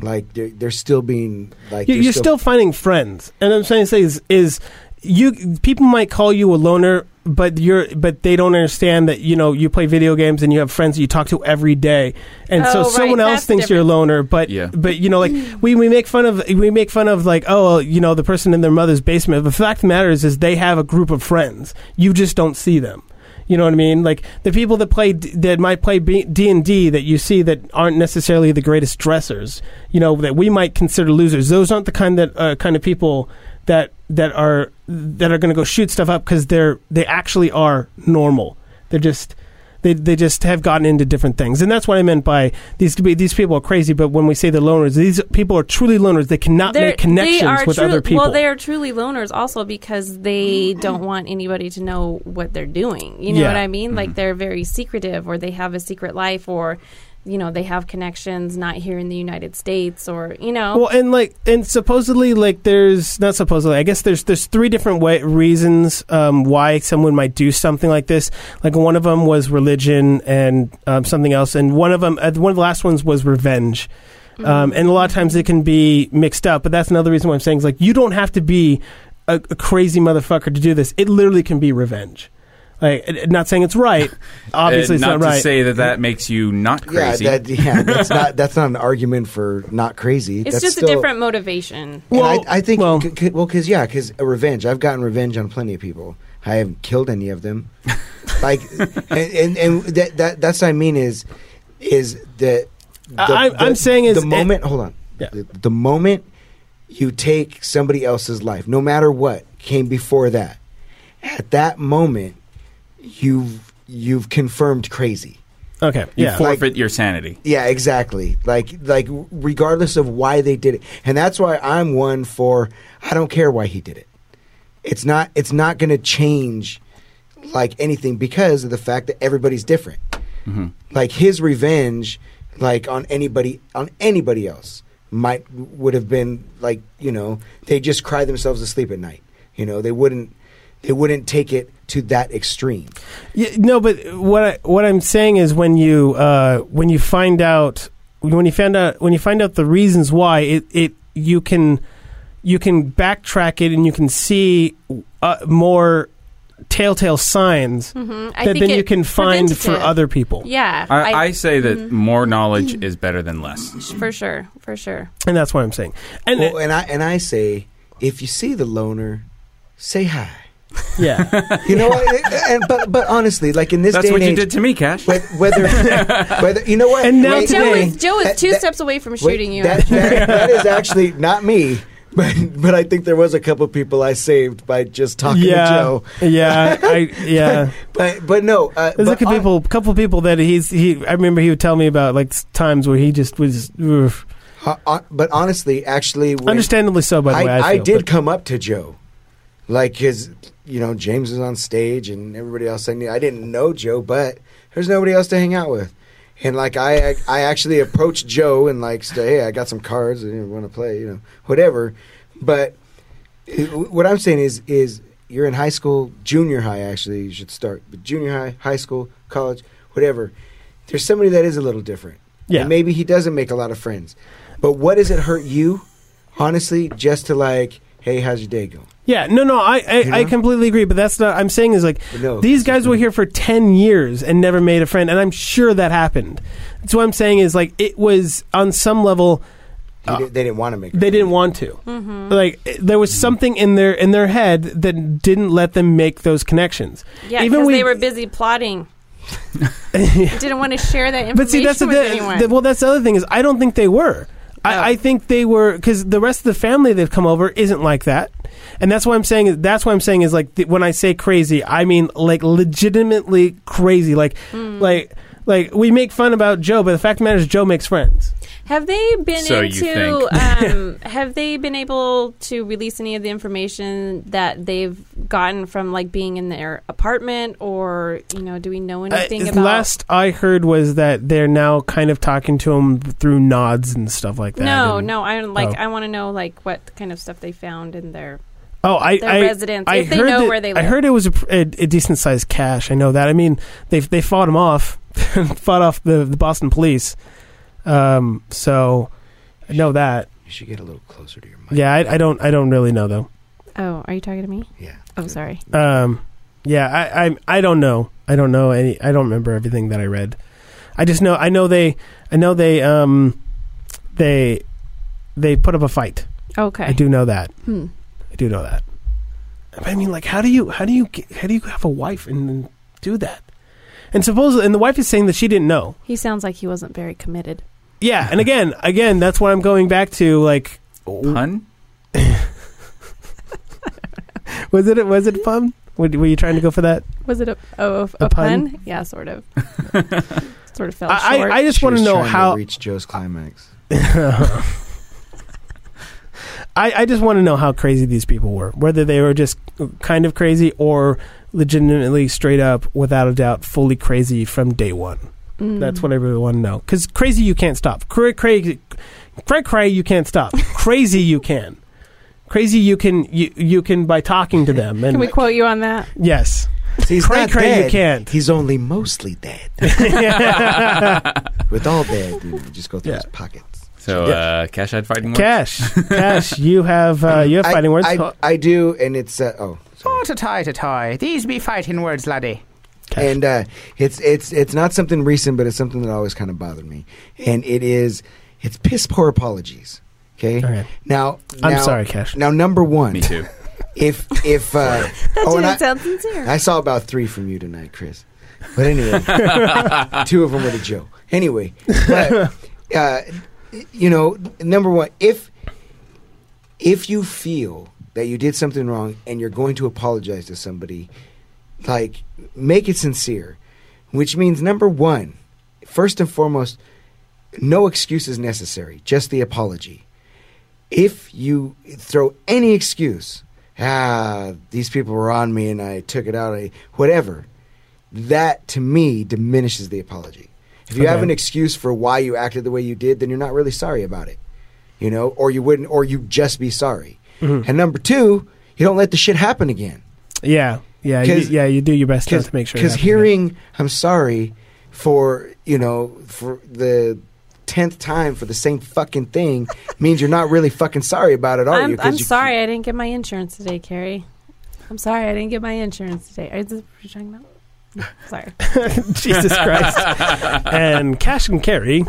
[SPEAKER 4] like they're, they're still being like
[SPEAKER 1] you're,
[SPEAKER 4] they're
[SPEAKER 1] you're still finding friends, and I'm trying to say is is you people might call you a loner, but you're but they don't understand that you know you play video games and you have friends that you talk to every day, and so
[SPEAKER 2] Oh, right,
[SPEAKER 1] someone else
[SPEAKER 2] that's
[SPEAKER 1] thinks you're a loner, but
[SPEAKER 3] Yeah.
[SPEAKER 1] but you know like we, we make fun of we make fun of like oh well, you know the person in their mother's basement. But the fact of the matter is is they have a group of friends, you just don't see them. You know what I mean? Like the people that play that might play D and D that you see that aren't necessarily the greatest dressers. You know that we might consider losers. Those aren't the kind that uh, kind of people that that are that are going to go shoot stuff up because they're they actually are normal. They're just they they just have gotten into different things, and that's what I meant by these could be- these people are crazy. But when we say they're loners, these people are truly loners. They cannot
[SPEAKER 2] they're-
[SPEAKER 1] make connections
[SPEAKER 2] are
[SPEAKER 1] with
[SPEAKER 2] tru-
[SPEAKER 1] other people.
[SPEAKER 2] Well, they are truly loners also because they don't want anybody to know what they're doing. You know
[SPEAKER 1] Yeah. Mm-hmm.
[SPEAKER 2] what I mean? Like they're very secretive, or they have a secret life, or you know they have connections not here in the United States, or you
[SPEAKER 3] Oh.
[SPEAKER 2] know.
[SPEAKER 1] Well, and like, and supposedly, like, there's not supposedly. I guess there's there's three different way, reasons um, why someone might do something like this. Like, one of them was religion, and um, something else, and one of them, uh, one of the last ones was revenge.
[SPEAKER 3] Mm-hmm.
[SPEAKER 1] Um, and a lot of times it can be mixed up, but that's another reason why I'm saying is like you don't have to be a, a crazy motherfucker to do this. It literally can be revenge. Like, it- not saying it's right. Obviously,
[SPEAKER 3] Uh,
[SPEAKER 1] it's
[SPEAKER 3] not,
[SPEAKER 1] not, right.
[SPEAKER 3] to say that that makes you not
[SPEAKER 4] yeah,
[SPEAKER 3] crazy.
[SPEAKER 4] that, yeah. That's not that's not an argument for not crazy.
[SPEAKER 2] it's
[SPEAKER 4] that's
[SPEAKER 2] just a
[SPEAKER 4] still-
[SPEAKER 2] different motivation.
[SPEAKER 4] And
[SPEAKER 1] Well,
[SPEAKER 4] I, I think
[SPEAKER 1] well-
[SPEAKER 4] well, c- c- well, because yeah, because revenge. I've gotten revenge on plenty of people. I haven't killed any of them. like, and and, and that, that that's what I mean is is that
[SPEAKER 1] I- I'm saying is
[SPEAKER 4] the
[SPEAKER 1] it-
[SPEAKER 4] moment. hold on.
[SPEAKER 1] Yeah.
[SPEAKER 4] The, the moment you take somebody else's life, no matter what came before that. At that moment, you've you've confirmed crazy.
[SPEAKER 1] Okay.
[SPEAKER 3] You
[SPEAKER 1] Yeah.
[SPEAKER 3] forfeit your sanity.
[SPEAKER 4] Yeah, exactly. Like like regardless of why they did it. And that's why I'm one for I don't care why he did it. It's not it's not going to change like anything because of the fact that everybody's different. Like his revenge like on anybody on anybody else might would have been like, you know, they just cry themselves to sleep at night. You know, they wouldn't they wouldn't take it to that extreme.
[SPEAKER 1] Yeah, no, but what I, what I'm saying is when you uh, when you find out when you find out when you find out the reasons why it, it you can you can backtrack it and you can see uh, more telltale signs
[SPEAKER 2] Mhm. I
[SPEAKER 1] that
[SPEAKER 2] think
[SPEAKER 1] then you
[SPEAKER 2] it
[SPEAKER 1] can find
[SPEAKER 2] prevented
[SPEAKER 1] for
[SPEAKER 2] it.
[SPEAKER 1] other people,
[SPEAKER 2] Yeah,
[SPEAKER 3] I, I,
[SPEAKER 2] I, Mm-hmm.
[SPEAKER 3] say that more knowledge is better than less.
[SPEAKER 2] for sure, for sure.
[SPEAKER 1] and that's what I'm saying. And
[SPEAKER 4] Well, Oh, and I and I say if you see the loner, say hi.
[SPEAKER 1] yeah,
[SPEAKER 4] You know, what? and, but but honestly, like in this
[SPEAKER 3] That's
[SPEAKER 4] day
[SPEAKER 3] what
[SPEAKER 4] and
[SPEAKER 3] you
[SPEAKER 4] age,
[SPEAKER 3] did to me, Cash.
[SPEAKER 4] whe- whether whether you know what,
[SPEAKER 1] And now
[SPEAKER 4] Wait,
[SPEAKER 1] today-
[SPEAKER 2] Joe
[SPEAKER 4] wait,
[SPEAKER 2] is Joe
[SPEAKER 4] that-
[SPEAKER 2] is two
[SPEAKER 4] that-
[SPEAKER 2] steps away from
[SPEAKER 4] wait,
[SPEAKER 2] shooting you.
[SPEAKER 4] That, that- that is actually not me, but but I think there was a couple people I saved by just talking to
[SPEAKER 1] yeah,
[SPEAKER 4] Joe.
[SPEAKER 1] yeah, I, yeah.
[SPEAKER 4] But but no, uh,
[SPEAKER 1] There's a
[SPEAKER 4] but
[SPEAKER 1] couple
[SPEAKER 4] hon-
[SPEAKER 1] people, couple people that he's he. I remember he would tell me about like s- times where he just was, oof.
[SPEAKER 4] hon- hon- uh, but honestly, actually, when-
[SPEAKER 1] understandably so. By the
[SPEAKER 4] I,
[SPEAKER 1] way, I,
[SPEAKER 4] I
[SPEAKER 1] feel,
[SPEAKER 4] did
[SPEAKER 1] but-
[SPEAKER 4] come up to Joe, like his, you know, James is on stage and everybody else. I knew I didn't know Joe, but there's nobody else to hang out with, and like I, I actually approached Joe and like, said, hey, I got some cards and you want to play, you know, whatever. But it- what I'm saying is, is you're in high school, junior high actually, you should start, but junior high, high school, college, whatever. There's somebody that is a little different.
[SPEAKER 1] Yeah.
[SPEAKER 4] And maybe he doesn't make a lot of friends. But what does it hurt you, honestly, just to like, hey, how's your day going?
[SPEAKER 1] Yeah, no, no, I I,
[SPEAKER 4] You
[SPEAKER 1] I
[SPEAKER 4] know?
[SPEAKER 1] completely agree, but that's not. I'm saying is like
[SPEAKER 4] But no,
[SPEAKER 1] these
[SPEAKER 4] it's
[SPEAKER 1] guys were here for ten years and never made a friend, and I'm sure that happened. So what I'm saying is like it was on some level
[SPEAKER 4] He di- they didn't want to make.
[SPEAKER 1] Uh, they didn't want to. Like it- there was something in their in their head that didn't let them make those connections.
[SPEAKER 2] yeah,
[SPEAKER 1] even
[SPEAKER 2] because
[SPEAKER 1] we-
[SPEAKER 2] they were busy plotting. Didn't want to share that information
[SPEAKER 1] But see, that's the,
[SPEAKER 2] with
[SPEAKER 1] the,
[SPEAKER 2] anyone.
[SPEAKER 1] the well, that's the other thing is I don't think they were.
[SPEAKER 2] No.
[SPEAKER 1] I, I think they were because the rest of the family that have come over isn't like that, and that's why I'm saying is that's why I'm saying is like th- when I say crazy, I mean like legitimately crazy, like
[SPEAKER 2] Hmm.
[SPEAKER 1] like like we make fun about Joe, but the fact of the matter is Joe makes friends.
[SPEAKER 2] Have they been
[SPEAKER 3] So you
[SPEAKER 2] into? Um, have they been able to release any of the information that they've gotten from like being in their apartment, or you know, do we know
[SPEAKER 1] Uh,
[SPEAKER 2] anything about?
[SPEAKER 1] last I heard was that they're now kind of talking to him through nods and stuff like that.
[SPEAKER 2] no,
[SPEAKER 1] and-
[SPEAKER 2] no. I like.
[SPEAKER 1] Oh.
[SPEAKER 2] I want to know like what kind of stuff they found in their.
[SPEAKER 1] Oh, I,
[SPEAKER 2] their
[SPEAKER 1] I
[SPEAKER 2] residence,
[SPEAKER 1] I
[SPEAKER 2] if they
[SPEAKER 1] heard
[SPEAKER 2] know
[SPEAKER 1] that-
[SPEAKER 2] where they
[SPEAKER 1] I
[SPEAKER 2] live.
[SPEAKER 1] heard it was a, pr- a, a decent sized cache. I know that. I mean, they they fought him off, fought off the, the Boston police. Um, so I know that.
[SPEAKER 4] You should get a little closer to your mic.
[SPEAKER 1] Yeah, I, I don't I don't really know though.
[SPEAKER 2] Oh, are you talking to me?
[SPEAKER 4] Yeah.
[SPEAKER 2] Oh, sorry.
[SPEAKER 1] Um, yeah, I, I I don't know. I don't know any. I don't remember everything that I read. I just know. I know they. I know they. Um, they they put up a fight.
[SPEAKER 2] Okay.
[SPEAKER 1] I do know that.
[SPEAKER 2] Hmm.
[SPEAKER 1] I do know that. But I mean, like, how do you how do you get, how do you have a wife and then do that? And supposedly, and the wife is saying that she didn't know.
[SPEAKER 2] He sounds like he wasn't very committed.
[SPEAKER 1] Yeah, and again, again, that's what I'm going back to. Like, w-
[SPEAKER 3] Pun?
[SPEAKER 1] was it was it fun? Were, were you trying to go for that?
[SPEAKER 2] Was it a oh, a,
[SPEAKER 1] A
[SPEAKER 2] a
[SPEAKER 1] pun?
[SPEAKER 2] pun? Yeah, sort of. sort of fell
[SPEAKER 1] I,
[SPEAKER 2] short.
[SPEAKER 1] I I just
[SPEAKER 4] She
[SPEAKER 1] want to
[SPEAKER 4] was
[SPEAKER 1] know
[SPEAKER 4] trying
[SPEAKER 1] how.
[SPEAKER 4] reach Joe's climax.
[SPEAKER 1] I I just want to know how crazy these people were. Whether they were just kind of crazy or legitimately straight up, without a doubt, fully crazy from day one.
[SPEAKER 2] Mm.
[SPEAKER 1] That's what I really want to know. Because crazy, you can't stop. Cra- crazy, cray cray, you can't stop. crazy, you can. Crazy, you can. You, you can by talking to them. And
[SPEAKER 2] Can we quote you on that?
[SPEAKER 1] yes,
[SPEAKER 4] See, he's
[SPEAKER 1] Cray
[SPEAKER 4] not
[SPEAKER 1] cray, you
[SPEAKER 4] dead.
[SPEAKER 1] can't.
[SPEAKER 4] He's only mostly dead. With all dead, you just go through
[SPEAKER 1] Yeah.
[SPEAKER 4] his pockets.
[SPEAKER 3] So,
[SPEAKER 1] Yeah.
[SPEAKER 3] uh, Cash had fighting words?
[SPEAKER 1] Cash, Cash, you have uh, you have
[SPEAKER 4] I-
[SPEAKER 1] fighting words.
[SPEAKER 4] I, I do, and it's uh, oh. sorry.
[SPEAKER 6] Oh, to tie, to tie. These be fighting words, laddie.
[SPEAKER 1] Cash.
[SPEAKER 4] and uh, it's it's it's not something recent, but it's something that always kind of bothered me, and it is it's piss poor apologies. Okay,
[SPEAKER 1] Okay.
[SPEAKER 4] now
[SPEAKER 1] I'm
[SPEAKER 4] now-
[SPEAKER 1] sorry, Cash.
[SPEAKER 4] Now number one,
[SPEAKER 3] Me too.
[SPEAKER 4] if if uh,
[SPEAKER 2] That
[SPEAKER 4] oh, and
[SPEAKER 2] didn't
[SPEAKER 4] I,
[SPEAKER 2] sound sincere.
[SPEAKER 4] I saw about three from you tonight, Chris. But anyway, two of them were to Joe. Anyway, but, uh, you know, number one, if if you feel that you did something wrong and you're going to apologize to somebody, like make it sincere, which means number one, first and foremost, no excuse is necessary, just the apology. If you throw any excuse, ah, these people were on me and I took it out, I, whatever, that to me diminishes the apology. If you have
[SPEAKER 1] Okay.
[SPEAKER 4] an excuse for why you acted the way you did, then you're not really sorry about it you know, or you wouldn't, or you'd just be sorry. And number two, you don't let the shit happen again.
[SPEAKER 1] Yeah, yeah, you,
[SPEAKER 4] 'Cause-
[SPEAKER 1] yeah. You do your best not
[SPEAKER 4] Because
[SPEAKER 1] to make sure. it happens again.
[SPEAKER 4] hearing "I'm sorry" for you know for the tenth time for the same fucking thing means you're not really fucking sorry about it, are
[SPEAKER 2] I'm,
[SPEAKER 4] you? 'Cause
[SPEAKER 2] I'm
[SPEAKER 4] you-
[SPEAKER 2] sorry I didn't get my insurance today, Carrie. I'm sorry I didn't get my insurance today. Are this what you're talking about? No, sorry.
[SPEAKER 1] Jesus Christ and cash and carry.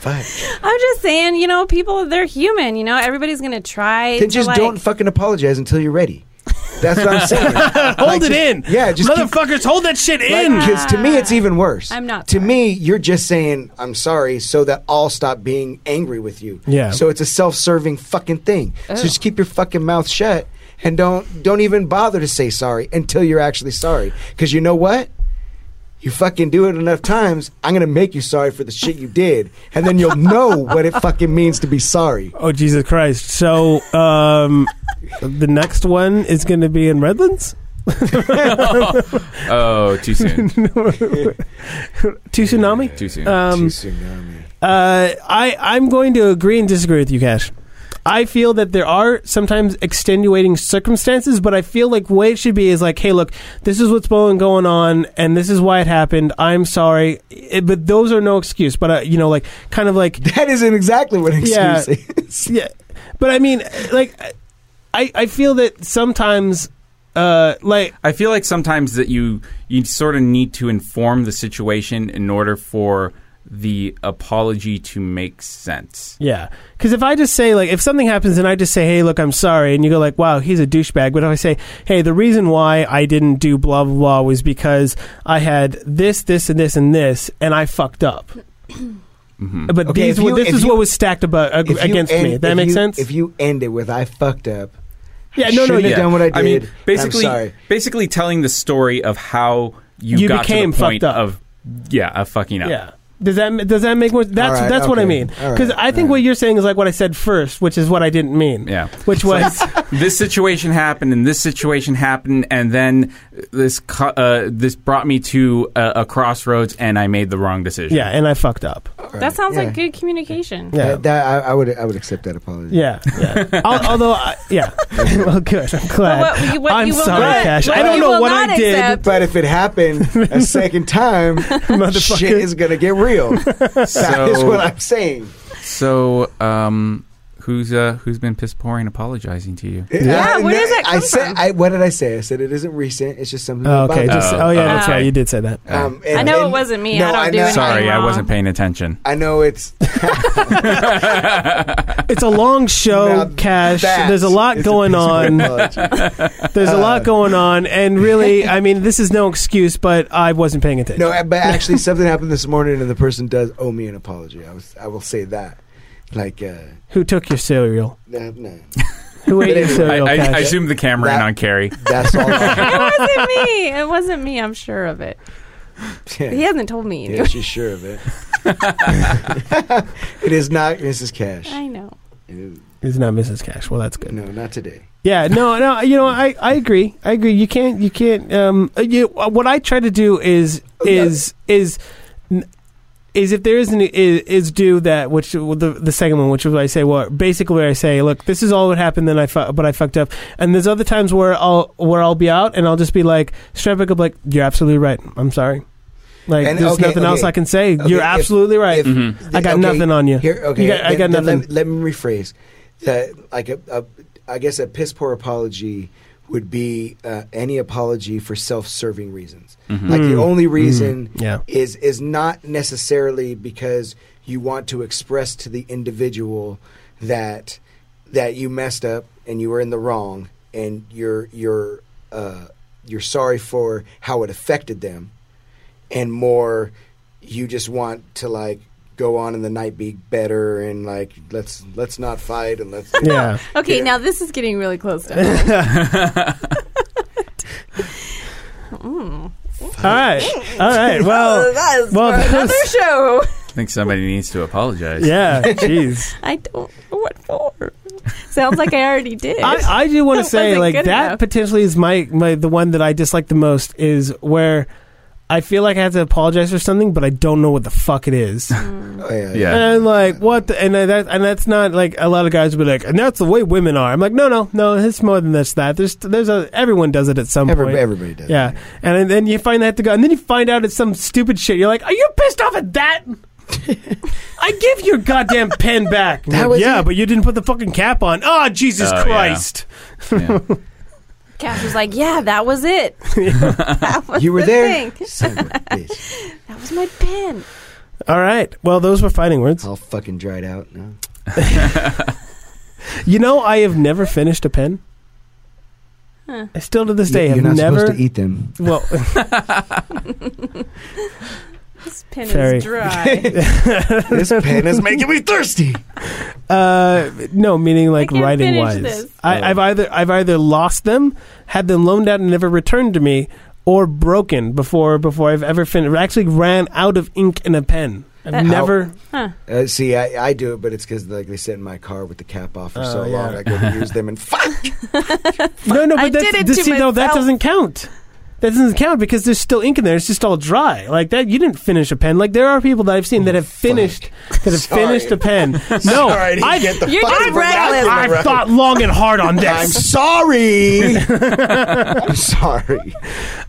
[SPEAKER 4] Fuck.
[SPEAKER 2] I'm just saying, you know, people, they're human. You know, everybody's going to try
[SPEAKER 4] Then
[SPEAKER 2] to,
[SPEAKER 4] just
[SPEAKER 2] like-
[SPEAKER 4] don't fucking apologize until you're ready. That's what I'm saying.
[SPEAKER 1] hold it in.
[SPEAKER 4] Yeah, just keep-
[SPEAKER 1] motherfuckers, hold that shit in.
[SPEAKER 4] Because to me, it's even worse.
[SPEAKER 2] I'm not
[SPEAKER 4] To
[SPEAKER 2] sorry.
[SPEAKER 4] me, you're just saying I'm sorry so that I'll stop being angry with you.
[SPEAKER 1] Yeah.
[SPEAKER 4] So it's a self-serving fucking thing. So
[SPEAKER 2] Oh.
[SPEAKER 4] just keep your fucking mouth shut and don't don't even bother to say sorry until you're actually sorry. Because you know what? You fucking do it enough times, I'm gonna make you sorry for the shit you did, and then you'll know what it fucking means to be sorry.
[SPEAKER 1] oh Jesus Christ! So um, the next one is going to be in Redlands.
[SPEAKER 3] Oh, too soon.
[SPEAKER 1] Two tsunami.
[SPEAKER 3] too soon.
[SPEAKER 1] Um,
[SPEAKER 4] Tsunami.
[SPEAKER 1] Uh, I I'm going to agree and disagree with you, Cash. I feel that there are sometimes extenuating circumstances, but I feel like way it should be is like, hey, look, this is what's going going on, and this is why it happened. I'm sorry, It- but those are no excuse. But uh, you know, like kind of like
[SPEAKER 4] That isn't exactly what an excuse
[SPEAKER 1] Yeah.
[SPEAKER 4] is.
[SPEAKER 1] yeah, but I mean, like, I I feel that sometimes, uh, like
[SPEAKER 3] I feel like sometimes that you you sort of need to inform the situation in order for the apology to make sense.
[SPEAKER 1] Yeah, because if I just say like if something happens and I just say, "Hey, look, I'm sorry," and you go like, "Wow, he's a douchebag," but if I say, "Hey, the reason why I didn't do blah blah blah was because I had this, this, and this, and this, and I fucked up," but
[SPEAKER 4] Mm-hmm. Okay,
[SPEAKER 1] these
[SPEAKER 4] if
[SPEAKER 1] were
[SPEAKER 4] you-
[SPEAKER 1] this
[SPEAKER 4] if
[SPEAKER 1] is
[SPEAKER 4] you-
[SPEAKER 1] what was stacked about, ag-
[SPEAKER 4] If you
[SPEAKER 1] against me.
[SPEAKER 4] end-
[SPEAKER 1] That
[SPEAKER 4] if
[SPEAKER 1] makes
[SPEAKER 4] you-
[SPEAKER 1] sense.
[SPEAKER 4] If you end it with "I fucked up,"
[SPEAKER 1] yeah, no, no,
[SPEAKER 4] shouldn't have
[SPEAKER 1] yeah.
[SPEAKER 4] done what I did.
[SPEAKER 3] mean, basically,
[SPEAKER 4] I'm sorry.
[SPEAKER 3] basically telling the story of how you,
[SPEAKER 1] You
[SPEAKER 3] got
[SPEAKER 1] became
[SPEAKER 3] to the point
[SPEAKER 1] fucked up.
[SPEAKER 3] of yeah, of fucking up.
[SPEAKER 1] Yeah. Does that does that make more? That's
[SPEAKER 4] All right,
[SPEAKER 1] that's what I
[SPEAKER 4] okay.
[SPEAKER 1] mean.
[SPEAKER 4] All right,
[SPEAKER 1] Because I think
[SPEAKER 4] all right.
[SPEAKER 1] what you're saying is like what I said first, which is what I didn't mean.
[SPEAKER 3] Yeah.
[SPEAKER 1] Which was
[SPEAKER 3] this situation happened and this situation happened and then this co- uh, this brought me to a, a crossroads and I made the wrong decision.
[SPEAKER 1] yeah, and I fucked up.
[SPEAKER 2] That sounds
[SPEAKER 4] Yeah.
[SPEAKER 2] like good communication.
[SPEAKER 1] Yeah.
[SPEAKER 4] That, that- I, I would I would accept that apology.
[SPEAKER 1] Yeah, yeah. Al- although, I, yeah. well, good. I'm glad.
[SPEAKER 2] But what you- what
[SPEAKER 1] I'm
[SPEAKER 2] you will
[SPEAKER 1] sorry,
[SPEAKER 2] not-
[SPEAKER 1] Cash.
[SPEAKER 2] what
[SPEAKER 1] I don't
[SPEAKER 2] you
[SPEAKER 1] know
[SPEAKER 2] will
[SPEAKER 1] what I
[SPEAKER 2] not
[SPEAKER 1] did.
[SPEAKER 2] accept-
[SPEAKER 4] But if it happened a second time, shit is gonna get real. That is
[SPEAKER 3] So-
[SPEAKER 4] what I'm saying.
[SPEAKER 3] So, um, who's uh, who's been piss poor and apologizing to you?
[SPEAKER 2] Yeah,
[SPEAKER 4] I-
[SPEAKER 2] where does that
[SPEAKER 4] I
[SPEAKER 2] come
[SPEAKER 4] said,
[SPEAKER 2] from?
[SPEAKER 4] I, what did I say? I said it isn't recent. It's just something.
[SPEAKER 1] Oh,
[SPEAKER 4] about
[SPEAKER 1] okay.
[SPEAKER 4] it.
[SPEAKER 1] Just,
[SPEAKER 3] Oh,
[SPEAKER 1] oh, yeah.
[SPEAKER 3] oh,
[SPEAKER 1] that's right.
[SPEAKER 3] okay.
[SPEAKER 1] You did say that.
[SPEAKER 4] Um, and-
[SPEAKER 2] I know
[SPEAKER 4] and-
[SPEAKER 2] it wasn't me.
[SPEAKER 4] No,
[SPEAKER 2] I don't
[SPEAKER 4] I
[SPEAKER 2] do
[SPEAKER 4] know-
[SPEAKER 2] anything
[SPEAKER 3] Sorry, I
[SPEAKER 2] wrong.
[SPEAKER 3] wasn't paying attention.
[SPEAKER 4] I know it's
[SPEAKER 1] It's a long show,
[SPEAKER 4] Now,
[SPEAKER 1] Oh, Cash.
[SPEAKER 4] that
[SPEAKER 1] There's a lot
[SPEAKER 4] is a
[SPEAKER 1] going
[SPEAKER 4] piece of Uh.
[SPEAKER 1] on.
[SPEAKER 4] apology.
[SPEAKER 1] There's a lot going on, and really, I mean, this is no excuse, but I wasn't paying attention.
[SPEAKER 4] no, but actually, something happened this morning, and the person does owe me an apology. I was I will say that. Like, uh,
[SPEAKER 1] Who took your cereal?
[SPEAKER 4] no, no,
[SPEAKER 1] Who ate your
[SPEAKER 4] anyway,
[SPEAKER 3] I,
[SPEAKER 1] cereal,
[SPEAKER 3] I,
[SPEAKER 1] Cash?
[SPEAKER 3] I zoomed the camera in
[SPEAKER 4] That-
[SPEAKER 3] on Carrie.
[SPEAKER 4] that's all. I-
[SPEAKER 2] it wasn't me. It wasn't me. I'm sure of it. He hasn't told me.
[SPEAKER 4] Yeah,
[SPEAKER 2] Anyway.
[SPEAKER 4] she's sure of it. it is not Mrs. Cash.
[SPEAKER 2] I know.
[SPEAKER 4] It is-
[SPEAKER 1] it's not Mrs. Cash. Well, that's good.
[SPEAKER 4] No, not today.
[SPEAKER 1] Yeah, no, no, you know, I, I agree, I agree. You can't, you can't. Um, uh, you, uh, what I try to do is
[SPEAKER 4] Oh,
[SPEAKER 1] is is n- is if there is an, is, is do that which the the second one, which is what I say. Well, basically, where I say, look, this is all what happened. Then I fu- but I fucked up. And there's other times where I'll where I'll be out and I'll just be like, straight back up, like, you're absolutely right. I'm sorry. Like,
[SPEAKER 4] And,
[SPEAKER 1] there's
[SPEAKER 4] okay,
[SPEAKER 1] nothing else
[SPEAKER 4] okay.
[SPEAKER 1] I can say.
[SPEAKER 4] Okay,
[SPEAKER 1] you're
[SPEAKER 4] if-
[SPEAKER 1] absolutely right. Mm-hmm.
[SPEAKER 4] If-
[SPEAKER 1] I got
[SPEAKER 4] okay,
[SPEAKER 1] nothing on you.
[SPEAKER 4] Here, okay.
[SPEAKER 1] You got- I
[SPEAKER 4] then-
[SPEAKER 1] got
[SPEAKER 4] then let
[SPEAKER 1] nothing.
[SPEAKER 4] me- Let, me rephrase. That like a, a, I guess a piss poor apology would be uh, any apology for self-serving reasons. Like the only reason
[SPEAKER 1] Mm-hmm. Yeah.
[SPEAKER 4] is is not necessarily because you want to express to the individual that that you messed up and you were in the wrong and you're you're uh, you're sorry for how it affected them and more you just want to like go on in the night be better and like let's let's not fight and let's
[SPEAKER 1] Yeah.
[SPEAKER 2] Okay,
[SPEAKER 4] Yeah.
[SPEAKER 2] now this is getting really close to home. Mm.
[SPEAKER 1] All right. All right. Well.
[SPEAKER 2] Oh, that is
[SPEAKER 1] well,
[SPEAKER 2] for
[SPEAKER 1] that
[SPEAKER 2] another
[SPEAKER 1] was-
[SPEAKER 2] show.
[SPEAKER 3] I think somebody needs to apologize.
[SPEAKER 1] Yeah. Jeez.
[SPEAKER 2] I don't know what for. Sounds like I already did.
[SPEAKER 1] I, I do want to
[SPEAKER 2] That
[SPEAKER 1] say
[SPEAKER 2] wasn't
[SPEAKER 1] like that
[SPEAKER 2] good enough.
[SPEAKER 1] potentially is my, my the one that I dislike the most is where I feel like I have to apologize for something, but I don't know what the fuck it is.
[SPEAKER 4] Oh, yeah,
[SPEAKER 3] Yeah.
[SPEAKER 1] And I'm like, what? The, and uh, that and that's not like a lot of guys would be like, and that's the way women are. I'm like, no, no, no. It's more than this. That there's there's a everyone does it at some
[SPEAKER 4] Every,
[SPEAKER 1] point.
[SPEAKER 4] everybody does
[SPEAKER 1] yeah, and then you find that to go, and then you find out it's some stupid shit. You're like, are you pissed off at that? I give your goddamn pen back.
[SPEAKER 4] That
[SPEAKER 1] Like,
[SPEAKER 4] was
[SPEAKER 1] yeah,
[SPEAKER 4] it.
[SPEAKER 1] but you didn't put the fucking cap on. Oh, Jesus
[SPEAKER 3] Oh, yeah.
[SPEAKER 1] Christ!
[SPEAKER 3] Yeah.
[SPEAKER 2] Cash was like, "Yeah, that was it. that was
[SPEAKER 4] you were
[SPEAKER 2] the
[SPEAKER 4] there
[SPEAKER 2] thing.
[SPEAKER 4] son of a bitch
[SPEAKER 2] That was my pen."
[SPEAKER 1] All right. Well, those were fighting words.
[SPEAKER 4] all fucking dried out no.
[SPEAKER 1] You know, I have never finished a pen.
[SPEAKER 2] Huh.
[SPEAKER 1] I still to this
[SPEAKER 4] You-
[SPEAKER 1] day
[SPEAKER 4] you're
[SPEAKER 1] have
[SPEAKER 4] not
[SPEAKER 1] never.
[SPEAKER 4] supposed to eat them
[SPEAKER 1] Well,
[SPEAKER 2] This pen
[SPEAKER 1] Very-
[SPEAKER 2] is dry.
[SPEAKER 4] this pen is making me thirsty
[SPEAKER 1] uh, no, meaning like
[SPEAKER 2] can't
[SPEAKER 1] writing
[SPEAKER 2] finish
[SPEAKER 1] wise.
[SPEAKER 2] this.
[SPEAKER 1] I,
[SPEAKER 4] Oh.
[SPEAKER 1] I've either I've either lost them, had them loaned out and never returned to me, or broken before before I've ever finished. Actually, ran out of ink in a pen. I've
[SPEAKER 2] That-
[SPEAKER 1] never.
[SPEAKER 4] Uh, see, I, I do it, but it's because like they sit in my car with the cap off for so
[SPEAKER 1] Oh, yeah.
[SPEAKER 4] long. I go to use them and fuck.
[SPEAKER 1] No, no,
[SPEAKER 2] I
[SPEAKER 1] but that's,
[SPEAKER 2] did it
[SPEAKER 1] this-
[SPEAKER 2] to
[SPEAKER 1] see, no, that
[SPEAKER 2] myself.
[SPEAKER 1] doesn't count. That doesn't count because there's still ink in there. It's just all dry. Like that, you didn't finish a pen. Like there are people that I've seen that have finished that have
[SPEAKER 4] Oh, Sorry.
[SPEAKER 1] finished a pen. No,
[SPEAKER 4] Sorry, I didn't
[SPEAKER 1] I
[SPEAKER 4] get the
[SPEAKER 2] You're
[SPEAKER 4] fucking
[SPEAKER 2] just
[SPEAKER 4] vernacular
[SPEAKER 2] reckless.
[SPEAKER 1] I've
[SPEAKER 4] right.
[SPEAKER 1] thought long and hard on
[SPEAKER 4] I'm
[SPEAKER 1] this.
[SPEAKER 4] sorry. I'm sorry.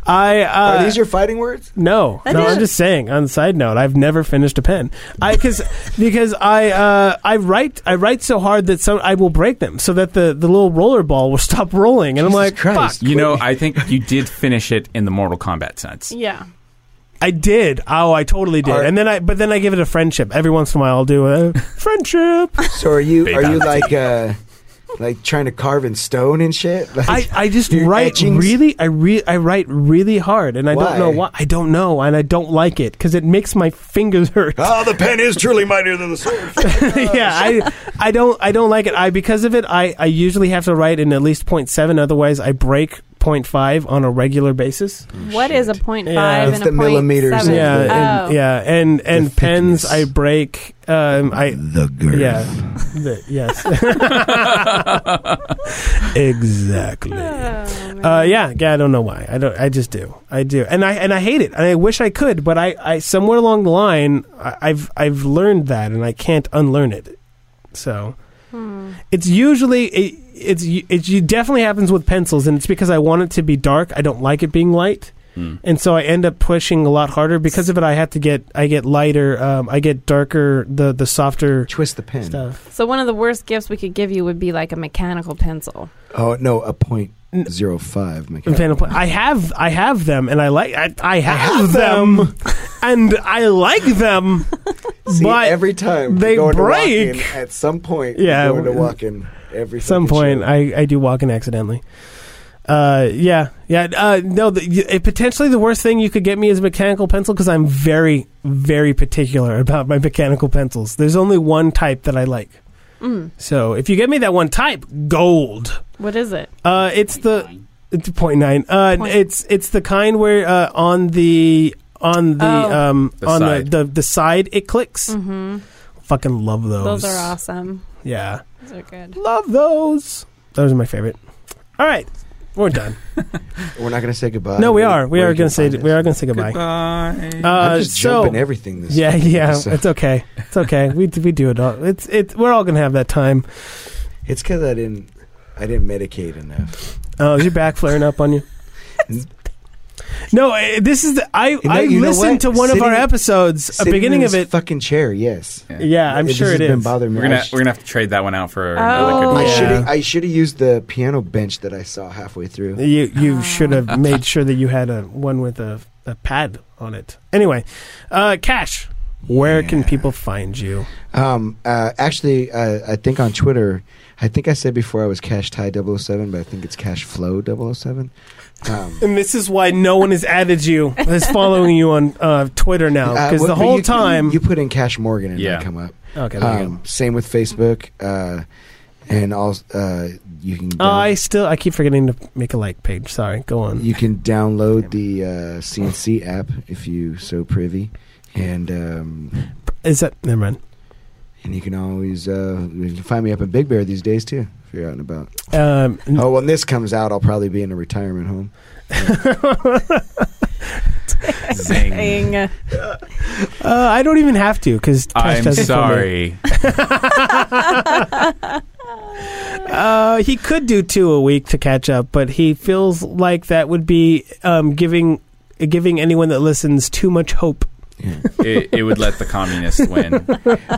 [SPEAKER 1] I uh,
[SPEAKER 4] Are these your fighting words?
[SPEAKER 1] no,
[SPEAKER 2] That
[SPEAKER 1] no. I'm
[SPEAKER 2] is-
[SPEAKER 1] just saying. On a side note, I've never finished a pen. I because because I uh, I write I write so hard that some I will break them so that the the little roller ball will stop rolling, and
[SPEAKER 4] Jesus
[SPEAKER 1] I'm like,
[SPEAKER 4] Christ.
[SPEAKER 1] fuck,
[SPEAKER 3] You know, I think you did finish it in the Mortal Kombat sense.
[SPEAKER 2] yeah.
[SPEAKER 4] Oh,
[SPEAKER 1] I did. Oh, I totally did.
[SPEAKER 4] Are-
[SPEAKER 1] and then I but then I give it a friendship. Every once in a while, I'll do a friendship.
[SPEAKER 4] So are you?
[SPEAKER 3] Big
[SPEAKER 4] Are
[SPEAKER 3] time.
[SPEAKER 4] you like uh, like trying to carve in stone and shit? Like,
[SPEAKER 1] I, I just
[SPEAKER 4] Your
[SPEAKER 1] write
[SPEAKER 4] etchings?
[SPEAKER 1] really I re- I write really hard and I don't
[SPEAKER 4] Why?
[SPEAKER 1] know why I don't know and I don't like it because it makes my fingers hurt.
[SPEAKER 4] Ah, the pen is truly mightier than the sword.
[SPEAKER 1] yeah, I I don't I don't like it. I because of it I, I usually have to write in at least 0.7 otherwise I break 0.5 on a regular basis.
[SPEAKER 2] What is a point
[SPEAKER 1] Yeah.
[SPEAKER 2] five
[SPEAKER 1] It's
[SPEAKER 2] and
[SPEAKER 4] the
[SPEAKER 2] a point
[SPEAKER 4] millimeters
[SPEAKER 2] seven?
[SPEAKER 4] of
[SPEAKER 1] Yeah,
[SPEAKER 4] the-
[SPEAKER 2] oh.
[SPEAKER 1] and, yeah, and and pens I
[SPEAKER 4] thickness.
[SPEAKER 1] break um I
[SPEAKER 4] The girl.
[SPEAKER 1] yeah. The- yes. exactly.
[SPEAKER 2] Oh, man.
[SPEAKER 1] Uh, yeah, yeah. I don't know why. I don't. I just do. I do, and I and I hate it. And I wish I could, but I, I somewhere along the line, I, I've I've learned that, and I can't unlearn it. So
[SPEAKER 2] Hmm.
[SPEAKER 1] it's usually it, it's it, it definitely happens with pencils, and it's because I want it to be dark. I don't like it being light,
[SPEAKER 3] Hmm.
[SPEAKER 1] and so I end up pushing a lot harder. Because of it, I have to get I get lighter. Um, I get darker. The the softer
[SPEAKER 4] Twist the pen.
[SPEAKER 1] stuff.
[SPEAKER 2] So one of the worst gifts we could give you would be like a mechanical pencil.
[SPEAKER 4] Oh no, a point
[SPEAKER 1] N-
[SPEAKER 4] zero five.
[SPEAKER 1] And
[SPEAKER 4] mechanical.
[SPEAKER 1] Phantom Pla- I have I have them, and I like I, I have,
[SPEAKER 4] have
[SPEAKER 1] them, and I like them.
[SPEAKER 4] See,
[SPEAKER 1] but
[SPEAKER 4] every time
[SPEAKER 1] they
[SPEAKER 4] you're going to walk in,
[SPEAKER 1] break.
[SPEAKER 4] at some point.
[SPEAKER 1] Yeah,
[SPEAKER 4] you're going to
[SPEAKER 1] w-
[SPEAKER 4] walk in every
[SPEAKER 1] At some
[SPEAKER 4] fucking
[SPEAKER 1] point,
[SPEAKER 4] show.
[SPEAKER 1] I, I do walk in accidentally. Uh, yeah, yeah. Uh, no, the, y- it, potentially the worst thing you could get me is a mechanical pencil because I'm very, very particular about my mechanical pencils. There's only one type that I like.
[SPEAKER 2] Mm.
[SPEAKER 1] So if you get me that one type, gold.
[SPEAKER 2] What is it?
[SPEAKER 1] Uh, it's the it's point nine. Uh,
[SPEAKER 2] Point-
[SPEAKER 1] It's it's the kind where uh, on the on the
[SPEAKER 2] Oh.
[SPEAKER 1] um
[SPEAKER 3] The
[SPEAKER 1] on
[SPEAKER 3] side.
[SPEAKER 1] The, the the side it clicks.
[SPEAKER 2] Mm-hmm.
[SPEAKER 1] Fucking love those.
[SPEAKER 2] Those are awesome.
[SPEAKER 1] Yeah.
[SPEAKER 2] Those are good.
[SPEAKER 1] Love those. Those are my favorite. All right, we're done.
[SPEAKER 4] We're not going to say goodbye.
[SPEAKER 1] no, we
[SPEAKER 4] Where-
[SPEAKER 1] are. We
[SPEAKER 4] where
[SPEAKER 1] are
[SPEAKER 4] you
[SPEAKER 1] going to say
[SPEAKER 4] can find
[SPEAKER 1] we
[SPEAKER 4] us.
[SPEAKER 1] are going to say goodbye.
[SPEAKER 3] Goodbye.
[SPEAKER 1] Uh,
[SPEAKER 4] I'm just
[SPEAKER 1] so
[SPEAKER 4] jumping everything this.
[SPEAKER 1] yeah, yeah,
[SPEAKER 4] episode.
[SPEAKER 1] it's okay. It's okay. we d- we do it all. It's it. We're all going to have that time.
[SPEAKER 4] It's because I didn't. I didn't medicate enough.
[SPEAKER 1] Oh, is your back flaring up on you? No, eh, this is the, I.
[SPEAKER 4] know-
[SPEAKER 1] I
[SPEAKER 4] you know
[SPEAKER 1] listened to
[SPEAKER 4] what?
[SPEAKER 1] one of our
[SPEAKER 4] Sitting-
[SPEAKER 1] episodes, a
[SPEAKER 4] Sitting
[SPEAKER 1] beginning
[SPEAKER 4] in
[SPEAKER 1] of
[SPEAKER 4] this
[SPEAKER 1] it.
[SPEAKER 4] Fucking chair. Yes.
[SPEAKER 1] Yeah, I'm
[SPEAKER 4] This
[SPEAKER 1] sure it
[SPEAKER 4] has been
[SPEAKER 1] is.
[SPEAKER 4] bothering me.
[SPEAKER 3] We're gonna
[SPEAKER 4] I sh-
[SPEAKER 3] we're gonna have to trade that one out for another
[SPEAKER 2] Oh.
[SPEAKER 3] good
[SPEAKER 4] I
[SPEAKER 3] one.
[SPEAKER 1] Yeah.
[SPEAKER 4] should have. I should have used the piano bench that I saw halfway through.
[SPEAKER 1] You you should have made sure that you had a one with a, a pad on it. Anyway, uh, Cash, Where can
[SPEAKER 4] Yeah.
[SPEAKER 1] people find you?
[SPEAKER 4] Um, uh, actually, uh, I think on Twitter, I think I said before I was Cash Tie 007, but I think it's Cash Flow 007. Um,
[SPEAKER 1] And this is why no one has added you, is following you on uh, Twitter now.
[SPEAKER 4] uh,
[SPEAKER 1] Because
[SPEAKER 4] what-
[SPEAKER 1] the
[SPEAKER 4] but
[SPEAKER 1] whole
[SPEAKER 4] you-
[SPEAKER 1] time. Oh,
[SPEAKER 4] You put in Cash Morgan and
[SPEAKER 3] Yeah.
[SPEAKER 4] I come up.
[SPEAKER 1] okay, there you go.
[SPEAKER 4] Um, same with Facebook. Uh, and all, uh, you can
[SPEAKER 1] Oh, I
[SPEAKER 4] down-
[SPEAKER 1] still I keep forgetting to make a like page. Sorry, go on.
[SPEAKER 4] you can download the uh, CNC app if you so privy. And um,
[SPEAKER 1] Is that never mind?
[SPEAKER 4] and you can always uh, you can find me up in Big Bear these days too if you're out and about.
[SPEAKER 1] Um,
[SPEAKER 4] Oh, when this comes out, I'll probably be in a retirement home.
[SPEAKER 3] Zing.
[SPEAKER 2] Saying, uh,
[SPEAKER 1] uh, I don't even have to because
[SPEAKER 3] I'm sorry.
[SPEAKER 1] Uh, he could do two a week to catch up, but he feels like that would be um, giving giving anyone that listens too much hope.
[SPEAKER 4] Yeah.
[SPEAKER 3] it, it would let the communists win.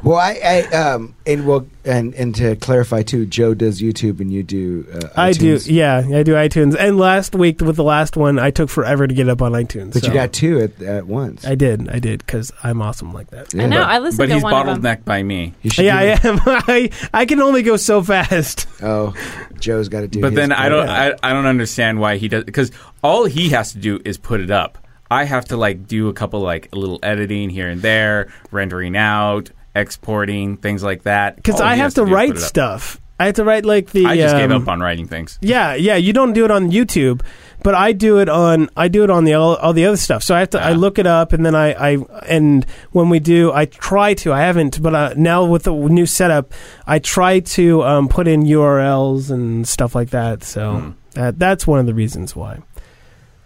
[SPEAKER 4] well, I, I um, and well, and and to clarify too, Joe does YouTube and you do. Uh,
[SPEAKER 1] I do,
[SPEAKER 4] iTunes.
[SPEAKER 1] yeah, I do iTunes. And last week with the last one, I took forever to get up on iTunes.
[SPEAKER 4] but
[SPEAKER 1] so-
[SPEAKER 4] you got two at, at once.
[SPEAKER 1] I did, I did, because I'm awesome like that.
[SPEAKER 4] Yeah.
[SPEAKER 2] I know. I listened
[SPEAKER 3] but
[SPEAKER 2] to
[SPEAKER 3] he's
[SPEAKER 2] one of them.
[SPEAKER 3] bottlenecked by me.
[SPEAKER 4] You should
[SPEAKER 1] Yeah, I
[SPEAKER 4] do-
[SPEAKER 1] am. I I can only go so fast.
[SPEAKER 4] Oh, Joe's got to do.
[SPEAKER 3] But
[SPEAKER 4] his
[SPEAKER 3] then I don't.
[SPEAKER 4] part.
[SPEAKER 3] I, I don't understand why he does because all he has to do is put it up. I have to like do a couple like a little editing here and there, rendering out, exporting things like that.
[SPEAKER 1] Because
[SPEAKER 3] All
[SPEAKER 1] I
[SPEAKER 3] Oh, he
[SPEAKER 1] have
[SPEAKER 3] has
[SPEAKER 1] to
[SPEAKER 3] do is
[SPEAKER 1] write
[SPEAKER 3] put it up.
[SPEAKER 1] stuff. I have to write like the.
[SPEAKER 3] I just gave
[SPEAKER 1] um,
[SPEAKER 3] up on writing things.
[SPEAKER 1] Yeah, yeah. You don't do it on YouTube, but I do it on I do it on the all, all the other stuff. So I have to I
[SPEAKER 3] Ah.
[SPEAKER 1] look it up and then I, I and when we do I try to I haven't but uh, now with the new setup I try to um, put in URLs and stuff like that. So
[SPEAKER 3] Hmm.
[SPEAKER 1] that that's one of the reasons why.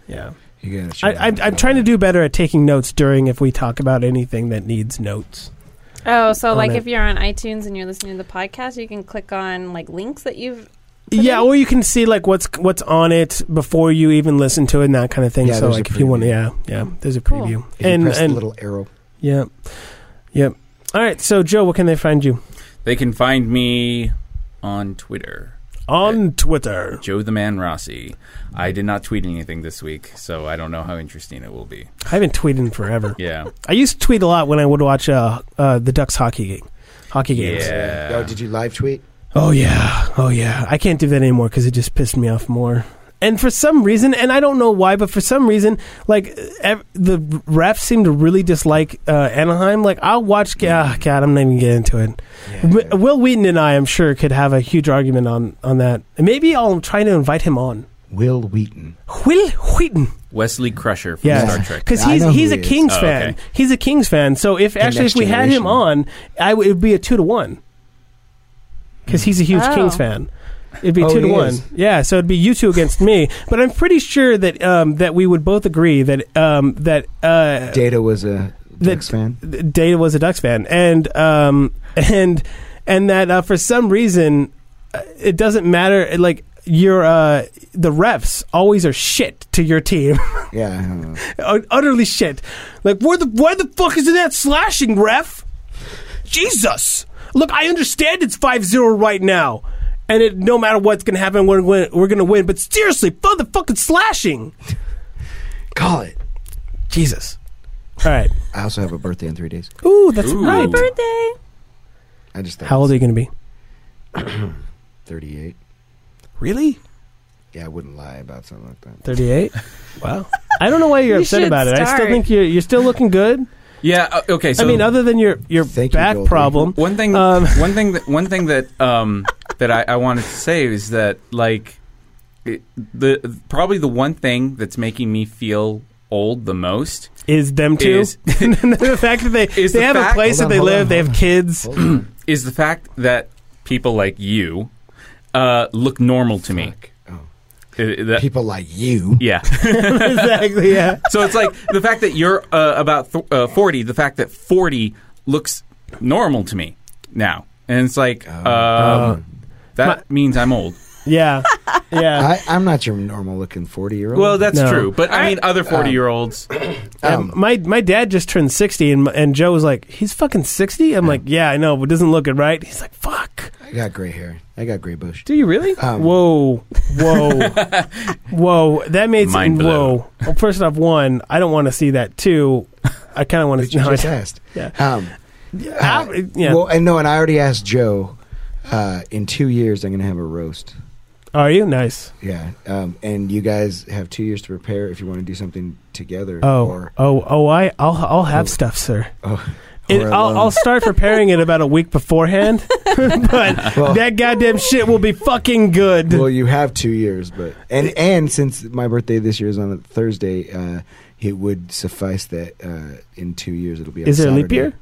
[SPEAKER 1] Yeah,
[SPEAKER 4] You gotta show
[SPEAKER 1] I, I'm,
[SPEAKER 4] him.
[SPEAKER 1] I'm trying to do better at taking notes during if we talk about anything that needs notes.
[SPEAKER 2] Oh, so
[SPEAKER 1] on
[SPEAKER 2] like
[SPEAKER 1] it.
[SPEAKER 2] if you're on iTunes and you're listening to the podcast, you can click on like links that you've. Put
[SPEAKER 1] Yeah,
[SPEAKER 2] in-
[SPEAKER 1] or you can see like what's what's on it before you even listen to it and that kind of thing.
[SPEAKER 4] Yeah,
[SPEAKER 1] so
[SPEAKER 4] there's a
[SPEAKER 1] like if you want,
[SPEAKER 4] preview.
[SPEAKER 1] yeah, yeah, there's a
[SPEAKER 2] Cool.
[SPEAKER 1] preview
[SPEAKER 4] If you press the little arrow.
[SPEAKER 1] Yeah. Yep. All right. So, Joe, where can they find you?
[SPEAKER 3] They can find me on Twitter,
[SPEAKER 4] Uh,
[SPEAKER 1] On Twitter.
[SPEAKER 3] Joe the Man Rossi. I did not tweet anything this week, so I don't know how interesting it will be.
[SPEAKER 1] I haven't tweeted in forever.
[SPEAKER 3] Yeah,
[SPEAKER 1] I used to tweet a lot when I would watch uh, uh, the Ducks hockey game. Hockey games.
[SPEAKER 3] yeah.
[SPEAKER 4] Oh, did you live tweet?
[SPEAKER 1] Oh yeah. Oh yeah. I can't do that anymore because it just pissed me off more. And for some reason, and I don't know why, but for some reason, like eh, ev- the refs seem to really dislike uh, Anaheim. Like I'll watch. ah, God, I'm not even getting into it. Wi- Will Wheaton and I, I'm sure, could have a huge argument on on that. And maybe I'll try to invite him on.
[SPEAKER 4] Will Wheaton.
[SPEAKER 1] Will Wheaton.
[SPEAKER 3] Wesley Crusher from
[SPEAKER 1] Yeah.
[SPEAKER 3] Star Trek.
[SPEAKER 1] because
[SPEAKER 4] I
[SPEAKER 1] he's
[SPEAKER 4] know who
[SPEAKER 1] he's a
[SPEAKER 4] he is.
[SPEAKER 1] Kings
[SPEAKER 3] Oh, okay.
[SPEAKER 1] fan. He's a Kings fan. So if actually if
[SPEAKER 4] Next
[SPEAKER 1] we had him on,
[SPEAKER 4] Generation.
[SPEAKER 1] I w- it would be a two to one because he's a huge
[SPEAKER 2] Oh.
[SPEAKER 1] Kings fan. It'd be
[SPEAKER 4] Oh,
[SPEAKER 1] two to
[SPEAKER 4] he
[SPEAKER 1] one.
[SPEAKER 4] is.
[SPEAKER 1] Yeah, so it'd be you two against me. But I'm pretty sure that um, that we would both agree that um, that uh,
[SPEAKER 4] Data was a
[SPEAKER 1] The-
[SPEAKER 4] Ducks fan.
[SPEAKER 1] Data was a Ducks fan, and um, and and that uh, for some reason uh, it doesn't matter. it, Like your uh, the refs always are shit to your team.
[SPEAKER 4] Yeah. I don't know.
[SPEAKER 1] Ut- utterly shit. Like, where the why the fuck is that slashing ref? Jesus! Look, I understand it's 5-0 right now, and it no matter what's gonna happen, we're gonna, we're gonna win. But seriously, fuck the fucking slashing.
[SPEAKER 4] Call it.
[SPEAKER 1] Jesus. All right.
[SPEAKER 4] I also have a birthday in three days.
[SPEAKER 1] Ooh, that's
[SPEAKER 3] Ooh.
[SPEAKER 2] Happy
[SPEAKER 1] right.
[SPEAKER 2] birthday!
[SPEAKER 4] I just thought
[SPEAKER 1] How old are you gonna be?
[SPEAKER 4] 38.
[SPEAKER 1] Really?
[SPEAKER 4] Yeah, I wouldn't lie about something like that.
[SPEAKER 1] Thirty-eight. Wow. I don't know why you're
[SPEAKER 2] You
[SPEAKER 1] upset
[SPEAKER 2] should
[SPEAKER 1] about it. I still
[SPEAKER 2] start.
[SPEAKER 1] think you're you're still looking good.
[SPEAKER 3] Yeah. uh, Okay. So
[SPEAKER 1] I mean, other than your your
[SPEAKER 4] Thank you,
[SPEAKER 1] back
[SPEAKER 4] Goldie.
[SPEAKER 1] problem.
[SPEAKER 3] One thing,
[SPEAKER 1] Um,
[SPEAKER 3] one thing, that, one thing that um, that I, I wanted to say is that like it, the probably the one thing that's making me feel old the most
[SPEAKER 1] Is them too?
[SPEAKER 3] Is-
[SPEAKER 1] the fact that they
[SPEAKER 3] Is
[SPEAKER 1] they
[SPEAKER 3] the
[SPEAKER 1] have a
[SPEAKER 3] fact-
[SPEAKER 1] place
[SPEAKER 4] Hold
[SPEAKER 1] that
[SPEAKER 4] on,
[SPEAKER 1] they
[SPEAKER 4] hold on,
[SPEAKER 1] live, they
[SPEAKER 4] hold
[SPEAKER 1] have kids.
[SPEAKER 4] Hold on.
[SPEAKER 3] is the fact that people like you uh, look normal to me.
[SPEAKER 4] Fuck. Oh.
[SPEAKER 3] Uh, that-
[SPEAKER 4] People like you.
[SPEAKER 3] yeah.
[SPEAKER 1] exactly. Yeah.
[SPEAKER 3] so it's like the fact that you're uh, about th- uh, 40, the fact that 40 looks normal to me now. And it's like, um, that means I'm old.
[SPEAKER 1] Yeah. Yeah.
[SPEAKER 4] I, I'm not your normal looking 40 year old.
[SPEAKER 3] Well, that's
[SPEAKER 1] No.
[SPEAKER 3] true. But I mean, uh, other 40 year olds.
[SPEAKER 1] Um, my my dad just turned 60 and and Joe was like, "He's fucking 60?" I'm like, "Yeah, I know, but doesn't look it right." He's like, "Fuck."
[SPEAKER 4] I got gray hair. I got gray bush.
[SPEAKER 1] Do you really?
[SPEAKER 4] Um,
[SPEAKER 1] whoa. Whoa. whoa. That made
[SPEAKER 3] Mind
[SPEAKER 1] whoa. Well, first off, one, I don't want to see that. Two, I kind of want
[SPEAKER 4] But
[SPEAKER 1] to.
[SPEAKER 4] you
[SPEAKER 1] No,
[SPEAKER 4] just
[SPEAKER 1] I-
[SPEAKER 4] asked.
[SPEAKER 1] yeah.
[SPEAKER 4] Um,
[SPEAKER 1] Ah,
[SPEAKER 4] uh,
[SPEAKER 1] yeah.
[SPEAKER 4] Well, and no, and I already asked Joe. Uh, in two years, I'm going to have a roast.
[SPEAKER 1] Are you nice?
[SPEAKER 4] Yeah, um, and you guys have two years to prepare if you want to do something together.
[SPEAKER 1] Oh,
[SPEAKER 4] or,
[SPEAKER 1] oh, oh! I, I'll, I'll have
[SPEAKER 4] Oh.
[SPEAKER 1] stuff, sir.
[SPEAKER 4] oh,
[SPEAKER 1] It,
[SPEAKER 4] or
[SPEAKER 1] I'll,
[SPEAKER 4] alone.
[SPEAKER 1] I'll start preparing it about a week beforehand, but
[SPEAKER 4] Well-
[SPEAKER 1] that goddamn shit will be fucking good.
[SPEAKER 4] well, you have two years, but and and since my birthday this year is on a Thursday, uh, it would suffice that uh, in two years it'll be. On
[SPEAKER 1] Is there a leap
[SPEAKER 4] Saturday.
[SPEAKER 1] year?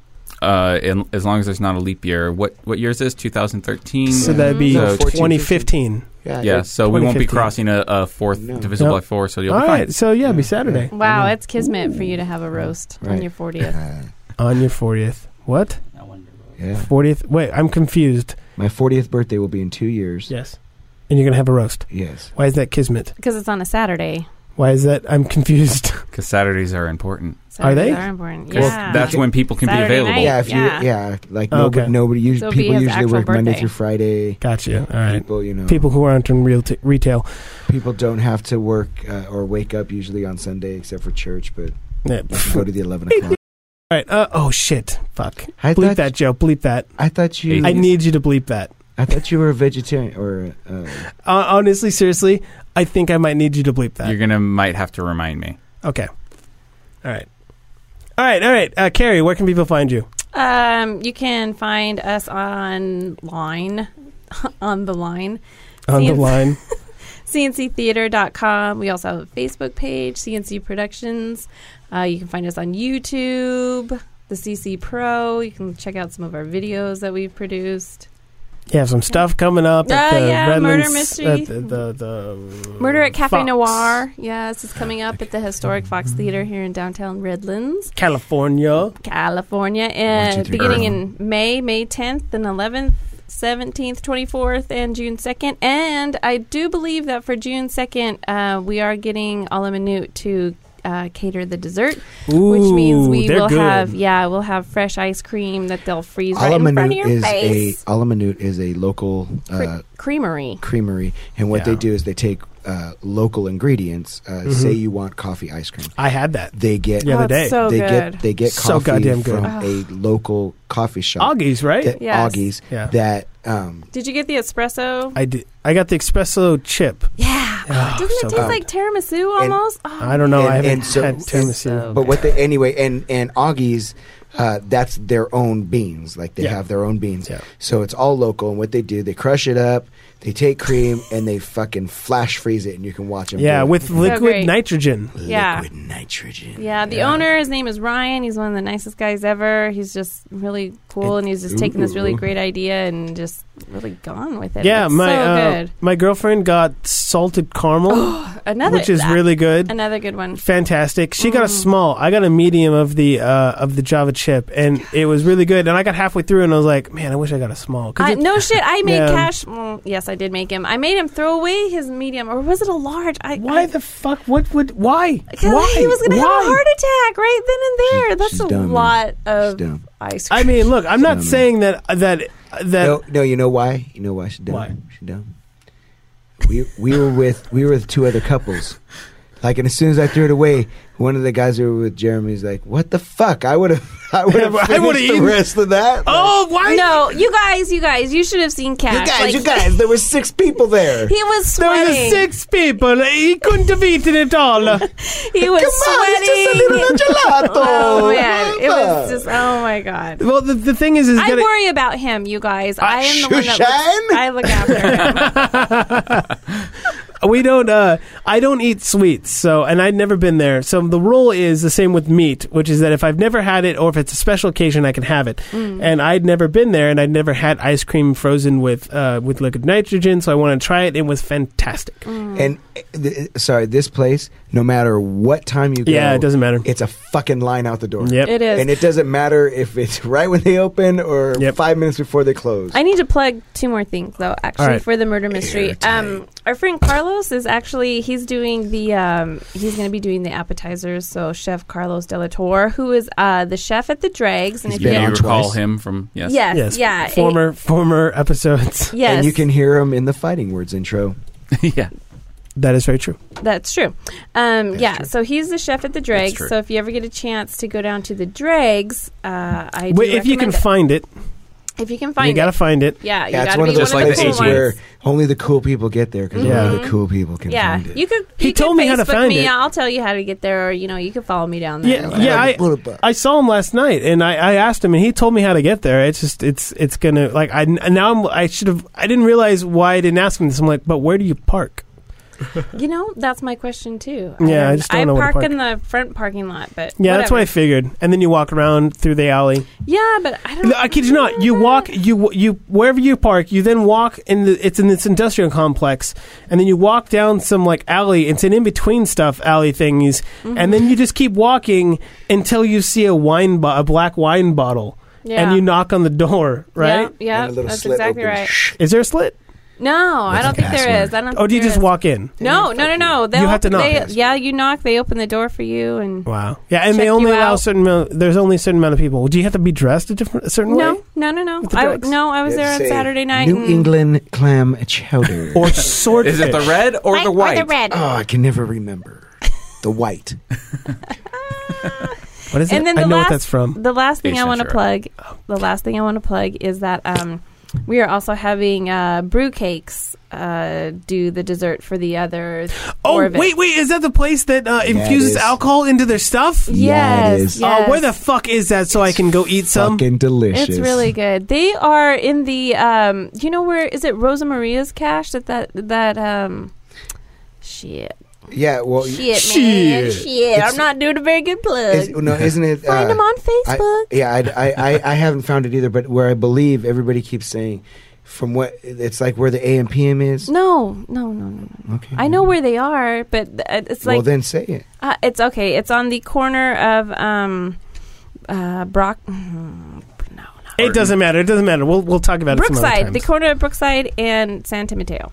[SPEAKER 3] Uh, and as long as there's not a leap year, what what year is this? 2013.
[SPEAKER 1] So
[SPEAKER 4] Yeah.
[SPEAKER 1] that'd be
[SPEAKER 3] So 14,
[SPEAKER 1] 2015.
[SPEAKER 4] Yeah.
[SPEAKER 3] yeah, so we won't be
[SPEAKER 1] 2015.
[SPEAKER 3] crossing a, a fourth
[SPEAKER 4] No.
[SPEAKER 3] divisible
[SPEAKER 1] No.
[SPEAKER 3] by four, so you'll
[SPEAKER 1] All
[SPEAKER 3] be fine.
[SPEAKER 1] right, so yeah, it'd be Saturday
[SPEAKER 2] Wow, it's kismet for you to have a roast on
[SPEAKER 4] Right.
[SPEAKER 2] your
[SPEAKER 4] it-
[SPEAKER 2] 40th.
[SPEAKER 4] uh,
[SPEAKER 1] on your 40th. What?
[SPEAKER 4] yeah.
[SPEAKER 1] 40th? Wait, I'm confused.
[SPEAKER 4] My 40th birthday will be in two years.
[SPEAKER 1] Yes. And you're gonna have a roast.
[SPEAKER 4] Yes.
[SPEAKER 1] Why is that kismet?
[SPEAKER 2] Because it's on a Saturday.
[SPEAKER 1] Why is that? I'm confused.
[SPEAKER 3] Because Saturdays are important.
[SPEAKER 2] Saturdays
[SPEAKER 1] they?
[SPEAKER 2] Are important.
[SPEAKER 3] Because
[SPEAKER 2] Yeah.
[SPEAKER 3] that's when people can
[SPEAKER 2] Saturday
[SPEAKER 3] be available.
[SPEAKER 2] night.
[SPEAKER 4] Yeah. If
[SPEAKER 2] Yeah.
[SPEAKER 4] you, yeah, like
[SPEAKER 1] Oh,
[SPEAKER 4] nobody,
[SPEAKER 1] okay.
[SPEAKER 4] nobody us-
[SPEAKER 2] So it'll be
[SPEAKER 4] people
[SPEAKER 2] his
[SPEAKER 4] usually
[SPEAKER 2] actual
[SPEAKER 4] work Monday
[SPEAKER 2] birthday.
[SPEAKER 4] through Friday.
[SPEAKER 1] Gotcha. All right.
[SPEAKER 4] People, you know,
[SPEAKER 1] People who aren't in real t- retail.
[SPEAKER 4] people don't have to work uh, or wake up usually on Sunday except for church, but
[SPEAKER 1] Yeah.
[SPEAKER 4] they can go to the 11 o'clock.
[SPEAKER 1] All right. Uh, oh shit. Fuck.
[SPEAKER 4] I
[SPEAKER 1] bleep
[SPEAKER 4] thought-
[SPEAKER 1] that, Joe. Bleep that.
[SPEAKER 4] I thought you.
[SPEAKER 1] I need you to bleep that.
[SPEAKER 4] I thought you were a vegetarian or. Uh,
[SPEAKER 1] Uh, honestly, seriously, I think I might need you to bleep that.
[SPEAKER 3] You're gonna might have to remind me.
[SPEAKER 1] Okay. All right. All right. All right. Uh, Carrie, where can people find you?
[SPEAKER 2] Um, you can find us online, on the line,
[SPEAKER 1] On the
[SPEAKER 2] Yes.
[SPEAKER 1] line.
[SPEAKER 2] cnctheater.com. We also have a Facebook page, CNC Productions. Uh, you can find us on YouTube, the CC Pro. You can check out some of our videos that we've produced.
[SPEAKER 1] You have some stuff coming up. At
[SPEAKER 2] Uh,
[SPEAKER 1] the
[SPEAKER 2] yeah,
[SPEAKER 1] Redlands,
[SPEAKER 2] murder mystery.
[SPEAKER 1] at the, the, the-
[SPEAKER 2] Murder at Cafe
[SPEAKER 1] Fox,
[SPEAKER 2] Noir. Yes, it's coming up at the historic Fox Theater here in downtown Redlands,
[SPEAKER 1] California.
[SPEAKER 2] California,
[SPEAKER 4] One,
[SPEAKER 2] and
[SPEAKER 4] two, three,
[SPEAKER 2] beginning
[SPEAKER 4] four.
[SPEAKER 2] in May, May 10th and 11th. 17th, 24th, and June 2nd. And I do believe that for June 2nd, uh, we are getting Ala Minute to uh, cater the dessert,
[SPEAKER 1] Ooh,
[SPEAKER 2] which means we
[SPEAKER 1] they're
[SPEAKER 2] will
[SPEAKER 1] good.
[SPEAKER 2] have, yeah, we'll have fresh ice cream that they'll freeze right
[SPEAKER 4] Ala
[SPEAKER 2] in front of
[SPEAKER 4] Minute
[SPEAKER 2] your
[SPEAKER 4] is
[SPEAKER 2] face.
[SPEAKER 4] a Ala Minute is a local
[SPEAKER 2] Cre-
[SPEAKER 4] uh,
[SPEAKER 2] creamery.
[SPEAKER 4] creamery, and what
[SPEAKER 1] Yeah.
[SPEAKER 4] they do is they take uh, local ingredients. Uh, Say you want coffee ice cream,
[SPEAKER 1] I had that.
[SPEAKER 4] they get
[SPEAKER 1] Yeah, The other
[SPEAKER 2] oh,
[SPEAKER 1] day.
[SPEAKER 2] it's so
[SPEAKER 4] they
[SPEAKER 2] good.
[SPEAKER 4] get they get
[SPEAKER 1] So
[SPEAKER 4] coffee
[SPEAKER 1] goddamn good.
[SPEAKER 4] from a local coffee shop.
[SPEAKER 1] Augie's, right?
[SPEAKER 4] that-
[SPEAKER 2] Yes.
[SPEAKER 4] Augie's
[SPEAKER 1] Yeah.
[SPEAKER 4] that um,
[SPEAKER 2] Did you get the espresso?
[SPEAKER 1] I did. I got the espresso chip.
[SPEAKER 2] Yeah.
[SPEAKER 1] Oh,
[SPEAKER 2] Doesn't it
[SPEAKER 1] so
[SPEAKER 2] taste
[SPEAKER 1] good.
[SPEAKER 2] like tiramisu almost? oh,
[SPEAKER 1] I don't know. I
[SPEAKER 4] And-
[SPEAKER 1] haven't
[SPEAKER 4] and so-
[SPEAKER 1] had tiramisu.
[SPEAKER 2] So
[SPEAKER 4] But what they anyway, and and Augie's, uh, that's their own beans. Like they
[SPEAKER 1] Yeah.
[SPEAKER 4] have their own beans,
[SPEAKER 1] Yeah.
[SPEAKER 4] so it's all local. And what they do, they crush it up, they take cream, and they fucking flash freeze it, and you can watch them.
[SPEAKER 1] yeah,
[SPEAKER 4] do it.
[SPEAKER 1] with liquid
[SPEAKER 2] great.
[SPEAKER 1] nitrogen.
[SPEAKER 4] liquid
[SPEAKER 2] Yeah.
[SPEAKER 4] nitrogen.
[SPEAKER 2] Oh. yeah, the owner, his name is Ryan. He's one of the nicest guys ever. He's just really cool, and he's just taking this really
[SPEAKER 4] Ooh.
[SPEAKER 2] great idea and just really gone with it.
[SPEAKER 1] Yeah,
[SPEAKER 2] It's
[SPEAKER 1] my
[SPEAKER 2] so
[SPEAKER 1] uh,
[SPEAKER 2] good.
[SPEAKER 1] my girlfriend got salted caramel,
[SPEAKER 2] Another,
[SPEAKER 1] which is
[SPEAKER 2] uh,
[SPEAKER 1] really good.
[SPEAKER 2] another good one.
[SPEAKER 1] fantastic. She got a
[SPEAKER 2] Mm.
[SPEAKER 1] small. I got a medium of the uh, of the Java chip, and it was really good. And I got halfway through, and I was like, "Man, I wish I got a small." 'Cause
[SPEAKER 2] I,
[SPEAKER 1] it-
[SPEAKER 2] no shit, I made
[SPEAKER 1] Yeah.
[SPEAKER 2] Cash. mm, yes, I did make him. I made him throw away his medium, or was it a large? I,
[SPEAKER 1] why
[SPEAKER 2] I,
[SPEAKER 1] the fuck? What would why? Why?
[SPEAKER 2] Because he was going to have
[SPEAKER 1] Why?
[SPEAKER 2] a heart attack right then and there.
[SPEAKER 4] She's-
[SPEAKER 2] That's
[SPEAKER 4] she's
[SPEAKER 2] a
[SPEAKER 4] dumb.
[SPEAKER 2] lot
[SPEAKER 4] She's
[SPEAKER 2] of
[SPEAKER 4] dumb.
[SPEAKER 2] ice cream.
[SPEAKER 1] I mean, look, I'm not
[SPEAKER 4] Dumb.
[SPEAKER 1] saying that that that.
[SPEAKER 4] No, no, you know why? You know why she dumb?
[SPEAKER 1] Uh, Why?
[SPEAKER 4] She dumb. We we were with we were with two other couples. Like and as soon as I threw it away, one of the guys who were with Jeremy's like, "What the fuck? I would have, I would have,
[SPEAKER 1] I
[SPEAKER 4] I
[SPEAKER 1] would've
[SPEAKER 4] the
[SPEAKER 1] eaten-
[SPEAKER 4] rest of that."
[SPEAKER 1] Oh, why?
[SPEAKER 2] No, you guys, you guys, you should have seen Cash.
[SPEAKER 4] you guys,
[SPEAKER 2] Like,
[SPEAKER 4] you guys, there were six people there.
[SPEAKER 2] He was
[SPEAKER 1] There
[SPEAKER 2] sweating.
[SPEAKER 1] was six people. He couldn't have eaten it all.
[SPEAKER 2] He was
[SPEAKER 4] Come on,
[SPEAKER 2] sweating.
[SPEAKER 4] Oh, it's just a little gelato.
[SPEAKER 2] oh man, it was
[SPEAKER 4] Whatever.
[SPEAKER 2] just oh my god.
[SPEAKER 1] Well, the, the thing is, is
[SPEAKER 2] I
[SPEAKER 1] getting.
[SPEAKER 2] worry about him, you guys. I am the one that looks,
[SPEAKER 4] Uh, Shushan?
[SPEAKER 2] I look after him.
[SPEAKER 1] we don't uh i don't eat sweets so and i've never been there so the rule is the same with meat which is that if i've never had it or if it's a special occasion i can have it
[SPEAKER 2] Mm.
[SPEAKER 1] and i'd never been there and i'd never had ice cream frozen with uh with liquid nitrogen so i want to try it it was fantastic
[SPEAKER 2] Mm.
[SPEAKER 4] And uh, th- sorry, this place, no matter what time you go,
[SPEAKER 1] Yeah, it doesn't matter.
[SPEAKER 4] It's a fucking line out the door.
[SPEAKER 1] Yep.
[SPEAKER 2] It is.
[SPEAKER 4] And it doesn't matter if it's right when they open or
[SPEAKER 1] Yep.
[SPEAKER 4] five minutes before they close.
[SPEAKER 2] I need to plug two more things though, actually,
[SPEAKER 1] All right.
[SPEAKER 2] for the murder mystery. Um, our friend Carlos is actually he's doing the um, he's going to be doing the appetizers. So Chef Carlos De La Torre, who is uh, the chef at the Dregs, and
[SPEAKER 4] He's
[SPEAKER 2] if
[SPEAKER 4] been
[SPEAKER 2] you
[SPEAKER 3] Do you
[SPEAKER 4] on
[SPEAKER 3] recall
[SPEAKER 4] twice.
[SPEAKER 3] him from yes?
[SPEAKER 2] yes,
[SPEAKER 1] yes
[SPEAKER 2] yeah,
[SPEAKER 1] former former episodes
[SPEAKER 2] yes,
[SPEAKER 4] And you can hear them in the fighting words intro.
[SPEAKER 3] yeah.
[SPEAKER 1] That is very true.
[SPEAKER 2] That's true. Um,
[SPEAKER 4] That's
[SPEAKER 2] yeah,
[SPEAKER 4] true.
[SPEAKER 2] so he's the chef at the Dregs.
[SPEAKER 3] true.
[SPEAKER 2] So if you ever get a chance to go down to the Dregs, uh, I do
[SPEAKER 1] Wait, if you can
[SPEAKER 2] recommend it.
[SPEAKER 1] find it,
[SPEAKER 2] if you can
[SPEAKER 1] you
[SPEAKER 2] find
[SPEAKER 1] gotta
[SPEAKER 2] it,
[SPEAKER 1] find it.
[SPEAKER 2] yeah, you
[SPEAKER 4] Yeah, it's
[SPEAKER 2] gotta
[SPEAKER 4] one of
[SPEAKER 2] be
[SPEAKER 4] those
[SPEAKER 2] one of the
[SPEAKER 4] places
[SPEAKER 2] cool ones.
[SPEAKER 4] where only the cool people get there because
[SPEAKER 1] Yeah.
[SPEAKER 4] only the cool people can
[SPEAKER 2] yeah,
[SPEAKER 4] find it.
[SPEAKER 2] you could.
[SPEAKER 1] He
[SPEAKER 2] you
[SPEAKER 1] told
[SPEAKER 2] could
[SPEAKER 1] me how to
[SPEAKER 2] Facebook
[SPEAKER 1] find
[SPEAKER 2] me.
[SPEAKER 1] it.
[SPEAKER 2] I'll tell you how to get there, or you know, you could follow me down there.
[SPEAKER 1] Yeah,
[SPEAKER 2] Like,
[SPEAKER 1] yeah, I-
[SPEAKER 4] Little buck.
[SPEAKER 1] I saw him last night, and I, I asked him, and he told me how to get there. It's just it's it's gonna like I and now I'm, I should have I didn't realize why I didn't ask him this. I'm like, but where do you park?
[SPEAKER 2] You know, that's my question too.
[SPEAKER 1] Yeah, I just don't know where to
[SPEAKER 2] park,
[SPEAKER 1] park.
[SPEAKER 2] in the front parking lot, but
[SPEAKER 1] Yeah, that's what I
[SPEAKER 2] whatever.
[SPEAKER 1] figured. And then you walk around through the alley.
[SPEAKER 2] Yeah, but I don't.
[SPEAKER 1] I kid you not. You walk, you you wherever you park, you then walk in the. It's in this industrial complex, and then you walk down some like alley. It's an in between stuff alley thingies,
[SPEAKER 2] Mm-hmm.
[SPEAKER 1] and then you just keep walking until you see a wine, bo- a black wine bottle,
[SPEAKER 2] Yeah.
[SPEAKER 1] and you knock on the door. Right?
[SPEAKER 2] Yeah,
[SPEAKER 4] And a
[SPEAKER 2] yeah
[SPEAKER 4] little
[SPEAKER 2] that's
[SPEAKER 4] slit
[SPEAKER 2] exactly
[SPEAKER 4] open.
[SPEAKER 2] right.
[SPEAKER 4] Shh.
[SPEAKER 1] Is there a slit,
[SPEAKER 2] No, I
[SPEAKER 4] With
[SPEAKER 2] don't
[SPEAKER 4] a
[SPEAKER 2] think there
[SPEAKER 4] password.
[SPEAKER 2] is. I don't.
[SPEAKER 1] or
[SPEAKER 2] think
[SPEAKER 1] Oh, do you
[SPEAKER 2] there
[SPEAKER 1] just
[SPEAKER 2] is.
[SPEAKER 1] walk in?
[SPEAKER 2] No, no, no, no. They'll-
[SPEAKER 1] have to knock.
[SPEAKER 2] They, yeah, you knock. They open the door for you, and
[SPEAKER 1] Wow. Yeah, and
[SPEAKER 2] Check
[SPEAKER 1] they only
[SPEAKER 2] you
[SPEAKER 1] allow
[SPEAKER 2] out.
[SPEAKER 1] certain. Amount, there's only a certain amount of people. Do you have to be dressed a different a certain way?
[SPEAKER 2] no, no, no, no.
[SPEAKER 1] With the
[SPEAKER 2] I,
[SPEAKER 1] drugs.
[SPEAKER 2] no, I was
[SPEAKER 4] They
[SPEAKER 2] there on
[SPEAKER 4] say,
[SPEAKER 2] Saturday night.
[SPEAKER 4] New
[SPEAKER 2] and
[SPEAKER 4] England clam chowder.
[SPEAKER 1] Or swordfish?
[SPEAKER 3] Is it the red or the white?
[SPEAKER 2] red.
[SPEAKER 4] oh, I can never remember. The white.
[SPEAKER 1] What is it?
[SPEAKER 2] And then the
[SPEAKER 1] I know
[SPEAKER 2] last-
[SPEAKER 1] what that's from.
[SPEAKER 2] The last thing I want to
[SPEAKER 3] Accenture.
[SPEAKER 2] plug. The last thing I want to plug is that um, we are also having uh, brew cakes uh, do the dessert for the other.
[SPEAKER 1] Oh
[SPEAKER 2] Orville.
[SPEAKER 1] wait, wait! Is that the place that uh,
[SPEAKER 4] Yeah, it
[SPEAKER 1] infuses
[SPEAKER 4] is.
[SPEAKER 1] alcohol into their stuff?
[SPEAKER 4] Yeah, it
[SPEAKER 2] Yes.
[SPEAKER 4] is.
[SPEAKER 2] yes.
[SPEAKER 1] Oh, where the fuck is that? So I can go eat some.
[SPEAKER 4] Fucking delicious.
[SPEAKER 2] It's really good. They are in the um do you know where is it Rosa Maria's cash that that that um shit.
[SPEAKER 4] Yeah, well,
[SPEAKER 2] Shit, man.
[SPEAKER 1] Shit.
[SPEAKER 2] Shit.
[SPEAKER 4] It's-
[SPEAKER 2] I'm not doing a very good
[SPEAKER 4] is,
[SPEAKER 2] plug.
[SPEAKER 4] no, isn't it?
[SPEAKER 2] Find
[SPEAKER 4] uh,
[SPEAKER 2] them on
[SPEAKER 4] I-
[SPEAKER 2] Facebook.
[SPEAKER 4] yeah, I, I, I, I haven't found it either, but where I believe everybody keeps saying, from what it's like where the AM PM is.
[SPEAKER 2] no, no, no, no, no.
[SPEAKER 4] Okay.
[SPEAKER 2] I know where they are, but th- it's
[SPEAKER 4] well,
[SPEAKER 2] like
[SPEAKER 4] then say it.
[SPEAKER 2] uh, it's okay. It's on the corner of um uh Brock mm, no, no.
[SPEAKER 1] It doesn't matter. It doesn't matter. We'll we'll talk about it. Some other
[SPEAKER 2] Brookside,
[SPEAKER 1] times.
[SPEAKER 2] the corner of Brookside and San Mateo.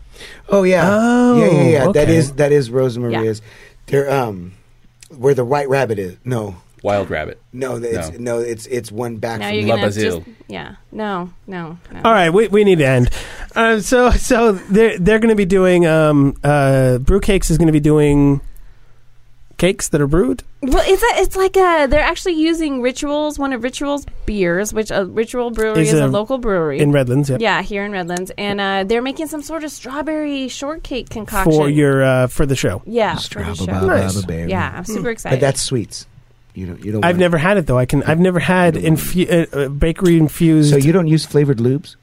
[SPEAKER 4] Oh yeah.
[SPEAKER 1] Oh,
[SPEAKER 4] yeah, yeah, yeah. That
[SPEAKER 1] okay.
[SPEAKER 4] is that is Rosemaria's. They're um, where the White Rabbit is. No,
[SPEAKER 3] Wild rabbit.
[SPEAKER 4] no, it's no, it's it's one back.
[SPEAKER 2] Now
[SPEAKER 4] from
[SPEAKER 2] you're
[SPEAKER 4] the-
[SPEAKER 3] La
[SPEAKER 2] gonna
[SPEAKER 3] Basile.
[SPEAKER 2] just, yeah. No, no, no.
[SPEAKER 1] All right, we, we need to end. Um, so so they're they're going to be doing um uh brew cakes is going to be doing cakes that are brewed.
[SPEAKER 2] Well, it's a, it's like a they're actually using rituals. One of rituals beers, which a ritual brewery
[SPEAKER 1] Is
[SPEAKER 2] is,
[SPEAKER 1] a-
[SPEAKER 2] a, local brewery.
[SPEAKER 1] In Redlands, yep.
[SPEAKER 2] yeah, here in Redlands, and uh, they're making some sort of strawberry shortcake concoction
[SPEAKER 1] for your uh, for the show.
[SPEAKER 2] yeah for the
[SPEAKER 4] Strabba
[SPEAKER 2] show.
[SPEAKER 4] Baba
[SPEAKER 1] Nice.
[SPEAKER 4] Baba Berry.
[SPEAKER 2] Yeah, I'm super excited.
[SPEAKER 4] Hmm. but that's sweets. You don't. You don't.
[SPEAKER 1] I've
[SPEAKER 4] want-
[SPEAKER 1] never had it though. I can. I've never had infu- uh, uh, bakery infused.
[SPEAKER 4] So you don't use flavored lubes?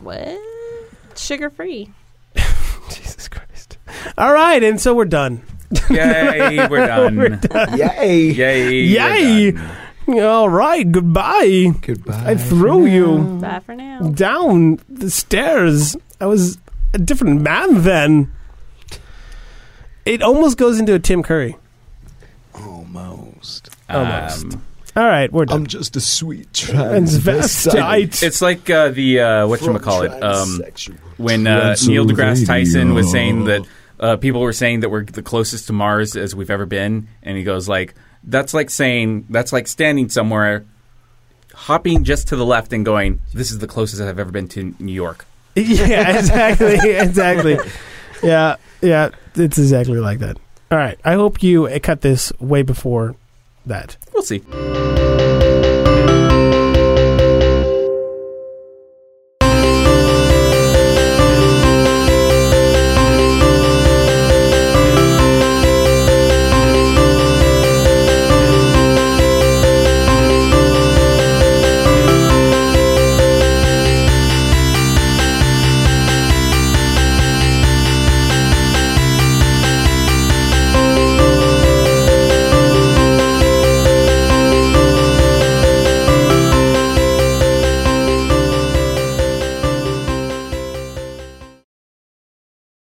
[SPEAKER 2] what sugar free.
[SPEAKER 1] Jesus Christ. All right, and so we're done.
[SPEAKER 3] Yay, we're done.
[SPEAKER 4] Yay!
[SPEAKER 3] Yay.
[SPEAKER 1] Yay.
[SPEAKER 3] we're done.
[SPEAKER 1] All right, goodbye.
[SPEAKER 4] Goodbye.
[SPEAKER 1] I threw you
[SPEAKER 2] Bye for now.
[SPEAKER 1] down the stairs. I was a different man then. It almost goes into a Tim Curry.
[SPEAKER 4] Almost.
[SPEAKER 1] Almost.
[SPEAKER 3] Um,
[SPEAKER 1] All right, we're done.
[SPEAKER 4] just a sweet
[SPEAKER 1] Transvestite.
[SPEAKER 3] it's like uh, the, uh, whatchamacallit, um, when uh,
[SPEAKER 4] Transylvania.
[SPEAKER 3] Neil deGrasse Tyson was saying that uh, people were saying that we're the closest to Mars as we've ever been, and he goes like, "That's like saying that's like standing somewhere, hopping just to the left and going, this is the closest I've ever been to New York."
[SPEAKER 1] yeah, exactly, exactly. Yeah, yeah, it's exactly like that. All right, I hope you uh, cut this way before that.
[SPEAKER 3] We'll see.